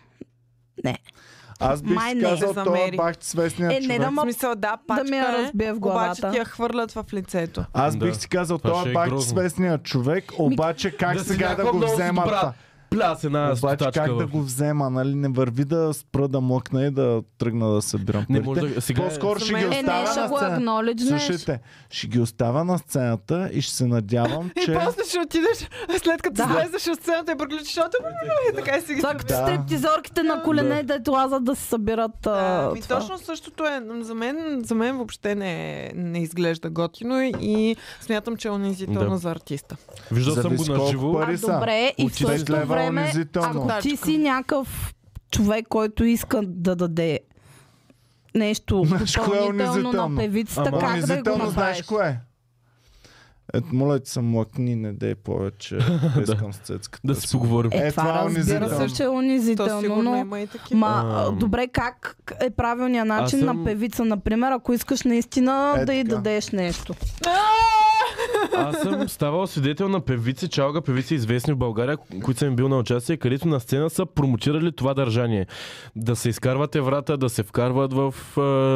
S1: Аз бих
S3: Май
S1: си
S3: не.
S1: казал
S4: Се
S1: това
S4: замери.
S1: бахте свестният
S3: Е, не
S1: човек.
S3: да
S4: В
S3: ма-
S4: смисъл, да,
S3: Да
S4: пачка
S3: ми я
S4: е,
S3: разбие в
S4: обаче
S3: главата.
S4: ти я хвърлят в лицето.
S1: Аз
S2: Да.
S1: бих си казал
S2: Това
S1: това
S2: ще е
S1: бахте
S2: грозно.
S1: свестният човек, обаче как
S2: Да си
S1: сега да
S2: някаква
S1: го
S2: много си
S1: вземат?
S2: добра.
S1: та?
S2: пляс една
S1: Обаче
S2: стотачка.
S1: как да
S2: в-
S1: го взема, нали? Не върви да спра да млъкна и да тръгна да събирам
S2: Не
S1: парите.
S2: може да... Сега е-
S1: По-скоро
S4: За
S1: ще
S4: мен-
S1: ги
S4: Е, не,
S3: Е, не,
S1: оставя
S3: ще
S1: на
S3: го
S1: сцената.
S3: агнолиджнеш.
S1: Слушайте, ще ги оставя на сцената и ще се надявам,
S4: И
S1: че...
S4: после ще отидеш, след като
S3: Да.
S4: слезеш от сцената и приключиш шота,
S2: Е,
S4: и така и си ги
S3: Това
S4: събираш.
S3: като стриптизорките на колене, дето лазат да се събират.
S4: Да,
S3: а,
S4: ми
S3: това.
S4: точно същото е. За мен, за мен въобще не, не изглежда готино и смятам, че е унизително
S2: Да.
S4: за артиста.
S2: Виждал
S1: Зависи
S2: съм го на
S1: колко
S2: живо.
S1: пари
S3: А,
S1: са.
S3: добре, и в
S1: Отиде
S3: същото
S1: лева
S3: време,
S1: унизително.
S3: ако ти си някакъв човек, който иска да даде нещо
S1: Знаеш кое е
S3: допълнително
S1: унизително?
S3: на певицата,
S2: Ама
S3: как да го
S1: Унизително знаеш
S3: направиш?
S1: кое? е? Ето, моля ти се, млъкни, не дей повече. Искам с цецката.
S2: Да си поговорим.
S1: Е,
S3: Е,
S1: това е
S3: това разбира
S1: унизително.
S3: се, че е
S4: То
S3: унизително,
S4: сигурно е
S3: но...
S4: има и такива.
S3: Ма, а,
S2: Ам.
S3: добре, как е правилният начин
S2: съм-
S3: на певица, например, ако искаш наистина
S1: Е,
S3: да й
S1: така.
S3: дадеш нещо?
S2: Аз съм ставал свидетел на певици, чалга певици, известни в България, които съм бил на участие, където на сцена са промотирали това държание. Да се изкарват еврата, да се вкарват в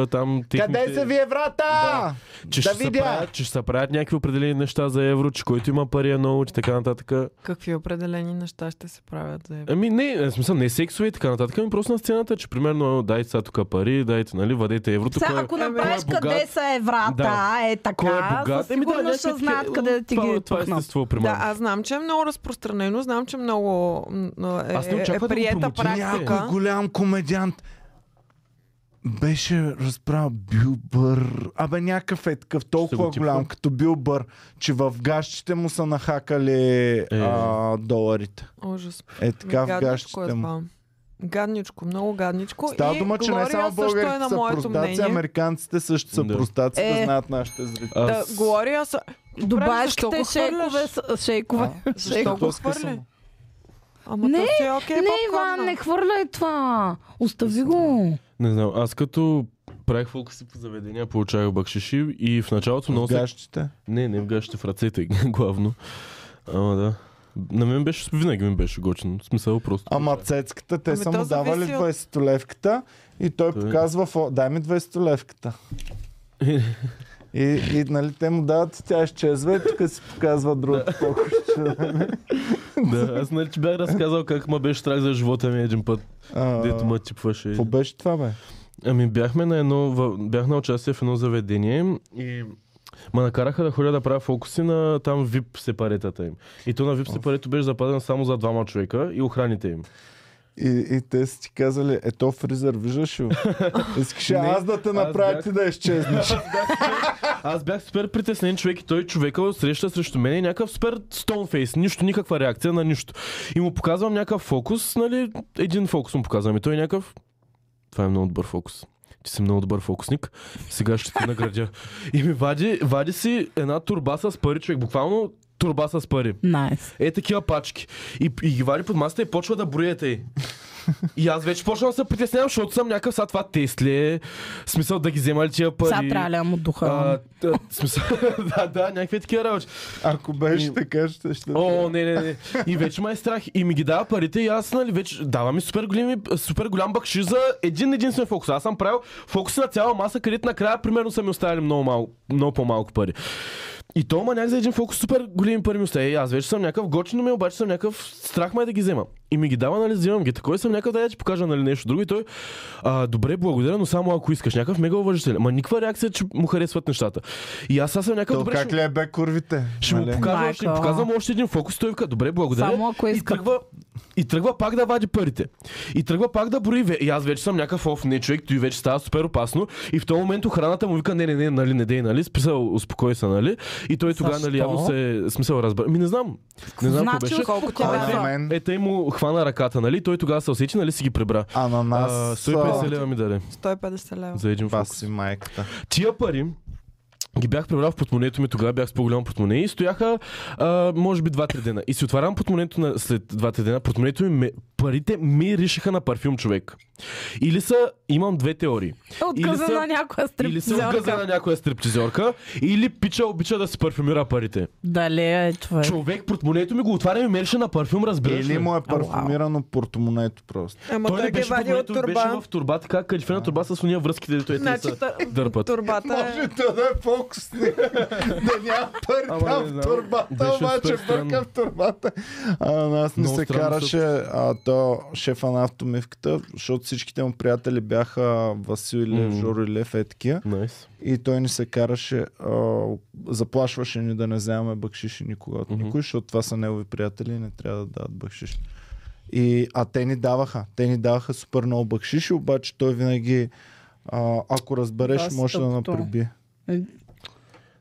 S2: е, там техните...
S1: Къде се ви е врата?
S2: че,
S1: Да
S2: ще се
S1: видя!
S2: правят, че ще се правят някакви определени неща за евро, че който има пари е много, че така нататък.
S4: Какви определени неща ще се правят за евро?
S2: Ами не, в смисъл не сексове и така нататък, ами просто на сцената, че примерно дайте сега тук пари, дайте, нали, вадете еврото.
S3: Сега,
S2: кой е-
S3: ако
S4: кой е
S3: направиш
S2: богат?
S3: къде са еврата,
S2: Да.
S3: е така,
S2: Кой е богат?
S3: със сигурност ще знаят къде да ти
S2: това,
S3: ги
S2: Това е
S3: пукнат.
S2: естество,
S4: Да,
S2: примерно.
S4: аз знам, че е много разпространено, знам, че много м, м,
S2: Аз не
S4: е, е
S2: очаквах да го
S4: приета
S2: промотирам.
S1: Някой
S4: практика.
S1: голям комедиант беше разправил Бил Бър. Абе някакъв е такъв, толкова
S2: го типна.
S1: голям, като Бил Бър, че в гащите му са нахакали а, доларите.
S4: Ужас.
S1: Е
S4: Ми,
S1: така в
S4: гадничко е
S1: гащите му.
S4: това. Гадничко, много гадничко.
S1: Става
S4: и
S1: дума, че не
S4: Глория
S1: само
S4: също е
S1: българите
S4: на
S1: са ами
S4: моето
S1: простаци,
S4: мнение.
S1: американците също са
S2: Да.
S1: простаци, да
S3: Е.
S1: знаят нашите зрители.
S2: Аз-
S4: Да, Глория са... Добре, защо
S3: Добавките,
S4: го
S3: шейкове,
S4: хвърляш?
S3: с- шейкове.
S4: Защо го хвърли? Ама
S3: Не,
S4: то си е окей,
S3: не,
S4: попкорна.
S3: Иван, не хвърляй това. Остави го.
S2: Не знам, аз като правих фокуси по заведения, получавах бакшиши и в началото много
S1: В
S2: се...
S1: гащите.
S2: Не, не в гащите, в ръцете главно. Ама да. На мен беше, винаги ми беше готино. В смисъл просто.
S1: Ама цецката, те
S4: Ами
S1: са
S4: то
S1: му давали
S4: зависи от-
S1: 20-левката и той
S2: Той- е.
S1: показва, фо- дай ми 20-левката. И, и нали, те му дават, и тя изчезва и тук си показва другото покръщче.
S2: да, аз нали ти бях разказал как ма беше страх за живота ми един път, дето ма е. типваше.
S1: Какво беше това, бе?
S2: Ами бяхме на едно, в- бях на участие в едно заведение и ма накараха да ходя да правя фокуси на там VIP сепаретата им. И то на VIP сепарето беше запазено само за двама човека и охраните им.
S1: И, и те са ти казали, ето фризер, виждаш ли? Искаш ли
S2: Не,
S1: аз да те
S2: аз
S1: направя
S2: бях-
S1: ти да изчезнеш.
S2: Аз бях супер притеснен човек и той човека среща срещу мен и някакъв супер стонфейс. Нищо, никаква реакция на нищо. И му показвам някакъв фокус, нали? Един фокус му показвам и той е някакъв... Това е много добър фокус. Ти си много добър фокусник. Сега ще те наградя. И ми вади, вади си една турба с пари, човек. Буквално турба с пари.
S3: Найс.
S2: Е такива пачки. И, и ги вади под масата и почва да броете й. И аз вече почвам да се притеснявам, защото съм някакъв сега това тест ли е? Смисъл да ги взема ли тия пари?
S3: Сега трябва ли да му духа?
S2: А, т- в смисъл, да, да, някакви такива работи.
S1: Ако беше така, ще ще...
S2: О, не, не, не. И вече ме е страх. И ми ги дава парите и аз, нали, вече дава ми супер, големи, супер голям бакши за един единствен фокус. Аз съм правил фокуси на цяла маса, където накрая примерно са ми оставили много, малко, много по-малко пари. И то маняк за един фокус супер големи пари ми остави. И аз вече съм някакъв гочен, ми обаче съм някакъв страх ме е да ги взема. И ми ги дава, нали, взимам ги. Такой съм някакъв да я ти покажа, нали, нещо друго. И той, а, добре, благодаря, но само ако искаш. Някакъв мега уважителен. Ма никаква реакция, че му харесват нещата. И аз аз съм някакъв
S1: То
S2: добре. ще-
S1: как ли е бе курвите?
S2: ще му
S1: нали?
S2: покажа, още,
S3: Майко.
S2: показвам още един фокус, той вика, добре, благодаря.
S3: Само ако
S2: и,
S3: иска.
S2: тръгва, и тръгва пак да вади парите. И тръгва пак да брои. ве- И аз вече съм някакъв оф, не човек, той вече става супер опасно. И в този момент охраната му вика, не, не, не, нали, не дей, нали, списал, успокой се, нали. И той тогава, нали,
S3: Защо?
S2: явно се смисъл разбра. Ми не знам. Не знам какво
S3: Значи,
S2: беше.
S4: Колко
S1: А
S4: тя
S1: на
S4: да.
S1: мен,
S2: Е, тъй му хвана ръката, нали? Той тогава се усечи, нали си ги прибра.
S1: а на нас...
S2: А,
S1: а,
S2: 150 лева ми даде
S4: 150 лева.
S2: за един
S1: Това
S2: фокус.
S1: си майката.
S2: Тия пари ги бях прибрал в портмонето ми, тогава бях с по-голямо портмоне и стояха, а, може би, 2-3 дена. И си отварям портмонето на, след 2-3 дена, портмонето ми, ме- парите ми ришеха на парфюм човек. Или са, имам две теории.
S3: Отказа
S2: са-
S3: на Е, някоя
S2: Или са отгъза на
S3: стриптизорка.
S2: някоя стриптизорка, или пича обича да си парфюмира парите.
S3: Дали е човек?
S2: Човек, портмонето ми го отваря и ми мереше на парфюм, разбираш
S1: Или
S2: ли?
S1: му е парфумирано портомонето просто.
S4: Ама
S2: Той
S4: той,
S2: не
S4: ги
S2: беше в
S4: вади от
S2: портмонето, беше
S4: турба.
S2: в турба, така калифена турба с уния връзките, дето е
S4: Значи,
S2: са
S4: тър-
S2: дърпат.
S4: турбата е...
S1: да е по толкова снимки. да няма пари
S2: Ама не
S1: там
S2: знам.
S1: в турбата,
S2: Беше
S1: обаче
S2: супер странно.
S1: бърка в турбата. А, на нас не
S2: Много
S1: се
S2: странно,
S1: караше а, то шефа на автомивката, защото всичките му приятели бяха Васил Илев,
S2: М.
S1: Жоро Илев, е такива.
S2: Найс.
S1: И той ни се караше, а, заплашваше ни да не вземаме бакшиши никога от
S2: Мгм.
S1: никой, защото това са негови приятели и не трябва да дават бакшиш. И, а те ни даваха. Те ни даваха супер много бакшиши, обаче той винаги, а, ако разбереш,
S3: Да,
S1: може да
S3: стъпто.
S1: напребие.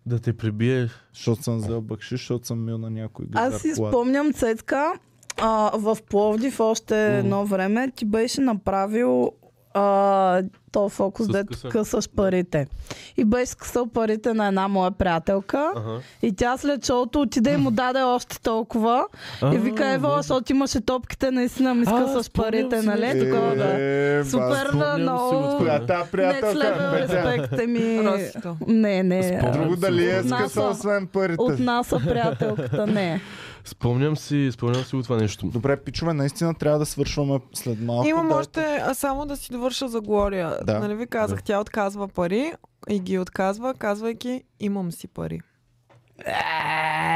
S2: Да те прибие.
S1: Защото съм взел бакшиш, защото съм мил на някой гитар.
S3: Аз си
S1: колата.
S3: спомням, Цецка, а, в Пловдив още mm. едно време ти беше направил а, то фокус,
S2: С
S3: дето
S2: къса.
S3: късаш парите. И беше скъсал парите на една моя приятелка.
S2: Ага.
S3: И тя след шоуто отиде и му даде още толкова. И вика,
S2: А,
S3: ево,
S2: може.
S3: защото имаше топките, наистина ми
S2: А,
S3: скъсаш
S2: спомням
S3: парите,
S2: си,
S3: нали?
S2: да.
S3: Такова да.
S1: Е, бас,
S3: Супер
S2: спомням си го
S3: много.
S2: това.
S1: Коя тази
S3: Next
S1: приятелка?
S3: level
S1: Петя?
S3: респект ми.
S4: Росито.
S3: Не, не.
S2: Спомням
S1: Друго
S2: си
S1: дали
S2: го
S1: е
S2: това.
S3: Знам.
S1: скъсал, освен парите?
S3: От нас а приятелката не. е.
S2: Спомням си, спомням си го това нещо.
S1: Добре, пичове, наистина трябва да свършваме след малко.
S4: Имам
S1: да,
S4: още, а само да си довърша за Глория.
S1: Да.
S4: Нали ви казах, тя отказва пари и ги отказва, казвайки имам си пари.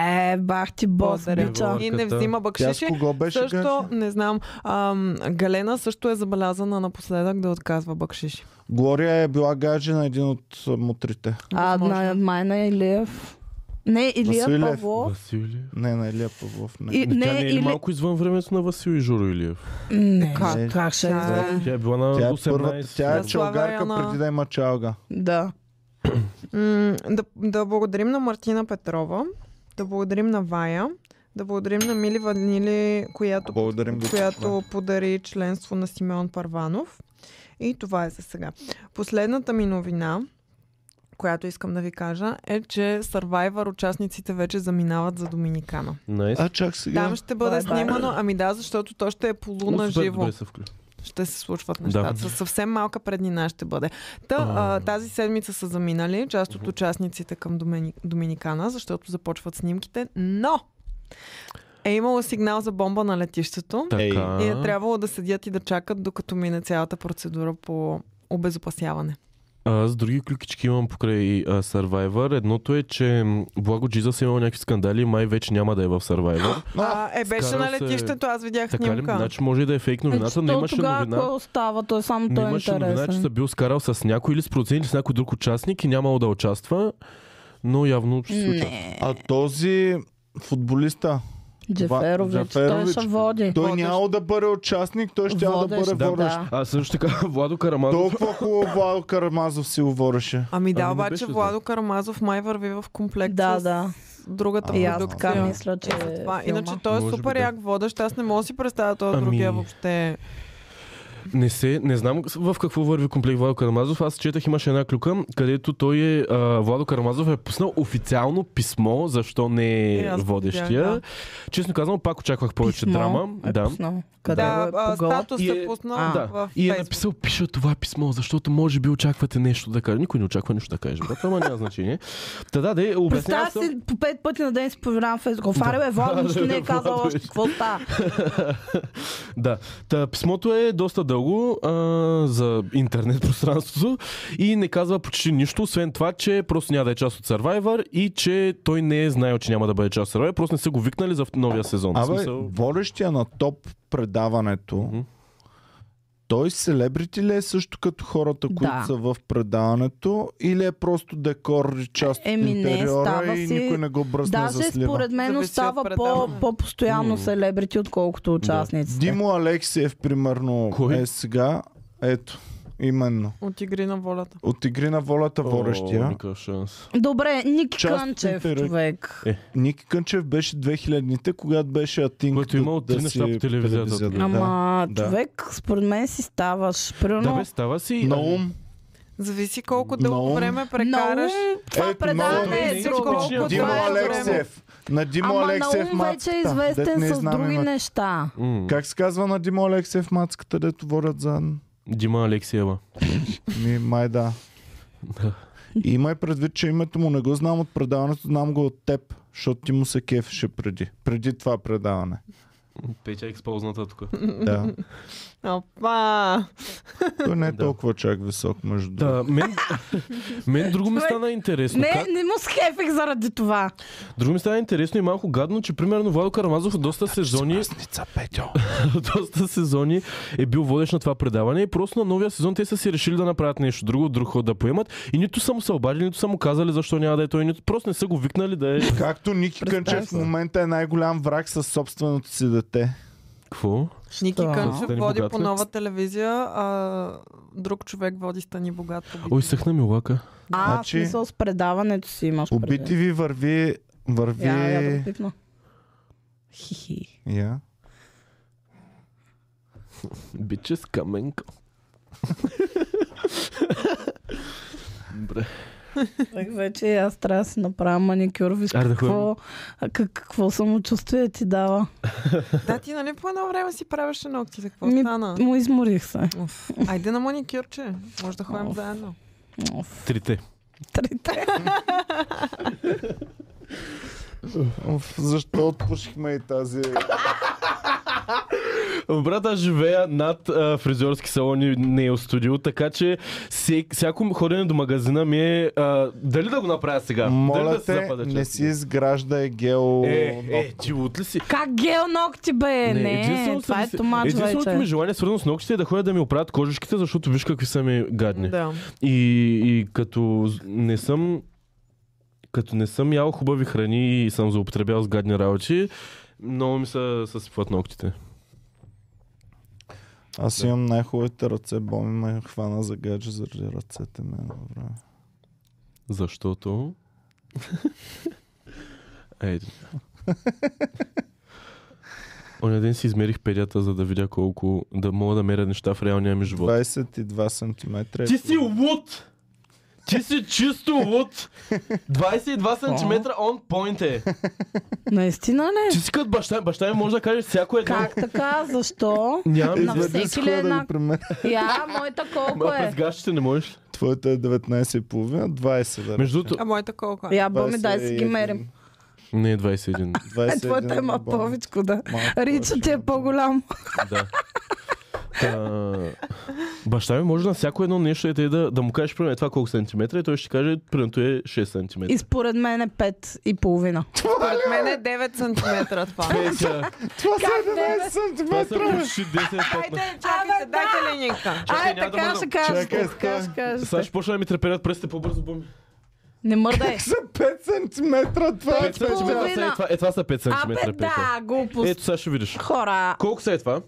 S3: Е, бах ти бос,
S4: Благодаря.
S3: бича.
S4: И не
S2: Марката.
S4: взима
S1: Тя с
S4: бакшиши.
S1: кого беше
S4: Също,
S1: Също...
S4: не знам, ам, Галена също е забелязана напоследък да отказва бакшиши.
S1: Глория е била гадже на един от а, мутрите.
S3: А, на Майна Илиев. Не, Илия
S1: Василев.
S3: Павлов.
S2: Василия.
S1: Не, е на Илия Павлов. Не.
S3: И,
S2: Тя
S3: не,
S2: не е ли
S3: или...
S2: малко извън времето на Васил и Жоро Илиев?
S3: Не,
S4: Как?
S3: как, как ще
S4: Тя
S3: е?
S4: е-
S2: Тя е била на
S1: Тя е,
S2: 18.
S1: първата, тя е
S4: Да, слава
S1: чалгарка
S4: Яна.
S1: преди да има чалга.
S3: Да.
S4: М, да, да благодарим на Мартина Петрова, да благодарим на Вая, да благодарим на Мили Ванили, която,
S1: Благодарим ви.
S4: която подари членство на Симеон Парванов. И това е за сега. Последната ми новина, която искам да ви кажа, е, че Survivor участниците вече заминават за Доминикана.
S2: Найс.
S1: А, чак сега.
S4: Там ще бъде
S3: Бай-бай.
S4: снимано, ами да, защото то ще е полуна
S2: О, супер,
S4: живо
S2: Добре се включи.
S4: ще се случват
S2: Да.
S4: нещата. Да. Съвсем малка преднина ще бъде. Та,
S2: А.
S4: а, тази седмица са заминали част от участниците към Домени... Доминикана, защото започват снимките, но е имало сигнал за бомба на летището
S1: Ей.
S2: Така.
S4: и е трябвало да седят и да чакат, докато мине цялата процедура по обезопасяване.
S2: Аз други клюкички имам покрай а, Survivor. Едното е, че м, Благо Джизъс е имал някакви скандали и май вече няма да е в Survivor.
S4: А, е, беше
S2: скарал
S4: на
S2: се-
S4: летището, аз видях
S2: така ли?
S4: снимка.
S2: Значи може и да е фейк новината, но
S3: Е,
S2: имаше
S3: тогава
S2: новина.
S3: кой остава? Той само
S2: Но
S3: той е
S2: имаше новина, че
S3: интересен.
S2: се бил скарал с някой или с продуцент, или с някой друг участник и нямало да участва. Но явно ще се случва.
S3: Не,
S1: А този футболиста,
S3: Джеферович, той
S1: Джеферович.
S3: ще води.
S1: той
S4: Водещ.
S1: няма да бъде участник, той ще да бъде
S3: Водещ,
S2: да.
S1: водещ.
S2: А също така Владо Карамазов.
S1: Е, Толкова хубаво Владо Карамазов си говореше.
S4: Ами да,
S2: Ами не
S4: обаче
S2: беше
S4: Владо Карамазов май върви в комплект
S3: Да,
S4: с
S3: да.
S4: другата
S2: А,
S3: И аз
S4: продукция.
S3: така мисля, че
S4: Е, за това.
S3: е
S4: Иначе
S3: филма.
S4: той е
S2: Може би
S4: супер
S2: да.
S4: як водещ. Аз не мога да си представя този
S2: Ами-
S4: другия въобще.
S2: Не се, не знам в какво върви комплект Владо Карамазов. Аз четах, имаше една клюка, където той е, а, Владо Карамазов е пуснал официално писмо, защо не
S4: Е,
S2: е
S4: аз го
S2: водещия.
S4: видях, да.
S2: Честно казвам, пак очаквах повече
S3: Писмо
S2: драма.
S3: Е
S2: да.
S3: пуснал. Къде
S4: Да,
S3: го е
S4: а,
S3: погълът?
S4: статус
S2: И
S4: е
S2: е-
S4: пуснал
S3: А, да.
S4: в
S2: И е
S4: Фейсбук.
S2: написал, пиша това писмо, защото може би очаквате нещо да кажа. Никой не очаква нищо да каже, брат, ама няма значение. Та да, да, обяснявам
S3: Представя
S2: съм.
S3: си по пет пъти на ден си проверявам Фейсбук. Фарел е водно, нищо не е казал
S2: Владо е.
S3: още какво става.
S2: Да. Та, писмото е доста дълго а, за интернет пространството и не казва почти нищо, освен това, че просто няма да е част от Survivor и че той не е знаел, че няма да бъде част от Survivor. Просто не са го викнали за новия сезон. В
S1: Абе,
S2: смисъл,
S1: водещия на топ предаването,
S2: Мгм.
S1: той селебрити ли е също като хората, които
S3: Да.
S1: са в предаването, или е просто декор, част от
S3: Еми, не,
S1: интериора
S3: става
S1: и
S3: си-
S1: никой не го бръсне за
S3: Даже
S1: слива?
S3: според мен
S4: Зависи от
S3: остава по,
S4: предаване.
S3: по-постоянно
S2: М.
S3: селебрити, отколкото участниците.
S1: Димо Алексиев, примерно,
S2: Кой?
S1: е сега. Ето, именно.
S4: От игри на волята.
S1: От Игри на волята
S2: о,
S1: водещия.
S2: никакъв шанс.
S3: Добре, Ники
S1: Част от
S3: Кънчев,
S1: интерес.
S3: човек.
S1: Ники Кънчев беше 2000-те, когато беше Атинг.
S2: Което
S1: да-
S2: имало три
S1: да
S2: неща
S1: си
S2: по телевизията.
S1: телевизията, да.
S3: Ама,
S1: да.
S3: човек, според мен си ставаш.
S2: Да,
S3: Примерно,
S2: бе, става си.
S1: На ум.
S4: Зависи колко дълго
S1: Но-
S4: време
S3: много
S4: прекараш.
S3: това
S1: Ето,
S3: предаване
S4: много
S3: е
S4: е
S3: друго.
S4: всичко.
S3: Колко
S1: Димо
S3: това е време.
S1: Алексиев. На Димо
S3: Ама
S1: Алексиев
S3: Наум вече е
S1: мацката, дето
S3: известен
S1: не
S3: с
S1: знам
S3: други
S1: името.
S3: неща.
S2: М.
S1: Как се казва на Димо Алексиев мацката, дето водят заедно?
S2: Дима Алексиева.
S1: Ми, май да. И Имай предвид, че името му не го знам от предаването, знам го от теб, защото ти му се кефеше преди. Преди това предаване.
S2: Петя е експозната тук.
S1: Да.
S4: Опа!
S1: Той не е
S2: Да.
S1: толкова чак висок, между другото.
S2: Да, мен, мен друго ми стана интересно.
S3: Не, е
S2: Как,
S3: не му схефих заради това.
S2: друго ми стана интересно и малко гадно, че примерно Владо Карамазов доста сезони,
S1: Смасница, Петьо.
S2: доста сезони е бил водещ на това предаване и просто на новия сезон те са си решили да направят нещо друго, друг ход да поемат и нито са му се обадили, нито са му казали защо няма да е той, нито просто не са го викнали да е.
S1: Както Ники
S3: Представя
S1: Кънчев в
S2: се.
S1: момента е най-голям враг със собственото си дете.
S2: Какво?
S4: Ники
S3: Що?
S4: Кънчев
S2: Стани
S4: води
S2: богат
S4: по
S2: ли?
S4: нова телевизия, а друг човек води Стани богат. по
S2: Ой,
S4: BTV.
S2: съхна ми лака.
S3: А,
S1: Значи-
S3: в смисъл с предаването си имаш
S1: Убити
S3: предвид.
S1: ви върви... Върви...
S3: Я, я да го пипна. Хи-хи.
S1: Я.
S2: Биче с каменка. Добре.
S3: Так вече и аз трябва да си направя маникюр. Виж
S2: Аре да
S3: какво, как, какво самочувствие ти дава.
S4: Да, ти нали по едно време си правеше ногтите, какво
S3: Ми-
S4: стана?
S3: Му изморих се.
S4: Уф. Айде на маникюрче, може да ходим
S3: Оф.
S4: заедно.
S3: Оф,
S2: Трите.
S3: трите.
S1: Оф, защо отпушихме и тази...
S2: Брат, аз живея над а, фризьорски салон и нейл студио, така че всек- всяко ходене до магазина ми е а, дали да го направя сега? дали
S1: Моля
S2: да се
S1: те,
S2: запада,
S1: не
S2: честно?
S1: си изграждай гео...
S2: Е, е, ти лут ли си?
S3: Как гел ногти бе? Не,
S2: единственото
S3: това
S2: ми
S3: е
S2: се-
S3: тумач
S2: Единственото
S3: вече.
S2: ми желание, свързано с ногтите, е да ходя да ми оправят кожичките, защото виж какви са ми гадни.
S4: Да.
S2: И, и като з- не съм като не съм ял хубави храни и съм злоупотребял с гадни работи, много ми са съсипват ногтите.
S1: Аз имам най-хубавите ръце, Боми ме хвана за гадже заради ръцете ми едно време.
S2: Защото... Ейде. Оня ден си измерих педята, за да видя колко... Да мога да меря неща в реалния ми живот.
S1: 22 см.
S2: Ти си луд! Ти си чисто луд! 22 см on point е.
S3: Наистина не.
S2: Ти си като баща, баща ми може да кажеш всяко едно.
S3: Как така? Защо?
S2: Нямам.
S3: На
S1: Извади с
S3: всеки ли
S1: хода
S3: една-
S1: го при мен.
S3: Я, моята колко
S2: Ма
S3: е?
S2: през гащите не можеш.
S1: Твоята е 19,5, 20 да
S2: Между другото...
S4: А моята колко е?
S3: Я, Боми, дай си ги мерим.
S2: Не е 21.
S3: Е, твоята има повечко, да. Ричът ти е по-голям.
S2: Да. Та, баща ми може на всяко едно нещо е те да, да му кажеш примерно е това колко сантиметра и той ще каже примерно той е 6 сантиметра.
S3: И според мен е 5 и половина.
S4: Според мен е 9 см това.
S3: е
S2: Петя,
S1: Това са
S3: Как, бе,
S1: 11
S2: Е, това са
S1: см.
S2: почти 10 пъти.
S4: Айде, чакайте,
S3: Абе,
S4: дайте линейка.
S2: Чакай,
S3: Ай,
S2: няма да
S3: така
S2: мърдам.
S3: ще кажеш.
S1: Чакай,
S3: Така
S1: стой.
S3: ще кажеш.
S2: Сега ще почна да ми треперят пръстите по-бързо, буми.
S3: Не мърдай.
S1: За 5 см това е
S2: 5 сантиметра са е това. Е, това са 5
S3: Абе,
S2: сантиметра, Петя.
S3: да, глупост.
S2: Ето сега ще видиш.
S3: Хора,
S2: Колко са е това?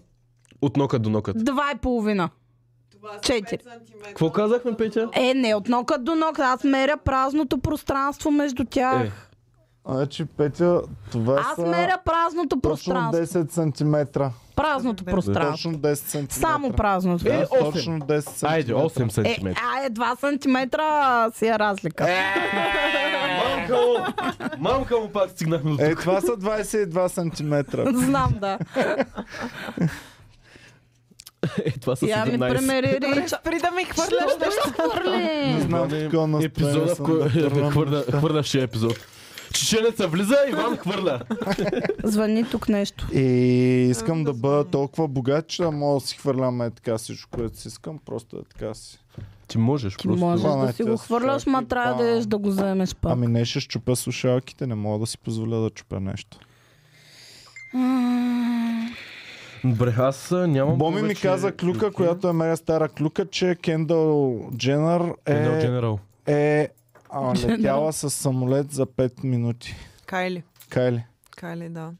S2: От нокът до нокът.
S3: два и половина. Четири.
S2: Какво казахме, Петя?
S3: Е, не, от нокът до нокът. Аз меря празното пространство между тях.
S2: Е,
S1: Значи, Петя, това
S3: Аз
S1: са
S3: меря празното
S1: точно
S3: пространство.
S1: 10 см.
S3: Празното
S4: Да.
S3: пространство.
S1: Точно 10 см.
S3: Само празното.
S2: Е,
S1: Да,
S2: осем.
S1: точно 10 см.
S2: айде, 8
S3: Е,
S2: сантиметра.
S3: а е 2 сантиметра си е разлика.
S2: Е, Мамка му, мамка му пак стигнахме до
S1: Е,
S2: тук.
S1: това са 22 см.
S3: Знам, да.
S2: Е, това са
S3: Я ми
S2: 17.
S3: примери Рича.
S4: Спри да ми хвърляш
S3: Защо ще
S1: Не
S3: хвърли?
S1: знам в какво настроение
S2: Епизода, в
S1: съм
S2: кой...
S1: да
S2: е,
S1: тръгна.
S2: хвърля, хвърлящия епизод. Чеченеца влиза, Иван хвърля.
S3: Звъни тук нещо.
S1: И искам да бъда толкова богат, че да мога да си хвърлям е така всичко, което си искам. Просто е така си.
S2: Ти можеш
S3: Ти
S2: просто.
S3: можеш
S1: Това
S3: да
S1: не
S3: си
S1: те
S3: го хвърляш,
S1: слушах
S3: ма
S1: и
S3: трябва да
S1: бам.
S3: еш да го вземеш пак.
S1: Ами не ще щупя слушалките, не мога да си позволя да чупя нещо.
S3: М,
S2: Добре, аз а, нямам
S1: Боми ми
S2: повече
S1: каза клюка,
S2: клюки.
S1: която е мега стара клюка, че Кендъл Дженър
S2: Едно
S1: е,
S2: генерал.
S1: е а, летяла с самолет за 5 минути.
S4: Кайли.
S1: Кайли.
S4: Кайли, да.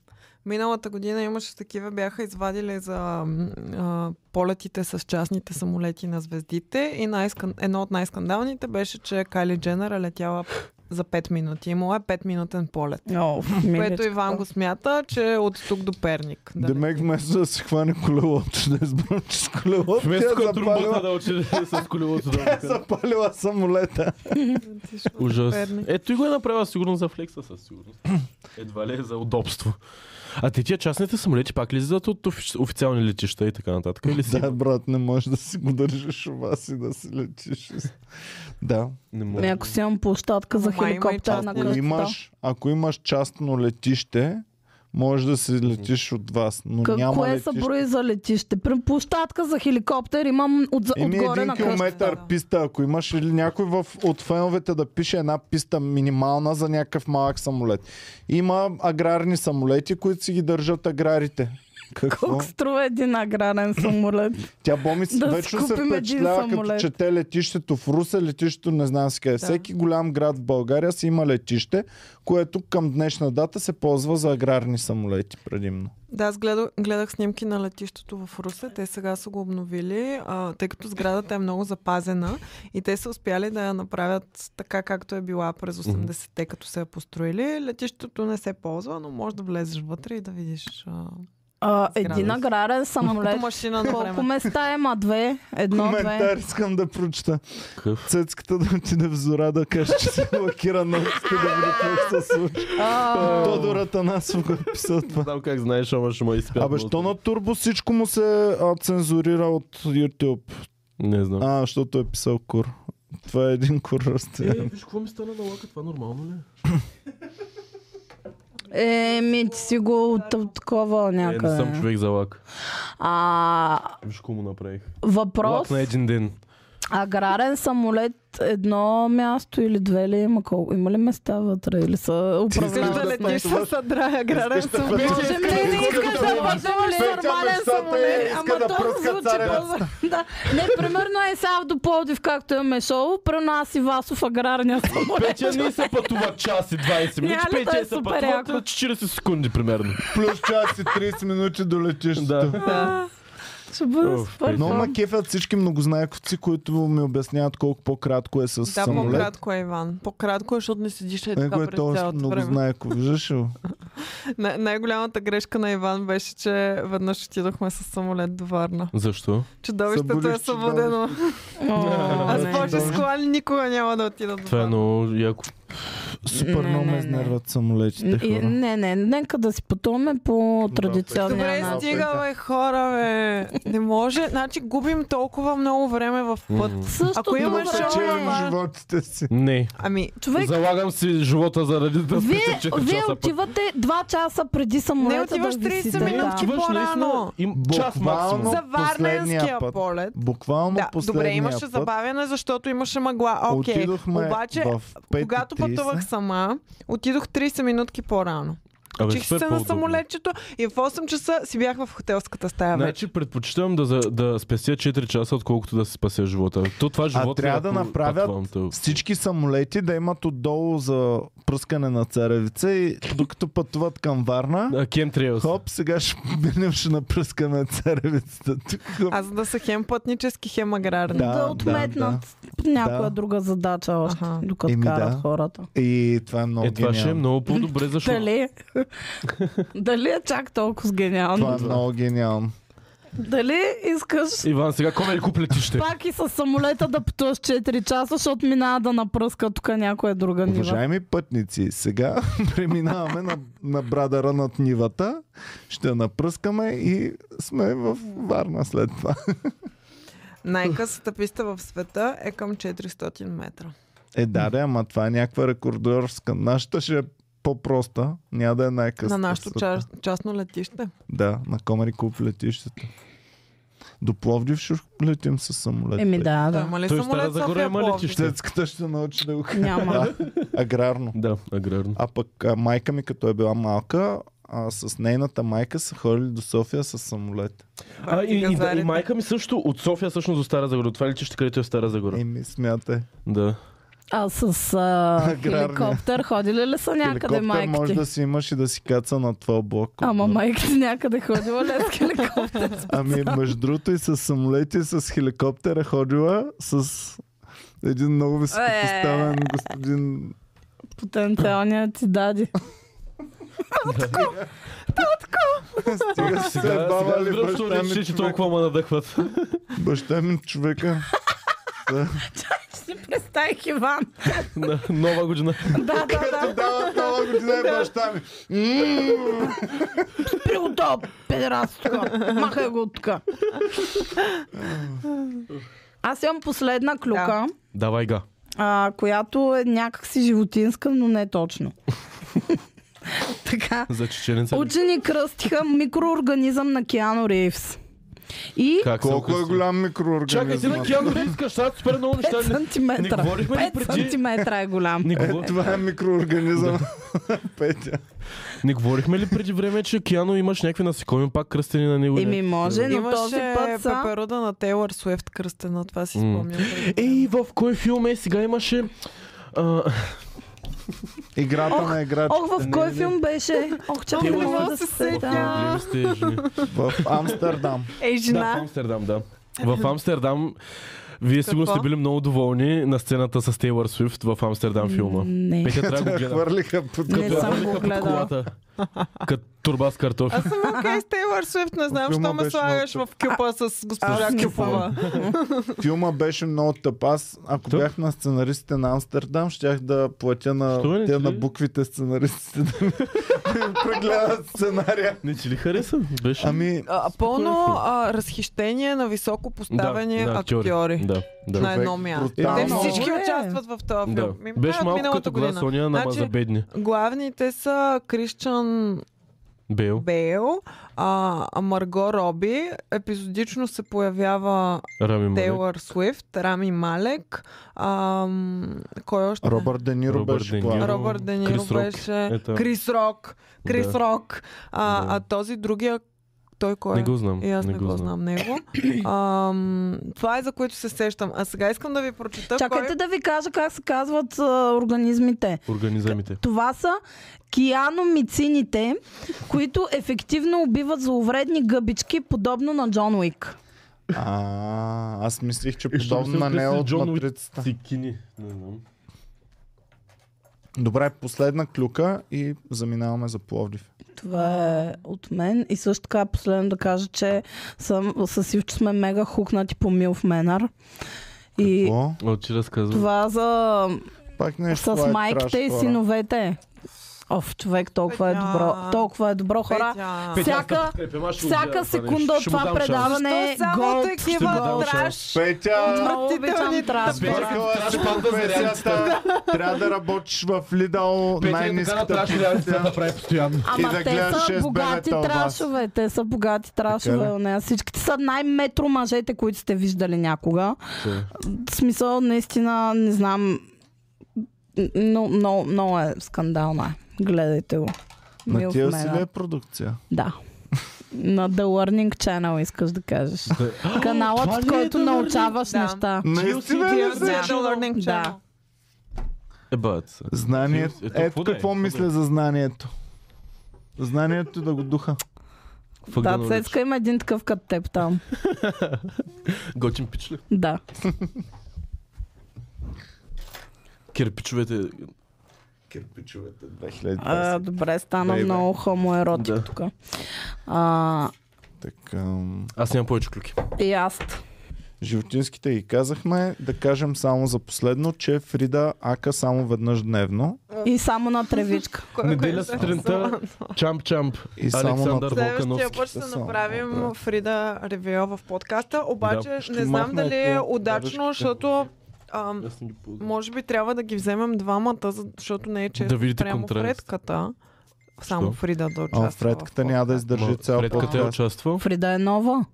S4: Миналата година имаше такива, бяха извадили за м, а, полетите с частните самолети на звездите и най-скан... едно от най-скандалните беше, че Кайли Дженър е летяла за 5 минути. Имала е 5-минутен полет.
S3: о,
S4: Което
S3: миличко.
S4: Иван го смята, че е от тук до Перник. Да не-
S1: Демек вместо да се хване колелото, да избърне с колелото,
S2: Вместо
S1: тя е
S2: като трубата
S1: запалила,
S2: да учи с колелото да
S1: тя е запалила самолета.
S4: Отишла до
S2: Ужас.
S4: Перник.
S2: Ето и го е направила сигурно за флекса със сигурност. Едва ли е за удобство. А те тия частните самолети пак ли излизат от офи- официални летища и така нататък? Или си?
S1: Да, брат, не можеш да си го държиш у вас и да си летиш. из- Да.
S2: Не
S3: Ами ако си имам площадка за
S4: Ама има и
S3: хеликоптер на
S4: частни
S1: Ако
S3: кръста.
S1: имаш, ако имаш частно летище, Може да си летиш от вас, но
S3: Как,
S1: няма
S3: кое
S1: летиш.
S3: са брои за летище? При площадка за хеликоптер имам от,
S1: Еми Ами
S3: отгоре
S1: един
S3: на кръст.
S1: километър
S4: да.
S1: писта, ако имаш или някой в, от феновете да пише една писта минимална за някакъв малък самолет. Има аграрни самолети, които си ги държат аграрите. Какво?
S3: Колко струва един аграрен самолет?
S1: Тя Боми да
S3: Да
S1: вечно се
S3: скупим един
S1: впечатлява, като
S3: самолет.
S1: чете летището в Русе, летището не знам си къде. Да. Всеки голям град в България си има летище, което към днешна дата се ползва за аграрни самолети предимно.
S4: Да, аз гледах, гледах снимки на летището в Русе. Те сега са го обновили, а, тъй като сградата е много запазена и те са успяли да я направят така, както е била през 80-те, като са я построили. Летището не се ползва, но може да влезеш вътре и да видиш а,
S3: А,
S4: Сграда.
S3: един аграрен самолет.
S4: като машина на
S3: Колко
S4: време.
S3: места има? Две? Едно, две?
S1: Коментар искам да прочета.
S2: Какъв?
S1: Цецката да отиде в зора да каже, че се лакира науките да види какво ще се случи.
S3: А,
S1: Тодор Атанасов го е писал това.
S2: Знам как знаеш, ама ще му изпят.
S1: Абе, що на Турбо всичко му се а, цензурира от YouTube?
S2: Не знам.
S1: А, защото е писал кур. Това е един кур растя.
S2: Е, виж какво ми стана на лака, това нормално ли?
S3: е, ми ти си го от, от
S1: Е,
S3: такова
S2: Не, Е, не съм
S3: някъде.
S2: човек за лак.
S3: А,
S2: Виж какво му направих.
S3: въпрос.
S2: Лак на един ден.
S3: Аграрен самолет едно място или две ли има? Колко? Има ли места вътре? Или са
S4: Искаш да
S3: управляват?
S4: летиш с Адрая Грарен
S3: Можем ли да искаш да пътуваш нормален самолет? Ама то звучи по- Да. Не, примерно е сега до Пловдив, както имаме шоу, прено аз и Васов аграрния самолет.
S2: Петя не се пътува час и 20
S3: минути,
S2: минути,
S3: Няма ли Петя да е
S2: Петя
S3: се
S2: се
S3: супер пътува
S2: пътува
S3: яко? на
S2: 40 секунди примерно.
S1: Плюс час и 30 минути до летището.
S2: Да.
S3: Ще бъде
S2: Уф,
S3: супер.
S1: Но ма
S3: фан.
S1: кефят всички многознаековци, които ми обясняват колко по-кратко е с
S4: Да,
S1: самолет.
S4: по-кратко е, Иван. По-кратко е, защото не седиш е
S1: Него
S4: така
S1: е
S4: през
S1: толкова
S4: цялото
S1: много
S4: време.
S1: знаеко. Виждаш ли? го?
S4: Най- най-голямата грешка на Иван беше, че веднъж отидохме с самолет до Варна.
S2: Защо?
S4: Чудовището е
S1: Събудиш
S4: събудено.
S3: О,
S4: Аз
S1: Да,
S4: повече
S1: чудовище.
S4: с кола никога няма да отида до
S2: Това е
S4: Варна.
S2: много яко.
S1: Супер
S3: Не,
S1: много
S3: не,
S1: ме
S3: не.
S1: изнервят самолетите
S3: И-
S1: хора.
S3: Не, не, нека да си пътуваме по традиционния
S4: Добре,
S1: Няма.
S3: начин.
S4: стига, бе, хора, бе. Не може. Значи губим толкова много време в път.
S2: М.
S3: Също
S4: Ако имаш
S3: добре.
S4: шоу,
S1: Печелим
S4: Ама-
S1: животите си.
S2: Не.
S4: Ами,
S3: Човек,
S2: Залагам си живота заради да
S3: вие,
S2: спестя 4
S3: вие
S2: часа път.
S3: отивате 2 часа преди
S4: не
S3: самолета
S4: отиваш
S3: да ви си
S4: 30 минути
S2: Отиваш
S4: по-рано.
S2: наистина им час
S1: Буквално.
S2: максимум.
S4: За варненския
S1: последния път.
S4: полет.
S1: Буквално
S4: Да,
S1: последния
S4: добре, имаше
S1: път
S4: забавяне, защото имаше мъгла. Окей,
S1: отидохме
S4: обаче,
S1: в 5.30.
S4: когато пътувах сама, отидох 30 минутки по-рано.
S2: Абе,
S4: Чих
S2: супер
S4: се на
S2: по-удобно.
S4: самолетчето и в 8 часа си бях в хотелската стая вече.
S2: Значи предпочитам да, за, да спестя 4 часа, отколкото да си спася живота. То това живота... е
S1: А трябва да направят всички самолети да имат отдолу за пръскане на царевица и докато пътуват към Варна,
S2: Кем трябва
S1: Хоп, сега ще минем, ще напръскаме царевицата. Тук, хоп.
S4: Аз за да са хем пътнически, хем аграрни.
S1: Да,
S3: да,
S1: да,
S3: отметнат някоя
S1: Да.
S3: друга задача още,
S4: Аха.
S3: докато
S1: Еми
S3: карат
S1: да.
S3: хората.
S1: И това е много
S2: Е, това ще е
S1: гениално.
S2: много по-добре, защото...
S3: Дали, дали е чак толкова с
S1: Това е
S3: гениално?
S1: много гениално.
S3: Дали искаш
S2: Иван, сега кой е куп летище?
S3: пак и с самолета да пътуваш 4 часа, защото минава да напръска тук някоя друга е нива.
S1: Уважаеми пътници, сега преминаваме на, на брадъра над нивата, ще напръскаме и сме в Варна след това.
S4: Най-късата писта в света е към 400 метра.
S1: Е, да, да, ама това е някаква рекордьорска. Нашата ще е по-проста, няма да е най-късна.
S4: на нашото ча... частно летище.
S1: Да, на Комари Куп летището. До Пловдив ще летим с самолет.
S3: Еми да,
S4: Да,
S3: да.
S4: има ли
S2: Той в Стара
S4: самолет
S2: Загора
S4: София
S2: има
S4: Пловдив?
S2: летище.
S1: Щецката ще научи да го кара.
S3: Няма.
S1: Да, аграрно.
S2: Да, аграрно.
S1: А пък а, майка ми, като е била малка, а, с нейната майка са ходили до София с самолет.
S2: А, и, и, да,
S4: Газарите.
S2: и, майка ми също от София всъщност до Стара Загора. Това летище, където е в Стара Загора.
S1: И ми смятай.
S2: Да.
S3: А с а,
S1: Аграрния.
S3: хеликоптер ходили ли са някъде
S1: Хеликоптер
S3: майка
S1: може
S3: ти?
S1: да си имаш и да си каца на твой блок.
S3: Ама майка ти някъде ходила ли е с хеликоптер?
S1: Ами, между другото, и с самолети, и с хеликоптера ходила с един много високопоставен господин.
S3: Потенциалният ти дади.
S1: Стига се
S2: Сега, е
S1: баба
S2: сега
S1: ли,
S2: разбирам, защо
S1: баща ми
S2: летище, че
S1: човека.
S2: толкова ме надъхват.
S1: Баща ми човека.
S3: Си представих Иван.
S2: На нова година.
S3: Да, да, да.
S1: Да, нова година е баща ми.
S3: Спри го то, педерас тук. Махай го тук. Аз имам последна клюка,
S2: Давай га.
S3: а, която е някакси животинска, но не точно. така.
S2: За чеченеца. ли?
S3: Учени кръстиха микроорганизъм на Киано Ривз. И
S2: Как съм
S1: Колко е
S2: кръстил?
S1: голям
S2: Чакай, ти
S1: микроорганизъм?
S2: на Киано Ривз каща супер много неща.
S3: 5
S2: Не- Не
S3: сантиметра.
S2: говорихме ли
S3: 5
S2: преди?
S3: сантиметра е голям.
S2: Не, говор...
S1: Това е микроорганизъм. Петя.
S2: не говорихме ли преди време, че Киано имаш някакви насекоми пак кръстени на него?
S3: Еми може, но този
S4: Е, Имаше
S3: път са...
S4: пеперуда на Тейлър Суефт кръстена, това си
S2: М.
S4: спомням.
S2: Ей, в кой филм е? Сега имаше... А,
S1: Играта
S3: Ох,
S1: на играч.
S3: Ох, в
S2: Не,
S3: кой
S2: не, не.
S3: филм беше? Ох, чакай,
S4: Тейлор
S3: не мога да
S4: Суифт.
S3: се сетя. Е,
S2: Проблеми с тези жени.
S1: В Амстердам.
S4: Ей,
S2: Да, в
S4: жена!
S2: Амстердам, Е, да. В Амстердам вие сигурно
S4: Какво?
S2: сте били много доволни на сцената с Тейлор Свифт в Амстердам филма.
S3: Не.
S2: Петя трябва да го гледа.
S1: Хвърлиха под
S3: Не
S2: Като
S3: съм
S2: я
S3: го
S2: хвърлиха под
S3: гледала.
S2: колата. Като турба с картофи.
S4: Аз съм окей с Тейлър Суефт, не знам,
S1: Филма
S4: що ме
S1: беше
S4: слагаш в кюпа с госпожа
S3: Аз не
S4: Кюпова.
S1: Филма беше много тъп. Аз, ако
S2: Тъп?
S1: бях на сценаристите на Амстердам, щях да платя
S2: Що
S1: на
S2: не
S1: те
S2: ти
S1: на
S2: ли?
S1: буквите сценаристите да ми да ми прегледат сценария.
S2: Не ти ли хареса? Беше.
S1: Ами,
S4: А, Пълно а, разхищение на високо поставени
S2: на актьори.
S4: актьори.
S2: Да, да.
S4: На едно място. Те
S1: брутално.
S4: всички
S3: Добре.
S4: участват в този
S2: да.
S4: филм. Ми
S2: Беше
S4: правят
S2: малко
S4: миналата
S2: като глас
S4: година.
S2: Соня на
S4: Значи-
S2: за бедни.
S4: Главните са Кришчан
S2: Бел.
S4: Бейл, а, а Марго Роби, епизодично се появява
S2: Рами Малек.
S4: Тейлър Суифт, Рами Малек, ам, кой още?
S1: Робърт Де Ниро
S2: Робърт
S1: беше
S2: Де
S1: план.
S2: Ниро.
S4: Робърт Де Ниро
S2: Крис Рок.
S4: беше...
S2: Ето.
S4: Крис Рок. Крис
S2: Да.
S4: Рок. А,
S2: Да.
S4: а този другия, той кой е?
S2: Не го знам.
S4: И аз
S2: не го знам.
S4: знам него. Ам, това е за което се сещам. А сега искам да ви прочета
S3: Чакайте
S4: кой... е
S3: да ви кажа как се казват а, организмите.
S2: Организамите.
S3: Това са кианомицините, които ефективно убиват зловредни гъбички, подобно на Джон Уик.
S1: А, аз мислих, че
S2: Е, що
S1: подобно
S2: ми се
S1: на нея
S2: отнесе
S1: от
S2: Джон Уик?
S1: матрицата.
S2: Цикини. Не знам.
S1: Добре, последна клюка и заминаваме за Пловдив.
S3: Това е от мен. И също така последно да кажа, че съм, с Ивчо сме мега хукнати по Милф Менар. И
S1: Какво?
S2: Очи разказвам.
S3: това за...
S1: Пак нещо. това
S3: с
S1: е
S3: майките
S1: траш,
S3: и
S1: хора.
S3: синовете. Оф, човек, толкова е добро.
S4: Петя.
S3: Толкова е добро, хора.
S4: Петя.
S3: Петя, всяка-
S2: аз те подкрепям, аз ще го
S3: Всяка
S2: гледам това нещо.
S3: секунда от
S2: Ще му
S3: това
S2: дам шанс.
S3: предаване
S4: Защо е само
S3: гол.
S2: Ще му дам
S4: такива
S2: шанс.
S4: траш?
S1: Петя!
S3: Много обичам
S4: Отвратителни
S3: траш.
S2: тъпи.
S3: брат.
S1: Бъркала си професията. Трябва да работиш в Лидал
S2: Петя е така
S1: най-ниската
S2: натраша, трябва
S1: позиция.
S2: да прави постоянно.
S1: И
S3: Ама
S1: да
S3: те
S1: гледаш
S3: са
S1: шест
S3: богати
S1: бебета у вас.
S3: трашове. Те са богати трашове.
S1: ли?
S3: у нея. Всичките са най-метро мъжете, които сте виждали някога. В смисъл, наистина, не знам. Но, но, но е скандална. е. Гледайте го.
S1: На
S3: Милф
S1: тия си
S3: Менар.
S1: ли е продукция?
S3: Да. На The Learning Channel искаш да кажеш. Каналът,
S1: е
S3: в който научаваш
S4: Да.
S3: неща.
S1: Наистина ли
S2: е
S4: TLC
S1: си?
S4: The Learning
S3: Да.
S4: Channel.
S2: Ебат. се.
S1: Знанието.
S2: Е, то какво
S1: Ето
S2: да
S1: какво
S2: е? Какво да
S1: мисля
S2: е?
S1: за знанието. Знанието да го духа.
S2: Fuck the
S3: да,
S2: knowledge.
S3: Цецка има един такъв като теб там.
S2: Готин пич ли?
S3: Да.
S2: Кирпичовете.
S1: Кирпичовете
S3: А,
S1: 2020.
S3: добре, стана
S1: Бей, бей.
S3: много хомоеротик
S2: Да.
S3: тук. А,
S1: Така, м,
S2: Аз нямам повече клюки.
S3: и аз.
S1: животинските ги казахме. Да кажем само за последно, че Фрида ака само веднъж дневно.
S3: И само на тревичка.
S4: Кой-
S2: Неделя
S4: кой е
S2: сутринта. Чамп, чамп.
S1: И само на
S2: Александър
S4: Следващия
S2: Волкановски.
S4: път ще
S1: Да, само,
S4: направим
S1: да.
S4: Фрида ревю в подкаста, обаче
S2: Да,
S1: ще
S4: не знам
S1: махна
S4: дали е
S1: около
S4: удачно,
S1: дървешките.
S4: защото ам,
S2: Аз не ги ползвам.
S4: може би трябва да ги вземем двамата, за- защото не е честно
S2: Да видите
S4: прямо
S2: контраст.
S4: Фредката. Само
S2: Що?
S4: Фрида да участва.
S1: А Фредката
S4: в
S1: няма да
S4: подкаста.
S1: издържи
S2: Ма,
S1: цял
S2: Фредката е
S1: подкаст.
S2: участвал.
S3: Фрида е нова.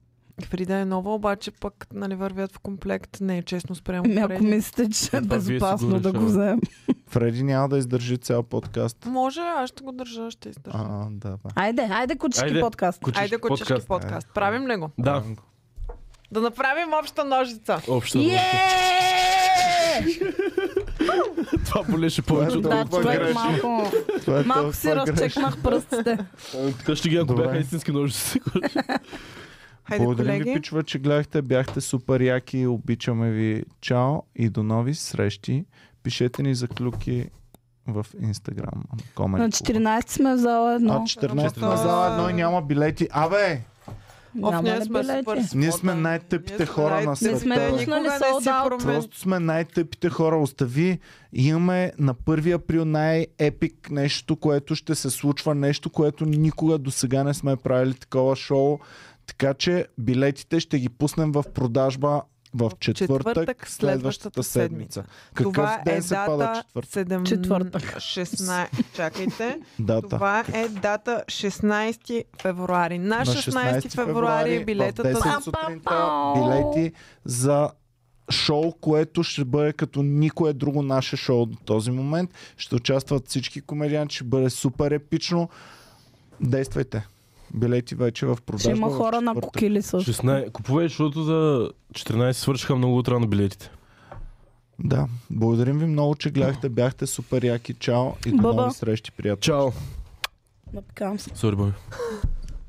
S4: Фрида е нова, обаче пък нали, вървят в комплект. Не е честно спрямо
S3: Ами
S4: Фреди.
S3: ако мислите, че е
S2: Това вие си го
S3: безопасно да го
S2: решавате.
S3: вземем.
S1: Фреди няма да издържи цял подкаст.
S4: Може, аз ще го държа, ще издържа.
S1: А, да, бе.
S3: Айде, айде кучешки
S2: Айде.
S3: подкаст.
S2: Кучешки
S4: Айде го чешки
S2: подкаст.
S4: подкаст. Правим ли го?
S2: Да,
S4: Да направим обща ножица.
S2: общо.
S3: Е!
S2: Това болеше повече от
S3: Да,
S1: Толкова
S3: човек,
S1: грешно.
S3: малко,
S1: Това е
S3: малко
S1: толкова
S3: си разчекнах пръстите.
S2: Така ще ги, ако
S1: Добре.
S2: бяха истински ножици.
S4: Хайде,
S1: Благодарим ви,
S4: колеги.
S1: пичове, че гледахте. Бяхте супер яки. Обичаме ви. Чао и до нови срещи. Пишете ни за клюки в Инстаграм.
S3: На 14 сме в зала
S1: А,
S3: едно.
S1: 14 на зала едно и няма билети. Абе,
S4: Оф,
S3: Няма
S4: ние
S3: ли
S4: сме супер
S3: билети?
S4: спотани.
S1: Ние сме най-тъпите
S4: Ние сме
S1: хора на
S4: най-тъпите.
S1: света.
S3: Не сме
S4: Никога
S3: пуснали
S4: не си
S3: sold out.
S4: промен-
S1: просто сме най-тъпите хора. Остави. Имаме на 1 април най-епик нещо, което ще се случва. Нещо, което никога до сега не сме правили такова шоу. Така че билетите ще ги пуснем в продажба в четвъртък
S4: четвъртък
S1: следващата
S4: следващата
S1: седмица.
S4: седмица.
S1: Какъв
S4: Това
S1: ден
S4: е
S1: се пада
S4: дата
S1: четвъртък?
S4: 7...
S3: Четвъртък.
S4: 16... Чакайте.
S1: Дата.
S4: Това е дата 16 февруари. На 16, февруари е билетата
S1: в 10
S4: за...
S1: сутринта билети за шоу, което ще бъде като никое друго наше шоу до този момент. Ще участват всички комедианти, ще бъде супер епично. Действайте. Билети вече в продажба.
S3: Ще има
S1: в
S3: хора на
S1: четвъртък.
S3: кокили също.
S2: 16. Купувай, защото за 14 свършиха много утра на билетите.
S1: Да. Благодарим ви много, че гледахте. Бяхте супер яки. Чао и до
S3: Баба.
S1: нови срещи, приятели.
S2: Чао!
S3: Напикавам се.
S2: Сори, бой.